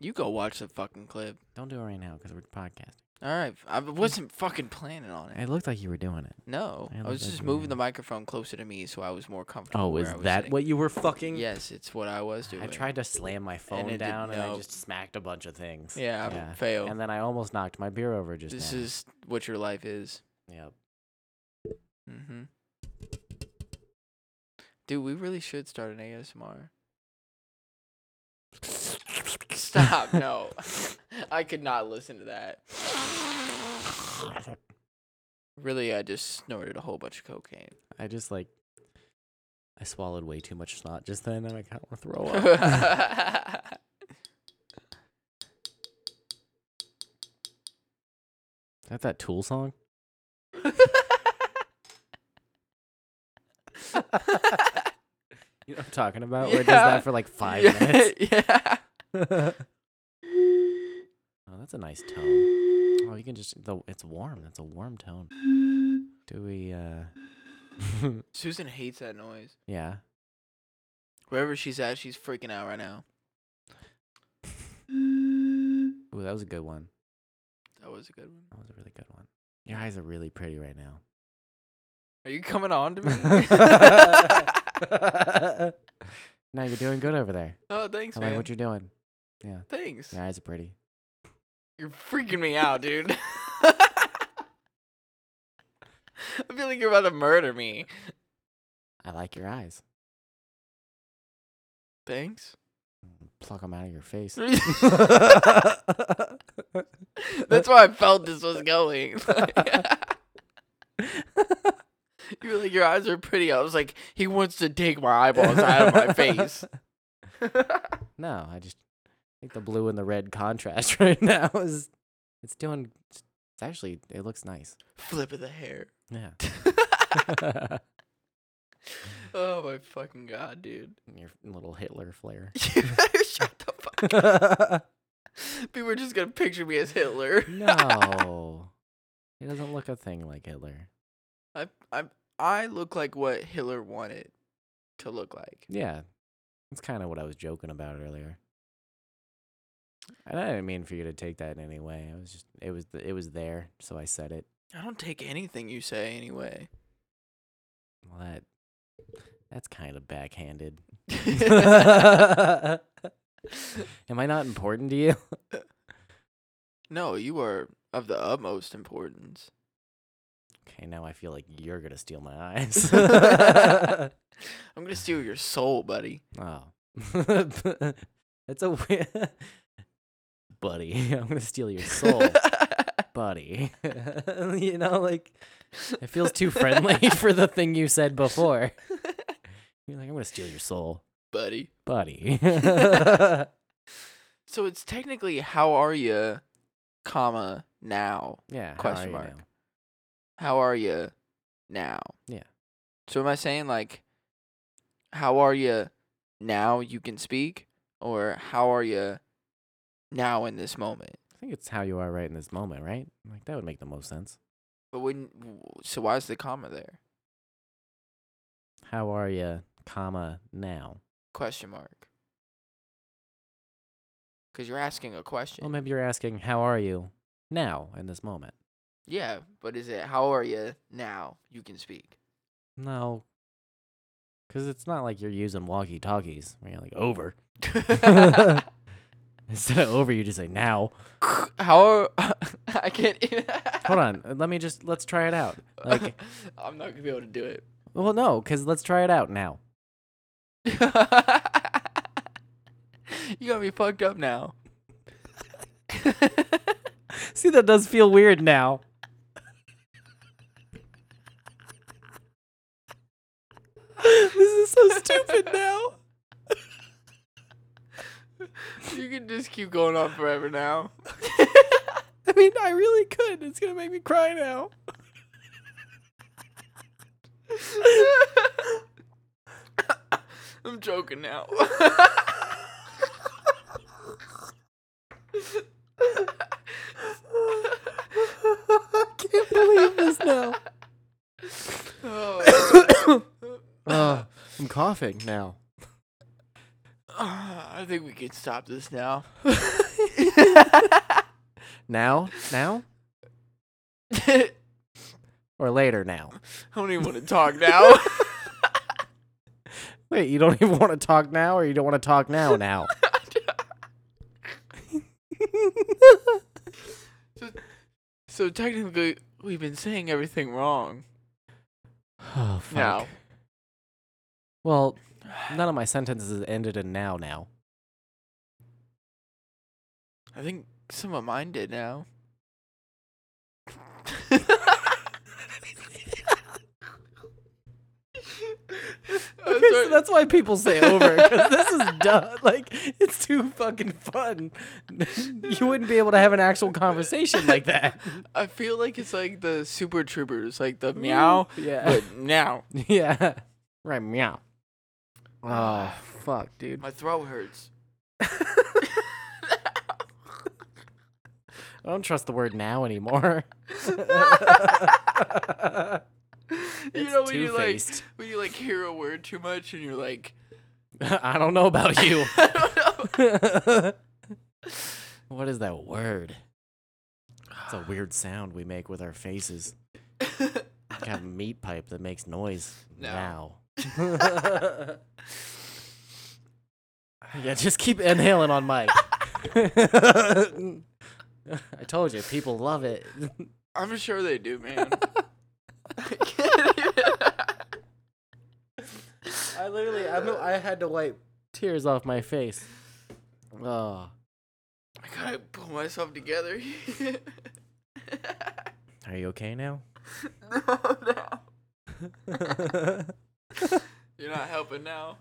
B: You go watch the fucking clip.
A: Don't do it right now because we're podcasting.
B: All right, I wasn't fucking planning on it.
A: It looked like you were doing it.
B: No,
A: I
B: I
A: look
B: was
A: like
B: just
A: you
B: moving
A: were.
B: the microphone closer to me so I was more comfortable.
A: Oh,
B: where
A: is
B: I was
A: that
B: sitting.
A: what you were fucking?
B: Yes, it's what I was doing.
A: I tried to slam my
B: it
A: phone
B: did-
A: down and I
B: no.
A: just smacked a bunch of things.
B: Yeah, I failed.
A: And then I almost knocked my beer over just
B: This
A: now.
B: is what your life is.
A: Yep.
B: Mm-hmm. Dude, we really should start
A: [LAUGHS]
B: an ASMR. Stop! No, [LAUGHS] I could not listen to that. Really, I just snorted a whole bunch of cocaine.
A: [LAUGHS] I just like I swallowed way too much snot just then and I kind of throw up.
B: [LAUGHS]
A: Is that that Tool song? You know what I'm talking about? Where it does
B: Yeah.
A: that for like [LAUGHS] five
B: Yeah, [LAUGHS]
A: minutes? [LAUGHS]
B: Yeah.
A: Oh, that's a nice tone. Oh, you can just the it's warm. That's a warm tone. Do we uh
B: Susan hates that noise.
A: [LAUGHS] Yeah.
B: Wherever she's at, she's freaking out right now.
A: Ooh, that was a good one.
B: That was a good one.
A: That was a really good one. Your eyes are really pretty right now.
B: Are you coming on [LAUGHS] to me?
A: [LAUGHS] no, you're doing good over there.
B: oh, thanks,
A: I
B: man.
A: like what you're doing.
B: [LAUGHS] Thanks.
A: Your eyes are pretty.
B: You're freaking me out, dude. [LAUGHS] I feel like you're about to murder me.
A: I like your eyes.
B: Thanks.
A: Pluck them out of your
B: [LAUGHS]
A: face.
B: That's why I felt this was going. [LAUGHS] you were like, your eyes are pretty. I was like, he wants to take my eyeballs out of my [LAUGHS] face.
A: [LAUGHS] no, I just think the blue and the red contrast [LAUGHS] right now is it's doing it's actually it looks nice.
B: Flip of the hair. [LAUGHS]
A: Yeah.
B: Oh my fucking god, dude.
A: [LAUGHS] your little Hitler
B: [LAUGHS]
A: flare.
B: You better [LAUGHS] Shut the fuck up. [LAUGHS] People are just gonna picture me as Hitler.
A: no. He doesn't look a thing like Hitler.
B: [LAUGHS] I I I look like what Hitler wanted to look like.
A: Yeah. That's kind of what I was joking about earlier. And I didn't mean for you to take that in any way. I was just it was it was there, so I said it.
B: I don't take anything you say anyway.
A: Well, that that's kind of backhanded. [LAUGHS] Am I not important to you?
B: [LAUGHS] no, you are of the utmost importance.
A: Okay, now I feel like you're gonna steal my eyes.
B: I'm gonna steal your soul, buddy.
A: oh, [LAUGHS] that's a we- [LAUGHS] buddy. [LAUGHS] I'm gonna steal your soul, buddy. [LAUGHS] you know, like it feels too
B: [LAUGHS]
A: friendly for the thing you said before. You're like, I'm gonna steal your soul,
B: [LAUGHS] buddy.
A: buddy. [LAUGHS]
B: So it's technically how are you, comma now.
A: yeah. how
B: Question
A: are you
B: mark.
A: now?
B: How are you now?
A: Yeah.
B: So am I saying like how are you now you can speak or how are you now in this moment?
A: I think it's how you are right in this moment, right? Like that would make the most sense.
B: But when so why is the comma there?
A: How are you, comma now?
B: Question mark. Cuz you're asking a question.
A: Well, maybe you're asking, how are you now in this moment?
B: yeah, but is it how are you now you can speak? [LAUGHS]
A: No. Because it's not like you're using walkie talkies. Where you're like,
B: [LAUGHS]
A: over. [LAUGHS] Instead of over, you just say, now.
B: how are [LAUGHS] I can't
A: Hold on. uh, Let me just, let's try it out. Like, [LAUGHS]
B: [LAUGHS] I'm not going to be able to do it.
A: well, no, because let's try it out now.
B: [LAUGHS] you got me fucked up now. [LAUGHS]
A: See, that does feel weird now. [LAUGHS] this is so stupid now.
B: You can just keep going on forever now. [LAUGHS]
A: I mean, I really could. It's going to make me cry now.
B: I'm joking now.
A: can't believe this now.
B: Oh, [COUGHS]
A: Uh, I'm coughing now.
B: I think we can stop this now. [LAUGHS]
A: Now? Now?
B: I
A: Or later now?
B: don't even want to
A: [LAUGHS]
B: talk now.
A: Wait, you don't [LAUGHS] even want to talk now or you don't want to talk now now?
B: so technically, we've been saying everything wrong.
A: [SIGHS] oh, fuck.
B: Now,
A: Well, none of my sentences ended in now now.
B: I think some of mine
A: [LAUGHS]
B: did now. I'm
A: Okay, so
B: sorry.
A: that's why people say over because this is dumb. [LAUGHS] Like it's too fucking fun. [LAUGHS] you wouldn't be able to have an actual conversation like that.
B: I feel like it's like the Super Troopers, like the meow,
A: Yeah.
B: but now
A: [LAUGHS] yeah. Right. Meow. Oh fuck, dude.
B: my throat hurts.
A: I don't trust the word now anymore. [LAUGHS]
B: you
A: It's
B: know when you like
A: two-faced.
B: when you like hear a word too much and you're like,
A: [LAUGHS] I don't know about you.
B: [LAUGHS] I don't know.
A: [LAUGHS] what is that word? It's a weird sound we make with our
B: [LAUGHS]
A: faces. Got a meat pipe that makes noise.
B: No. [LAUGHS]
A: Now. [LAUGHS] yeah, just keep inhaling on mic. [LAUGHS] I told you, people love it. [LAUGHS]
B: I'm sure they do, man.
A: I literally, I, know, I had to wipe tears off my face.
B: [LAUGHS]
A: Oh,
B: I gotta pull myself
A: [LAUGHS]
B: together. [LAUGHS] no,
A: are you okay
B: [LAUGHS]
A: now? [LAUGHS]
B: no. You're not helping now.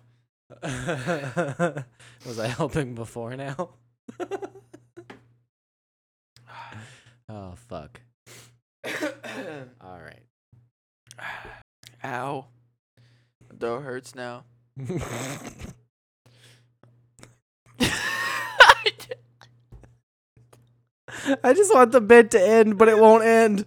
A: [LAUGHS] Was I helping before now? oh fuck. All right.
B: Ow. My throat hurts
A: [LAUGHS]
B: now.
A: I just want the bit to end, but it won't end.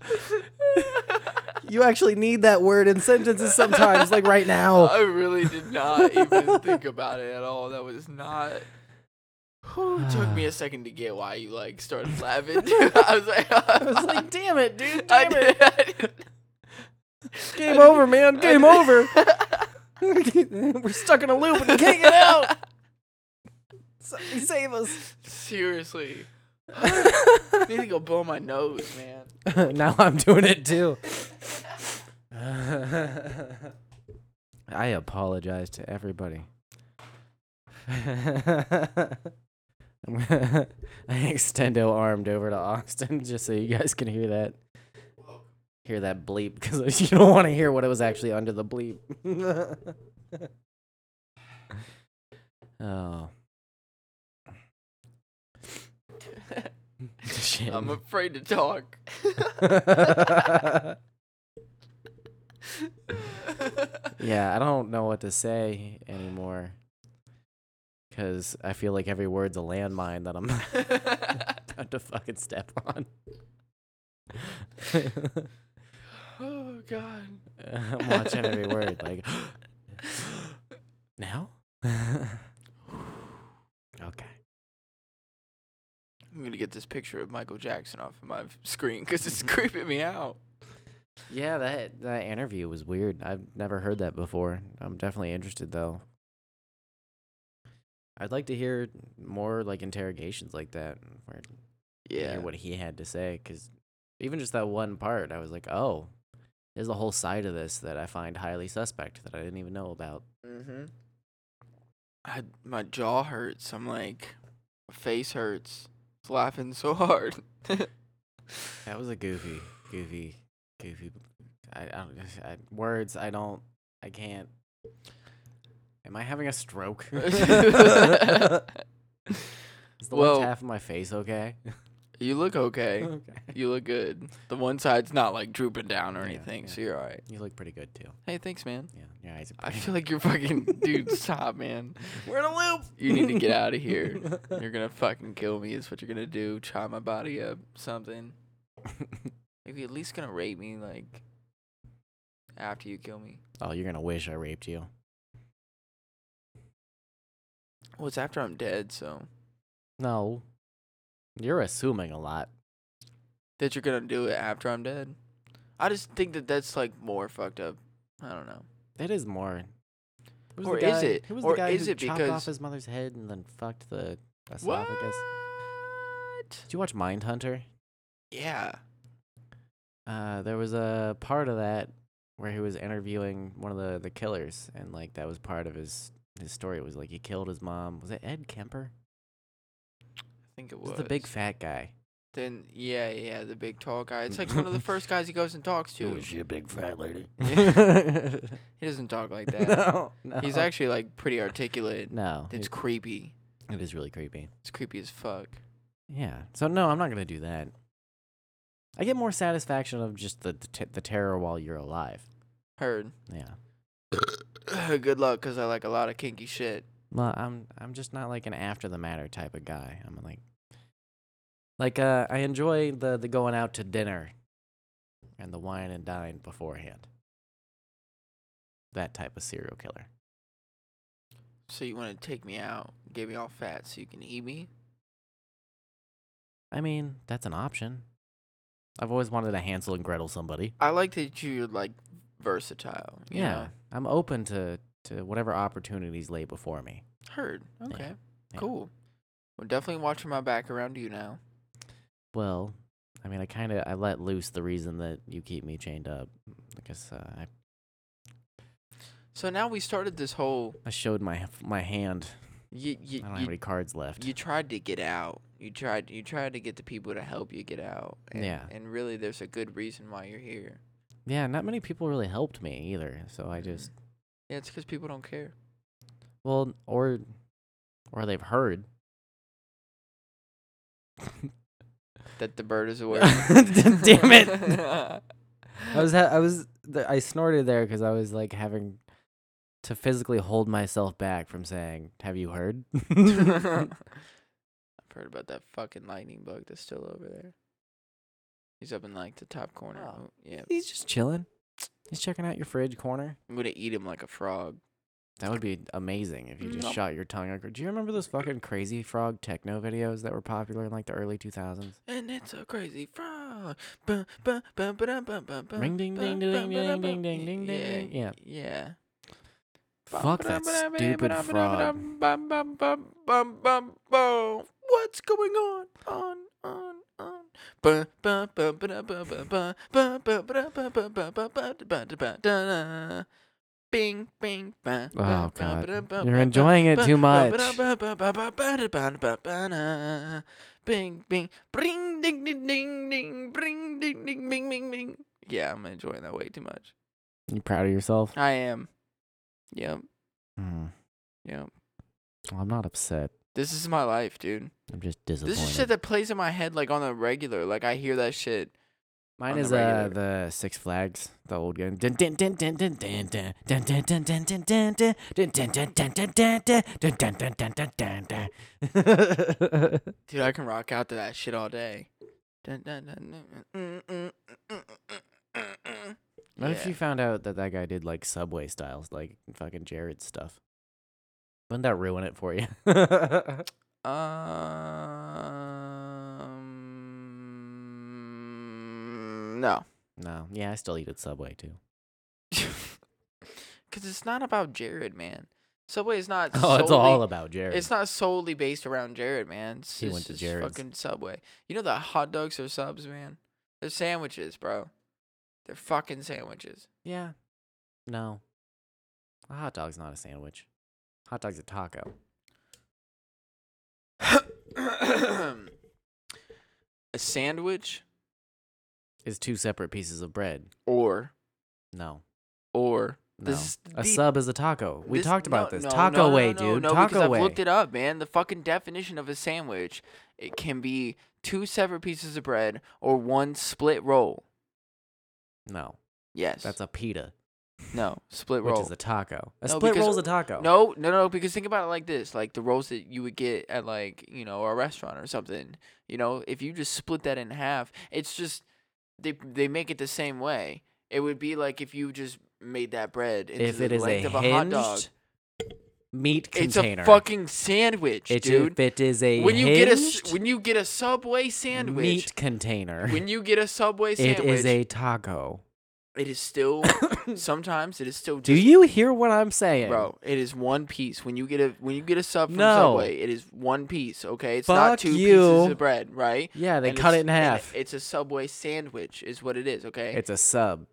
A: you actually need that word in sentences sometimes, like right now.
B: [LAUGHS] I really did not even think about it at all. That was not. Whew, it took me
A: [SIGHS]
B: a second to get why you like started
A: [LAUGHS]
B: laughing. [LAUGHS] dude. I was like, I
A: It's like,
B: [LAUGHS]
A: damn it, dude.
B: I
A: Damn it.
B: did- I did-
A: Game over, man. [LAUGHS] Game over. We're stuck in a loop and we can't get out. Somebody save us.
B: [LAUGHS] Seriously. I need to go blow my nose, man.
A: [LAUGHS] now I'm doing it too. [LAUGHS] I apologize to everybody. [LAUGHS] I'm gonna- I extendo armed over to Austin [LAUGHS] just so you guys can hear that. Hear that bleep because [LAUGHS] you don't want to hear what it was actually under the bleep. [LAUGHS] oh. Shit.
B: I'm afraid to talk. [LAUGHS]
A: [LAUGHS] yeah, I don't know what to say anymore. Because I feel like every word's a landmine that I'm [LAUGHS] about to fucking step on. [LAUGHS]
B: oh God.
A: I'm watching every word. Like, [GASPS] now? [LAUGHS] okay.
B: I'm gonna get this picture of Michael Jackson off of my screen because
A: Mm-hmm.
B: it's creeping me out.
A: Yeah, that, that interview was weird. I've never heard that before. I'm definitely interested, though. I'd like to hear more like interrogations like that, where to
B: Yeah.
A: hear what he had to say because even just that one part i was like oh there's a whole side of this that i find highly suspect that i didn't even know about
B: Mm-hmm. I my jaw hurts. I'm like, my face hurts. It's laughing
A: [LAUGHS]
B: so hard. [LAUGHS]
A: that was a goofy goofy goofy i, I don't I, words i don't i can't am i having a stroke [LAUGHS] is the
B: Well-
A: left half of my face okay [LAUGHS]
B: you look okay.
A: okay
B: You look good. The one side's not like drooping down or
A: Yeah,
B: anything,
A: yeah.
B: so you're alright.
A: you look pretty good too
B: Hey, thanks, man.
A: yeah your eyes [LAUGHS] are
B: I
A: pretty
B: feel like you're fucking dude. Stop, man. We're in a loop. You need to get out of
A: [LAUGHS]
B: here. You're gonna fucking kill me. Is what you're gonna do. Chop my body up. Something. If you at least gonna rape me, like after you kill me.
A: oh you're gonna wish i raped you
B: Well, it's after I'm dead, so
A: No. You're assuming a lot.
B: that you're gonna do it after I'm dead. I just think that that's like more fucked up. I don't know.
A: That is more. Who was the
B: Or is
A: guy-
B: it?
A: Who was
B: Or
A: the guy
B: is
A: who
B: it
A: chopped
B: because-
A: off his mother's head and then fucked the
B: What?
A: esophagus? Did you watch Mindhunter?
B: Yeah.
A: Uh, there was a part of that where he was interviewing one of the, the killers, and like that was part of his his story. It was like he killed his mom. Was it Ed Kemper?
B: I think it
A: It
B: was.
A: was the big fat guy.
B: Then yeah, yeah, the big tall guy. It's like one
A: [LAUGHS]
B: of the first guys he goes and talks to.
A: a big fat [LAUGHS] lady?
B: He doesn't
A: [LAUGHS]
B: talk like that.
A: no, no.
B: He's actually like pretty articulate.
A: no.
B: It's
A: it-
B: creepy.
A: it is really creepy.
B: It's creepy as fuck.
A: Yeah. So no, I'm not gonna do that. I get more satisfaction of just the the, t- the terror while you're alive.
B: Heard. [CLEARS THROAT]
A: Yeah.
B: Good luck, cause I like a lot of kinky shit.
A: Well, I'm I'm just not like an after the matter type of guy. I'm like like uh I enjoy the the going out to dinner and the wine and dine beforehand. That type of serial killer.
B: So you want to take me out, get me all fat, so you can eat me?
A: I mean, that's an option. I've always wanted to Hansel and Gretel somebody.
B: I like that you're like versatile. you
A: Yeah.
B: know?
A: I'm open to to whatever opportunities lay before me.
B: Heard. Okay.
A: Yeah.
B: Cool. Well, definitely watching my back around you now.
A: Well, I mean, I kind of I let loose the reason that you keep me chained up because uh, I
B: So now we started this whole.
A: I showed my my hand.
B: You you
A: I don't have
B: you,
A: any cards left.
B: you tried to get out. You tried you tried to get the people to help you get out. And,
A: Yeah.
B: And really, there's a good reason why you're here.
A: yeah, not many people really helped me either. So I just
B: Yeah, it's because people don't care.
A: well, or or they've heard.
B: that the bird is aware.
A: [LAUGHS] Damn it! I was ha- I was th- I snorted there because I was like having to physically hold myself back from saying, "Have you heard?"
B: [LAUGHS]
A: [LAUGHS]
B: I've heard about that fucking lightning bug that's still over there. He's up in like the top corner.
A: Oh.
B: Oh, yeah,
A: He's just chilling. He's checking out your fridge corner.
B: I'm gonna eat him like a frog.
A: That would be amazing if you just
B: No.
A: shot your tongue out. Do you remember those fucking crazy frog techno videos that were popular in like the early 2000s?
B: And it's a crazy frog. Bum, bum, bum, ba-dum, bum, bum, bum,
A: Ring, ding, ding,
B: bum,
A: ding,
B: bum, ba-dum,
A: ding,
B: bum.
A: ding, ding, ding, ding,
B: Yeah,
A: yeah.
B: Yeah.
A: Fuck that stupid frog.
B: Bum, bum, bum, bum, bum, bum. What's going on? On, on, on. Bum, bum, bum, ba-da, bum, bum, bum, bum, bum, ba-da, bum, bum, bum, bum, bum, da, ba, da, ba, da, da. Bing, bing, ba, ba,
A: Oh,
B: ba,
A: God.
B: ba-da, ba,
A: You're
B: ba,
A: enjoying
B: ba,
A: it
B: ba,
A: too
B: ba,
A: much.
B: ba-da, ba, ba, ba, ba, ba-da, ba, da, ba, ba, da. Bing, bing, bring, ding, ding, ding, ding, bring, ding, ding, bing, bing, bing. Yeah, I'm enjoying that way too much.
A: You proud of yourself?
B: I am. Yep,
A: Hmm.
B: yep.
A: Well, I'm not upset.
B: This is my life, dude.
A: I'm just
B: This
A: disappointed.
B: is shit that plays in my head like on the regular. Like I hear that shit.
A: Mine
B: on the
A: is uh,
B: regular.
A: the Six Flags, the old game. Dun, dun, dun, dun, dun, dun, dun, dun, dun, dun, dun, dun, dun, dun, dun, dun, dun, dun, dun, dun, dun, dun, dun, dun, dun, dun, dun, dun.
B: Dude, I can rock out to that shit all day. Dun, dun, dun, dun, dun, dun, dun, dun.
A: What if
B: Yeah.
A: you found out that that guy did like Subway styles, like fucking Jared's stuff? Wouldn't that ruin it for you? [LAUGHS]
B: Um, no. [LAUGHS]
A: no. Yeah, I still eat at Subway too. [LAUGHS]
B: Cuz it's not about Jared, man. Subway is not
A: [LAUGHS] Oh, it's
B: solely-
A: all about Jared.
B: It's not solely based around Jared, man. It's,
A: He
B: it's,
A: went to
B: it's
A: Jared's.
B: fucking Subway. You know the hot dogs are subs, man. They're sandwiches, bro. They're fucking sandwiches.
A: yeah. No. A hot dog's not a sandwich. Hot dog's a taco.
B: a sandwich
A: It's two separate pieces of bread.
B: or
A: No.
B: or
A: No.
B: this is
A: a
B: the-
A: sub is a taco. We
B: this-
A: talked about
B: no,
A: this.
B: no,
A: taco
B: no, no,
A: way,
B: no,
A: dude.
B: No,
A: taco
B: because
A: way.
B: I've looked it up, man. The fucking definition of a sandwich, it can be two separate pieces of bread or one split roll.
A: no.
B: Yes.
A: That's a pita,
B: no split
A: which
B: roll.
A: is a taco. A
B: No,
A: split
B: because-
A: roll's a taco.
B: No, no, no. Because think about it like this: like the rolls that you would get at like you know a restaurant or something. You know, if you just split that in half, it's just they they make it the same way. It would be like if you just made that bread into
A: If
B: the
A: it is a
B: length of a hot dog.
A: hinged meat
B: It's
A: container.
B: a fucking sandwich,
A: It's
B: dude.
A: If it is a
B: when you get a s-
A: hinged
B: when you get a Subway sandwich,
A: meat container,
B: when you get a
A: [LAUGHS]
B: Subway
A: it
B: sandwich,
A: is a taco.
B: it is
A: [COUGHS]
B: still sometimes it is still. Just,
A: Do you hear what I'm saying,
B: Bro, it is one piece. When you get a when you get a sub from
A: No.
B: Subway, it is one piece. Okay, it's
A: Fuck
B: not two
A: you.
B: pieces of bread, right?
A: Yeah, they
B: And
A: cut
B: it's-
A: it in
B: and
A: half.
B: It's a Subway sandwich, is what it is. Okay,
A: It's a sub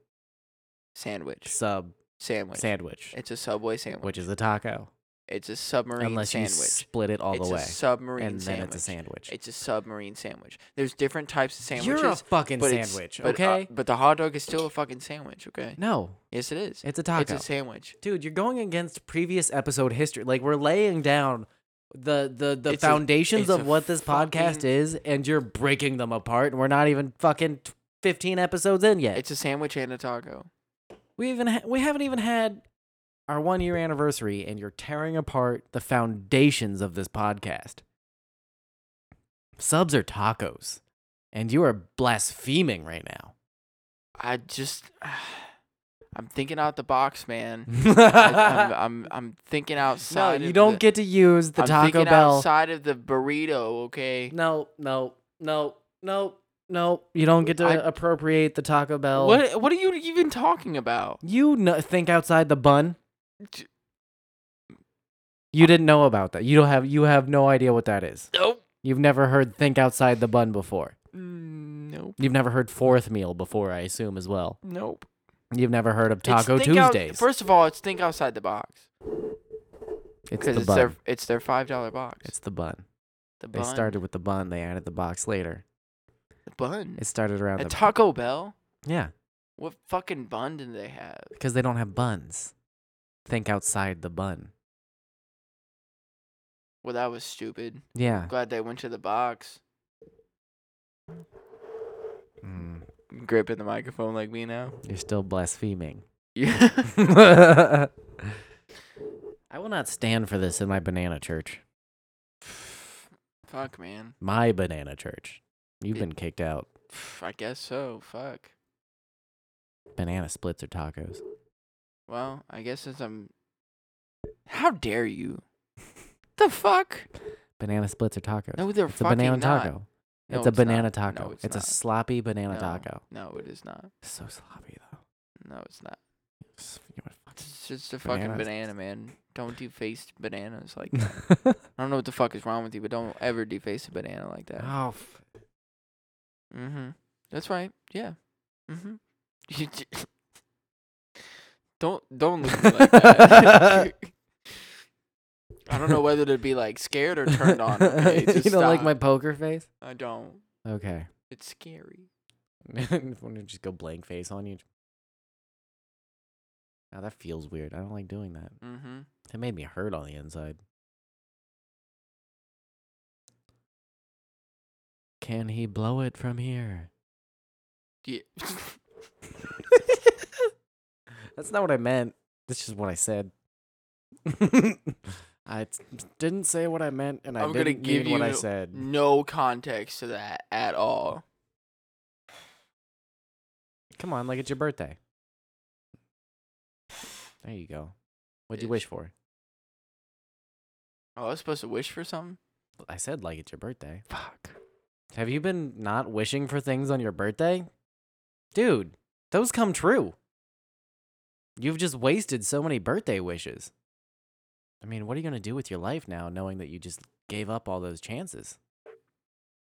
B: sandwich,
A: sub
B: sandwich,
A: sandwich,
B: It's a Subway sandwich.
A: which is a taco,
B: it's a submarine
A: unless
B: sandwich.
A: you split it all
B: it's
A: the way.
B: a submarine
A: and then
B: sandwich.
A: it's a sandwich.
B: It's a submarine sandwich. There's different types of
A: You're
B: sandwiches.
A: a fucking
B: but it's-
A: sandwich,
B: but, uh,
A: okay?
B: But, the hot dog is still a fucking sandwich, okay?
A: no,
B: Yes, it is.
A: It's a
B: It's
A: taco.
B: a sandwich.
A: dude, you're going against previous episode history. Like we're laying down the the the
B: It's a-
A: foundations
B: it's a
A: of what this podcast
B: fucking-
A: is, and you're breaking them apart. And we're not even fucking t- 15 episodes in yet.
B: It's a sandwich and a taco.
A: we even ha- we haven't even had our one year anniversary, and you're tearing apart the foundations of this podcast. Subs are tacos, and you are blaspheming right now.
B: I just, [SIGHS] I'm thinking out the
A: [LAUGHS]
B: box, man. I, am
A: no,
B: I'm, I'm thinking outside.
A: you
B: of
A: don't
B: the,
A: get to use the
B: I'm
A: Taco
B: thinking
A: Bell.
B: outside of the burrito, okay?
A: No, no, no, no, no. You don't get to
B: I-
A: appropriate the Taco Bell.
B: What, what are you even talking about?
A: You kn- think outside the bun.
B: J-
A: You didn't know about that. You don't have. You have no idea what that is.
B: Nope.
A: You've never heard think outside the bun before.
B: Mm, Nope.
A: You've never heard fourth meal before, I assume as well.
B: Nope.
A: You've never heard of
B: It's
A: Taco
B: think out-
A: Tuesdays.
B: first of all, it's think outside the box
A: it's
B: because
A: the
B: it's,
A: bun.
B: their it's their five dollar box.
A: it's the bun.
B: the
A: They
B: bun.
A: started with the bun. They added the box later.
B: the bun.
A: It started around the
B: At Taco Bell,
A: yeah,
B: what fucking bun do they have?
A: because they don't have buns. Think outside the bun.
B: Well, that was stupid.
A: Yeah.
B: Glad they went to the box.
A: Mm,
B: Gripping the microphone like
A: [LAUGHS]
B: me now.
A: you're still blaspheming.
B: Yeah.
A: [LAUGHS] I will not stand for this in my banana church.
B: Fuck, man.
A: My banana church. You've
B: It-
A: been kicked out.
B: I guess so. Fuck.
A: Banana splits or tacos.
B: Well, I guess since I'm. How dare you? the fuck?
A: [LAUGHS] Banana splits or tacos.
B: No, they're
A: it's a
B: fucking
A: banana
B: not.
A: taco.
B: No,
A: it's a
B: not.
A: banana
B: No,
A: taco. it's
B: not.
A: a sloppy banana
B: No.
A: taco.
B: No, it is not.
A: So sloppy though.
B: No, it's not.
A: It's- you know what,
B: It's just a fucking
A: Bananas.
B: banana, man. Don't deface bananas like that.
A: [LAUGHS] fuck.
B: I don't know what the fuck is wrong with you, but don't ever deface a banana like that.
A: oh, f-
B: Mm-hmm. That's right. Yeah. Mm-hmm. You j- [LAUGHS] don't don't look at me
A: [LAUGHS]
B: like that. I don't know whether to be like scared or turned
A: [LAUGHS]
B: on. Okay?
A: you
B: Just
A: don't like
B: stop.
A: my poker face?
B: I don't. [LAUGHS]
A: Okay.
B: It's scary.
A: Want to just go blank face on you? Now that feels weird. I don't like doing that.
B: Mm-hmm.
A: It made me hurt on the inside. Can he blow it from here?
B: Yeah.
A: That's not what I meant. That's just what I said. [LAUGHS] I t- didn't say what I meant, and I
B: I'm gonna
A: didn't
B: give
A: mean what I
B: you
A: said.
B: [LAUGHS] no context to that at all.
A: Come on, like it's your birthday. There you go. What'd you
B: Bitch.
A: wish for?
B: Oh, I was supposed to wish for something.
A: I said like it's your birthday.
B: Fuck.
A: Have you been not wishing for things on your birthday? Dude, those come true. You've just wasted so many birthday wishes. I mean, what are you going to do with your life now knowing that you just gave up all those chances?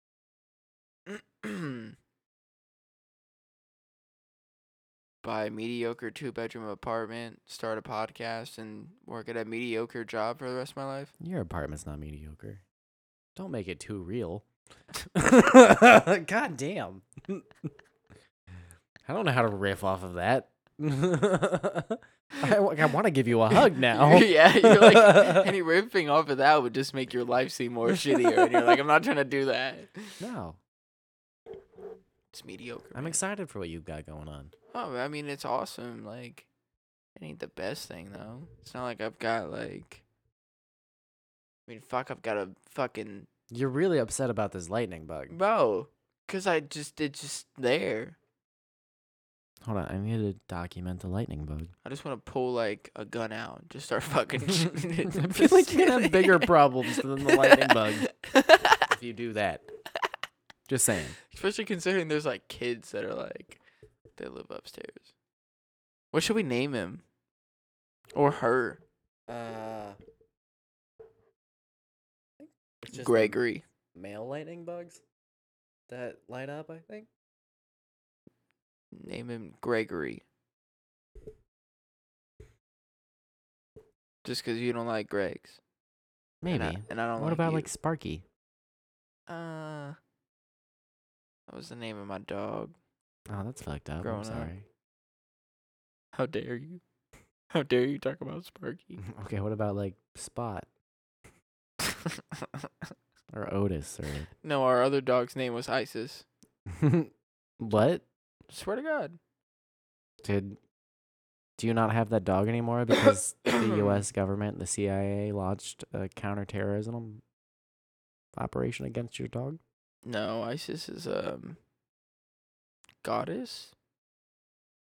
B: [CLEARS THROAT] buy a mediocre two bedroom apartment, start a podcast, and work at a mediocre job for the rest of my life.
A: Your apartment's not mediocre. Don't make it too real. [LAUGHS] God damn. [LAUGHS] I don't know how to riff off of that. [LAUGHS] I, want to give you a hug now.
B: [LAUGHS] yeah,
A: [LAUGHS]
B: you're like any ripping off of that would just make your life seem more shittier, and you're like, I'm not trying to do that.
A: No,
B: It's mediocre.
A: I'm
B: man.
A: excited for what you've got going on.
B: Oh, I mean, it's awesome. Like, it ain't the best thing though. It's not like I've got like. I mean, fuck! I've got a fucking
A: You're really upset about this lightning bug.
B: bro, cause I just it's just there.
A: Hold on, I need to document the lightning [LAUGHS] bug.
B: I just want to pull like a gun out and just start [LAUGHS] fucking. I
A: [LAUGHS] I feel like you're gonna have
B: [LAUGHS]
A: bigger problems than the lightning bug if you do that. Just saying.
B: Especially considering there's like kids that are like, they live upstairs. What should we name him? Or her?
A: Uh,
B: Gregory.
A: male lightning bugs that light up. I think.
B: Name him Gregory. Just 'cause you don't like Greg's.
A: Maybe.
B: And I, and I don't
A: what
B: like
A: about
B: you.
A: like Sparky?
B: Uh. That was the name of my dog.
A: Oh, that's fucked up. I'm
B: Growing up.
A: sorry. [LAUGHS]
B: How dare you? How dare you talk about Sparky? [LAUGHS]
A: Okay, what about like Spot or Otis or
B: no, our other dog's name was Isis.
A: [LAUGHS] what?
B: Swear to God.
A: Did do you not have that dog anymore
B: [COUGHS]
A: because the U.S. government, the CIA, launched a counterterrorism operation against your dog?
B: No, Isis is um goddess.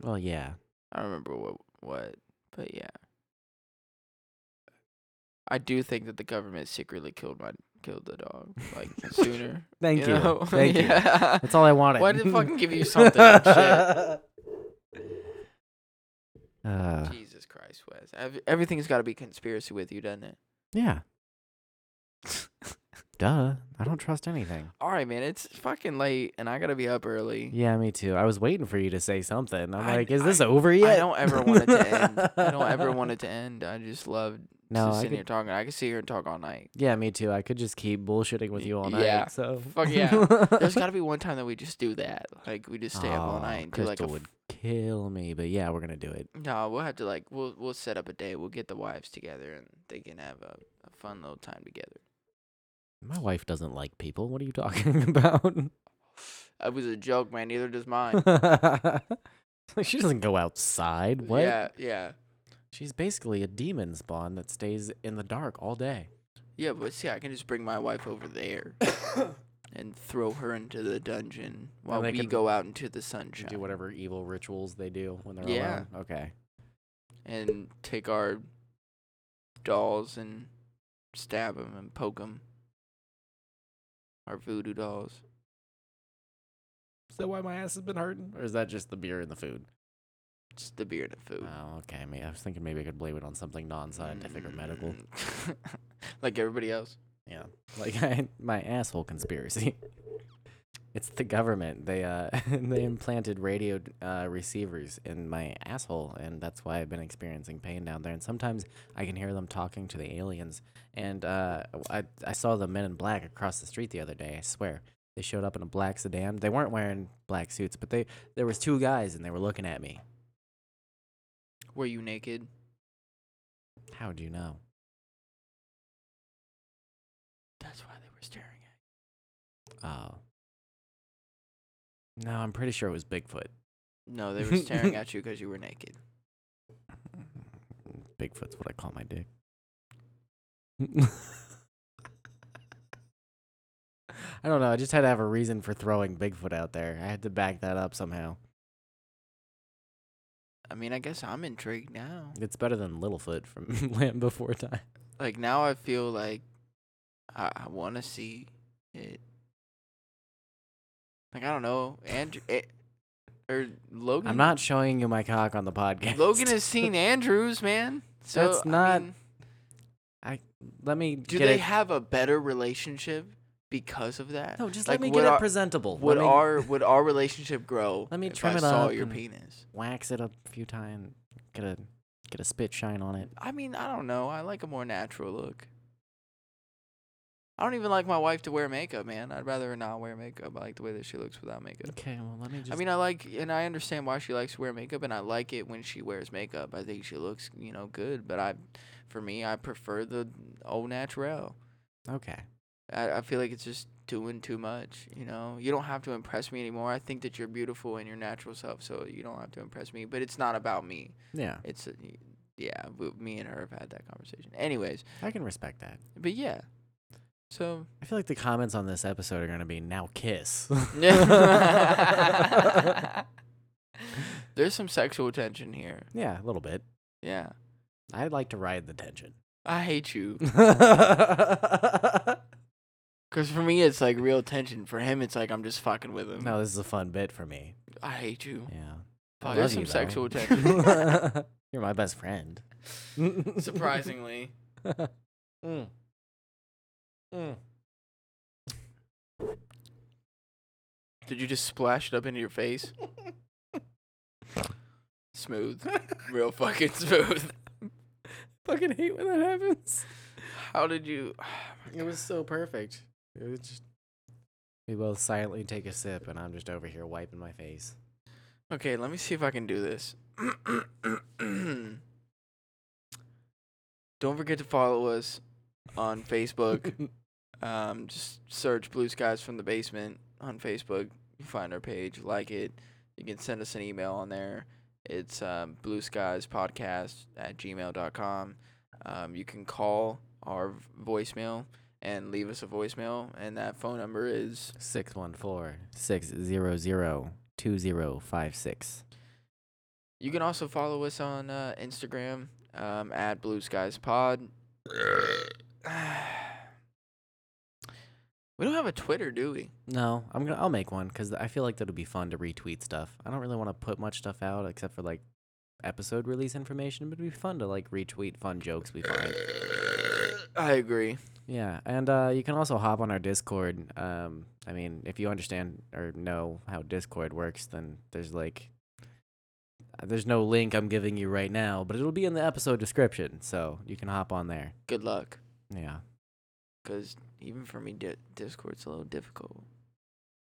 A: Well, yeah.
B: I don't remember what what, but yeah. I do think that the government secretly killed my killed the dog
A: [LAUGHS]
B: like sooner.
A: Thank you.
B: know? [LAUGHS]
A: Thank you.
B: yeah.
A: That's all I wanted.
B: Why did it
A: [LAUGHS]
B: fucking give you something? Shit.
A: Uh,
B: Jesus Christ, Wes. Ev- Everything's got to be conspiracy with you, doesn't it? [LAUGHS]
A: yeah. Duh. I don't trust anything.
B: All right, man. It's fucking late, and I gotta be up early.
A: Yeah, me too. I was waiting for you to say something. I'm
B: I-
A: like, is this
B: I-
A: over yet?
B: I don't ever want it to end. I don't
A: [LAUGHS]
B: ever want it to end. I just love
A: No,
B: just
A: I
B: sitting here
A: could,
B: talking. I could sit here and talk all night.
A: yeah, me too. I could just keep bullshitting with
B: Y-
A: you all night.
B: yeah.
A: So
B: Fuck yeah.
A: [LAUGHS]
B: There's got to be one time that we just do that. Like we just stay up all
A: Aw,
B: night and do
A: Crystal
B: like a.
A: would
B: F-
A: kill me, but yeah, we're gonna do it.
B: no, we'll have to like we'll we'll set up a day. We'll get the wives together and they can have a, a fun little time together.
A: My wife doesn't like people. What are you talking [LAUGHS] about?
B: That was a joke, man. Neither does mine.
A: [LAUGHS] she doesn't go outside. [LAUGHS] What?
B: Yeah, yeah,
A: She's basically a demon spawn that stays in the dark all day.
B: yeah. But see, I can just bring my wife
A: [COUGHS]
B: over there and throw her into the dungeon while
A: they
B: we
A: can
B: go out into the
A: They
B: sunshine
A: Do whatever evil rituals they do when they're
B: Yeah.
A: alone. Okay.
B: and take our dolls and stab them and poke them. Our voodoo dolls.
A: Is that why my ass has been hurting? Or is that just the beer and the food?
B: Just the beard and food.
A: Oh, okay. Me, I was thinking maybe I could blame it on something non-scientific or medical.
B: Mm. [LAUGHS] like everybody else.
A: Yeah, like [LAUGHS] I, my asshole conspiracy. It's the government. They uh [LAUGHS] they implanted radio uh, receivers in my asshole, and that's why I've been experiencing pain down there. And sometimes I can hear them talking to the aliens. And uh, I I saw the Men in Black across the street the other day. I swear they showed up in a black sedan. They weren't wearing black suits, but they there was two guys and they were looking at me.
B: Were you naked?
A: How do you know?
B: That's why they were staring at
A: Oh. No, I'm pretty sure it was Bigfoot.
B: you. No, they were staring at you because you were naked.
A: Bigfoot's what I call my dick. [LAUGHS] I don't know. I just had to have a reason for throwing Bigfoot out there. I had to back that up somehow.
B: I mean, I guess I'm intrigued now.
A: It's better than Littlefoot from [LAUGHS] Land Before Time.
B: Like, now I feel like I, I want to see it. Like, I don't know. Andrew. It, or Logan.
A: I'm not showing you my cock on the podcast.
B: Logan has seen Andrews, man. So
A: That's
B: I
A: not-
B: mean,
A: [LAUGHS] Let me
B: do
A: get
B: they
A: it-
B: have a better relationship because of that?
A: No, just
B: Like,
A: let me
B: would
A: get it
B: our-
A: presentable.
B: Would
A: let me
B: our would our relationship grow?
A: [LAUGHS] Let me
B: if
A: trim
B: I
A: it
B: saw
A: up
B: your
A: and-
B: penis.
A: wax it up a few times? Get a get a spit shine on it.
B: I mean, I don't know. I like a more natural look. I don't even like my wife to wear makeup, man. I'd rather her not wear makeup. I like the way that she looks without makeup.
A: Okay, well let me just.
B: I mean, I like, and I understand why she likes to wear makeup, and I like it when she wears makeup. I think she looks, you know, good. But I, for me, I prefer the au naturel.
A: okay.
B: I, I feel like it's just doing too much, you know. You don't have to impress me anymore. I think that you're beautiful in your natural self, so you don't have to impress me. But it's not about me.
A: Yeah,
B: It's uh, y- yeah, w- me and her have had that conversation. Anyways,
A: I can respect that.
B: but yeah. So
A: I feel like the comments on this episode are [LAUGHS] going to be now kiss.
B: yeah, There's some sexual tension here.
A: Yeah, a little bit.
B: Yeah.
A: I'd like to ride the [LAUGHS] tension.
B: I hate you.
A: no,
B: Because for me, it's like real tension. For him, it's like I'm just fucking with him.
A: this is a fun bit for me.
B: I hate you.
A: Yeah. [LAUGHS]
B: Fuck,
A: I
B: there's
A: love
B: some
A: Oh, you, though.
B: sexual tension.
A: [LAUGHS] You're my best friend.
B: Surprisingly.
A: Mm. Mm.
B: Did you just splash it up into your face? smooth. Real fucking smooth.
A: Fucking hate when that happens.
B: How did you.
A: It was so perfect. It was just. We both silently take a sip, and I'm just over here wiping my face.
B: Okay, let me see if I can do this. [CLEARS THROAT] Don't forget to follow us on Facebook. um, just search Blue Skies from the Basement on Facebook. You find our page, like it. You can send us an email on there. It's um, Blue Skies Podcast at gmail.com. Um, you can call our v- voicemail and leave us a voicemail, and that phone number is
A: 614 600 2056.
B: You can also follow us on uh, Instagram um, at Blue Skies Pod. [SIGHS] we don't have a Twitter, do we?
A: No, I'm gonna. I'll make one because I feel like that'll be fun to retweet stuff. I don't really want to put much stuff out except for like episode release information, but it'd be fun to like retweet fun jokes we find.
B: I agree.
A: Yeah, and uh, you can also hop on our Discord. Um, I mean, if you understand or know how Discord works, then there's like, uh, there's no link I'm giving you right now, but it'll be in the episode description, so you can hop on there.
B: Good luck,
A: Yeah.
B: because even for me, di- Discord's a little difficult.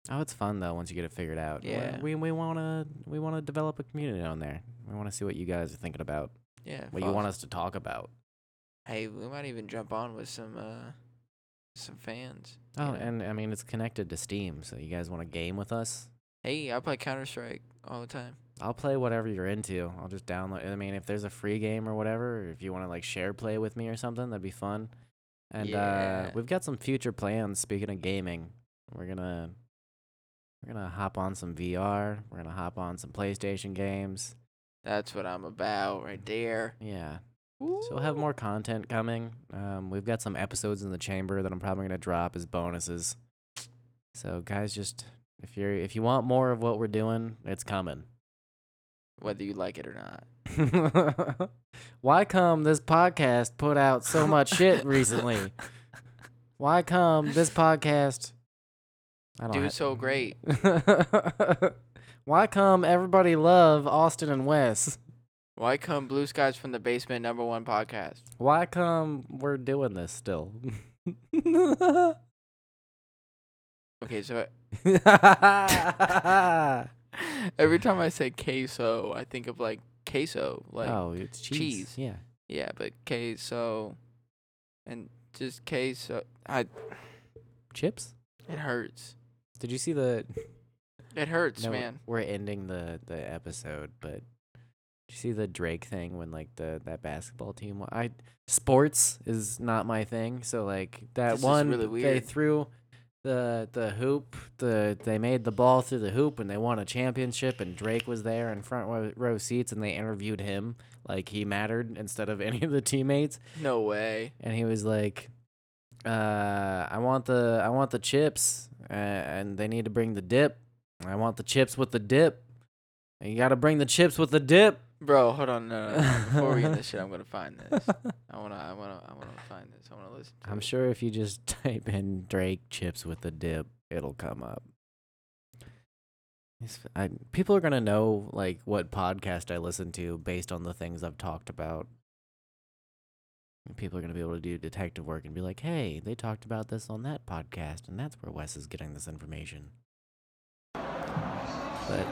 A: Oh, it's fun though once you get it figured out. We-
B: Yeah.
A: We we wanna we wanna develop a community on there. We wanna see what you guys are thinking about,
B: Yeah.
A: what you
B: follow-
A: want us to talk about.
B: Hey, we might even jump on with some uh, some fans. you
A: Oh,
B: know.
A: and I mean it's connected to Steam, so you guys want to game with us?
B: hey, I play Counter Strike all the time.
A: I'll play whatever you're into. I'll just download. I mean, if there's a free game or whatever, or if you want to like share play with me or something, that'd be fun. And
B: Yeah.
A: uh, we've got some future plans. Speaking of gaming, we're gonna we're gonna hop on some VR. We're gonna hop on some PlayStation games.
B: That's what I'm about right there.
A: Yeah. So we'll have more content coming. Um, we've got some episodes in the chamber that I'm probably gonna drop as bonuses. So guys, just if you're if you want more of what we're doing, it's coming.
B: Whether you like it or not.
A: [LAUGHS] Why come this podcast put out so much shit recently? Why come this podcast? I don't
B: Do
A: ha-
B: so great.
A: [LAUGHS] Why come everybody love Austin and Wes?
B: Why come Blue Skies from the Basement number one podcast?
A: Why come we're doing this still? [LAUGHS]
B: Okay, so
A: oh,
B: [LAUGHS] every time I say queso, I think of like queso, like
A: Oh, it's cheese.
B: cheese.
A: Yeah.
B: yeah, but queso and just queso. I
A: Chips?
B: it hurts.
A: Did you see the
B: It hurts,
A: No,
B: man.
A: We're ending the the episode, but did you see the Drake thing when like the that basketball team? wa- I sports is not my thing, so like that
B: This is
A: one
B: really
A: they
B: weird.
A: threw the the hoop, the they made the ball through the hoop and they won a championship and Drake was there in front row, row seats and they interviewed him like he mattered instead of [LAUGHS] any of the teammates
B: No way.
A: and he was like uh i want the i want the chips uh, and they need to bring the dip i want the chips with the dip and you gotta bring the chips with the dip
B: Bro, hold on. No, no, no. Before we
A: [LAUGHS]
B: get this shit, I'm gonna find this. I wanna, I wanna, I wanna find this. I wanna listen. To
A: i'm
B: it.
A: sure if you just [LAUGHS] type in drake chips with the dip it'll come up It's- I, people are gonna know like what podcast i listen to based on the things i've talked about And People are going to be able to do detective work and be like, hey, they talked about this on that podcast, and that's where Wes is getting this information. But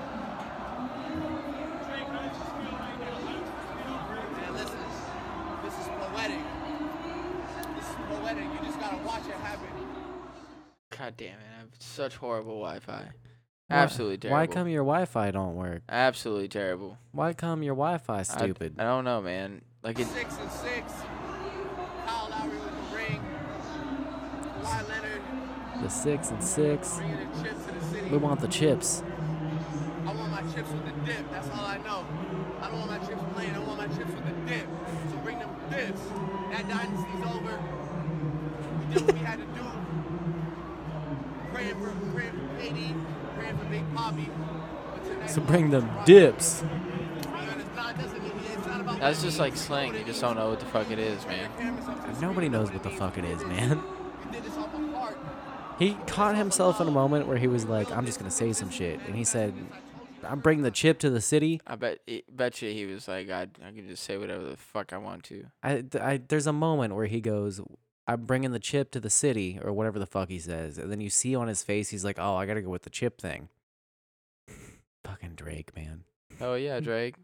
C: Man, listen, this is poetic. This is poetic. You just gotta watch it happen.
B: God damn it! I have such horrible Wi-Fi. Absolutely terrible.
A: Why come your Wi-Fi don't work?
B: Absolutely terrible.
A: Why come your Wi-Fi
B: I-
A: stupid?
B: I, don't know, man. Like it.
C: Six and six. Kyle Lowry with the ring. Kawhi Leonard
A: the six and six.
C: bringing the chips to the city.
A: We want the chips.
C: I want my
J: chips with the dip. That's all I know. I don't want my chips plain. I want my chips with the dip. So bring them dips. That dynasty's over. We did what we had to do. Praying for, praying for KD, praying for Big Poppy.
A: So bring them dips.
B: That's just like slang. You just don't know what the fuck it is, man.
A: Nobody knows what the fuck it is, man. He caught himself in a moment where he was like, I'm just going to say some shit. And he said, I'm bringing the chip to the city.
B: I bet, I bet you he was like, I, I can just say whatever the fuck I want to.
A: I, I, there's a moment where he goes, I'm bringing the chip to the city, or whatever the fuck he says. And then you see on his face, he's like, oh, I got to go with the chip thing. Fucking Drake, man. [LAUGHS]
B: Oh yeah, Drake.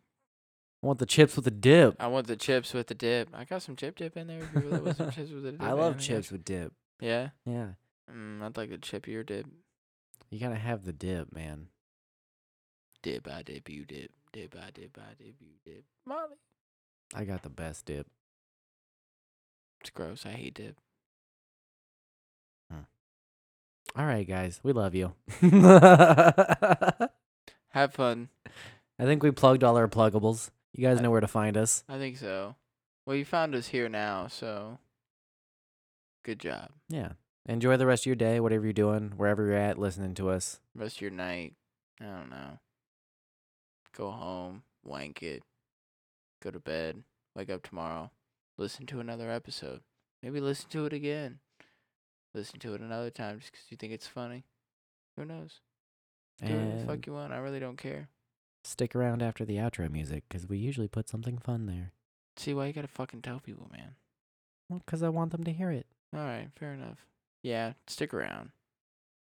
A: I want the chips with the dip.
B: I want the chips with the dip. I got some chip dip in there. If you really want some chips
A: [LAUGHS]
B: with the dip.
A: I
B: in
A: love
B: there.
A: chips with dip.
B: Yeah.
A: Yeah.
B: Mm, I'd like the chippier dip.
A: You got to have the dip, man.
B: Dip I dip you dip. Dip I dip I dip you dip. Molly.
A: I got the best dip.
B: It's gross. I hate dip.
A: All right, guys. We love you. [LAUGHS]
B: Have fun.
A: I think we plugged all our pluggables. You guys know where to find us.
B: I think so. Well, you found us here now, so good job.
A: Yeah. Enjoy the rest of your day, whatever you're doing, wherever you're at, listening to us.
B: Rest of your night. I don't know. Go home, wank it, go to bed, wake up tomorrow, listen to another episode. Maybe listen to it again. Listen to it another time just 'cause you think it's funny. Who knows? Do whatever the
A: And
B: fuck you want. I really don't care.
A: stick around after the outro music because we usually put something fun there.
B: See why you gotta fucking tell people, man.
A: Well, because I want them to hear it.
B: All right, fair enough. Yeah, stick around.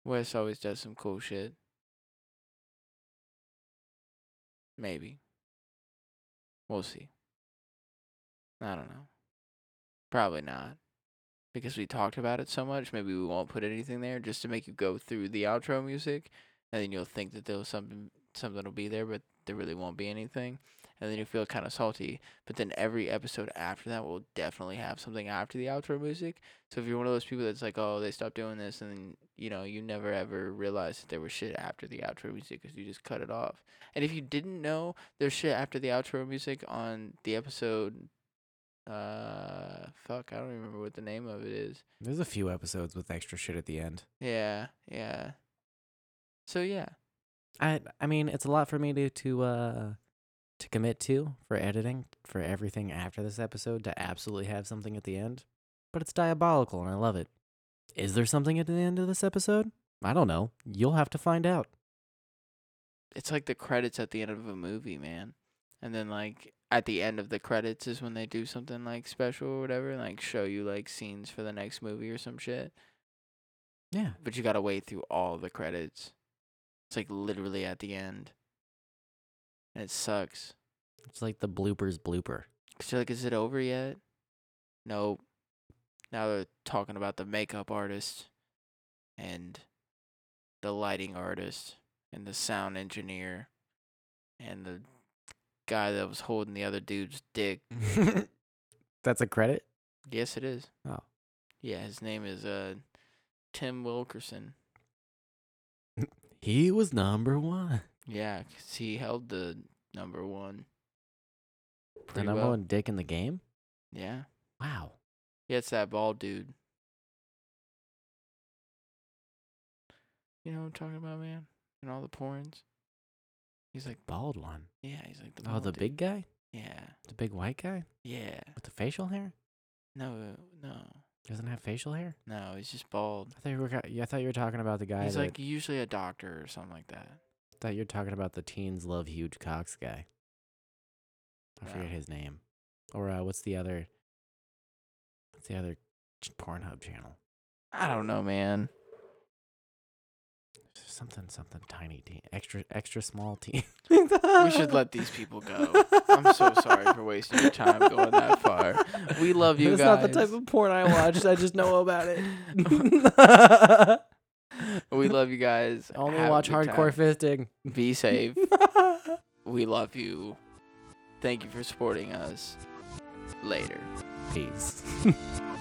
B: Wes always does some cool shit. Maybe. We'll see. I don't know. Probably not. Because we talked about it so much, maybe we won't put anything there just to make you go through the outro music and then you'll think that there's something something'll be there, but there really won't be anything. And then you feel kind of salty. But then every episode after that will definitely have something after the outro music. So if you're one of those people that's like, oh, they stopped doing this, and then, you know, you never ever realized that there was shit after the outro music because you just cut it off. And if you didn't know there's shit after the outro music on the episode, uh, fuck, I don't even remember what the name of it is.
A: There's a few episodes with extra shit at the end.
B: Yeah, yeah. So yeah,
A: I I mean, it's a lot for me to to uh to commit to for editing for everything after this episode to absolutely have something at the end. But it's diabolical and I love it. Is there something at the end of this episode? I don't know. You'll have to find out.
B: it's like the credits at the end of a movie, man. And then like at the end of the credits is when they do something like special or whatever, and, like show you like scenes for the next movie or some shit.
A: Yeah.
B: but you gotta wait through all the credits. It's like literally at the end, and it sucks.
A: It's like the bloopers
B: [LAUGHS]
A: blooper.
B: Cause you're like, is it over yet? Nope. Now they're talking about the makeup artist, and the lighting artist, and the sound engineer, and the guy that was holding the other dude's dick.
A: That's a credit?
B: Yes, it is.
A: Oh.
B: Yeah, his name is uh Tim Wilkerson.
A: He was number one.
B: Yeah, 'cause he held the number one.
A: The
B: pretty
A: number
B: well.
A: one dick in the game?
B: Yeah.
A: Wow.
B: Yeah, it's that bald dude. You know what I'm talking about, man? And all the porns. He's like,
A: Bald one.
B: yeah, he's like the
A: Oh,
B: bald
A: the
B: dude.
A: big guy?
B: Yeah,
A: The big white guy?
B: yeah.
A: With the facial hair?
B: No, no,
A: Doesn't have facial hair?
B: no. He's just bald.
A: I thought you were ca- I thought you were talking about the guy
B: He's
A: that
B: like usually a doctor or something like that.
A: thought you were talking about the teens love huge cocks guy. I
B: No.
A: forget his name. Or uh, what's the other what's the other ch- Pornhub channel?
B: I don't know,
A: [LAUGHS]
B: man.
A: Something something tiny teen extra extra small teen.
B: We should let these people go. I'm so sorry for wasting your time going that far. We love you
A: That's not
B: guys.
A: the type of porn I watched. I just know about
B: [LAUGHS]
A: it.
B: we love you guys.
A: [LAUGHS] Only
B: Have a
A: watch
B: good
A: hardcore fisting.
B: time.
A: [LAUGHS]
B: Be safe. [LAUGHS] We love you. Thank you for supporting us. Later.
A: Peace. [LAUGHS]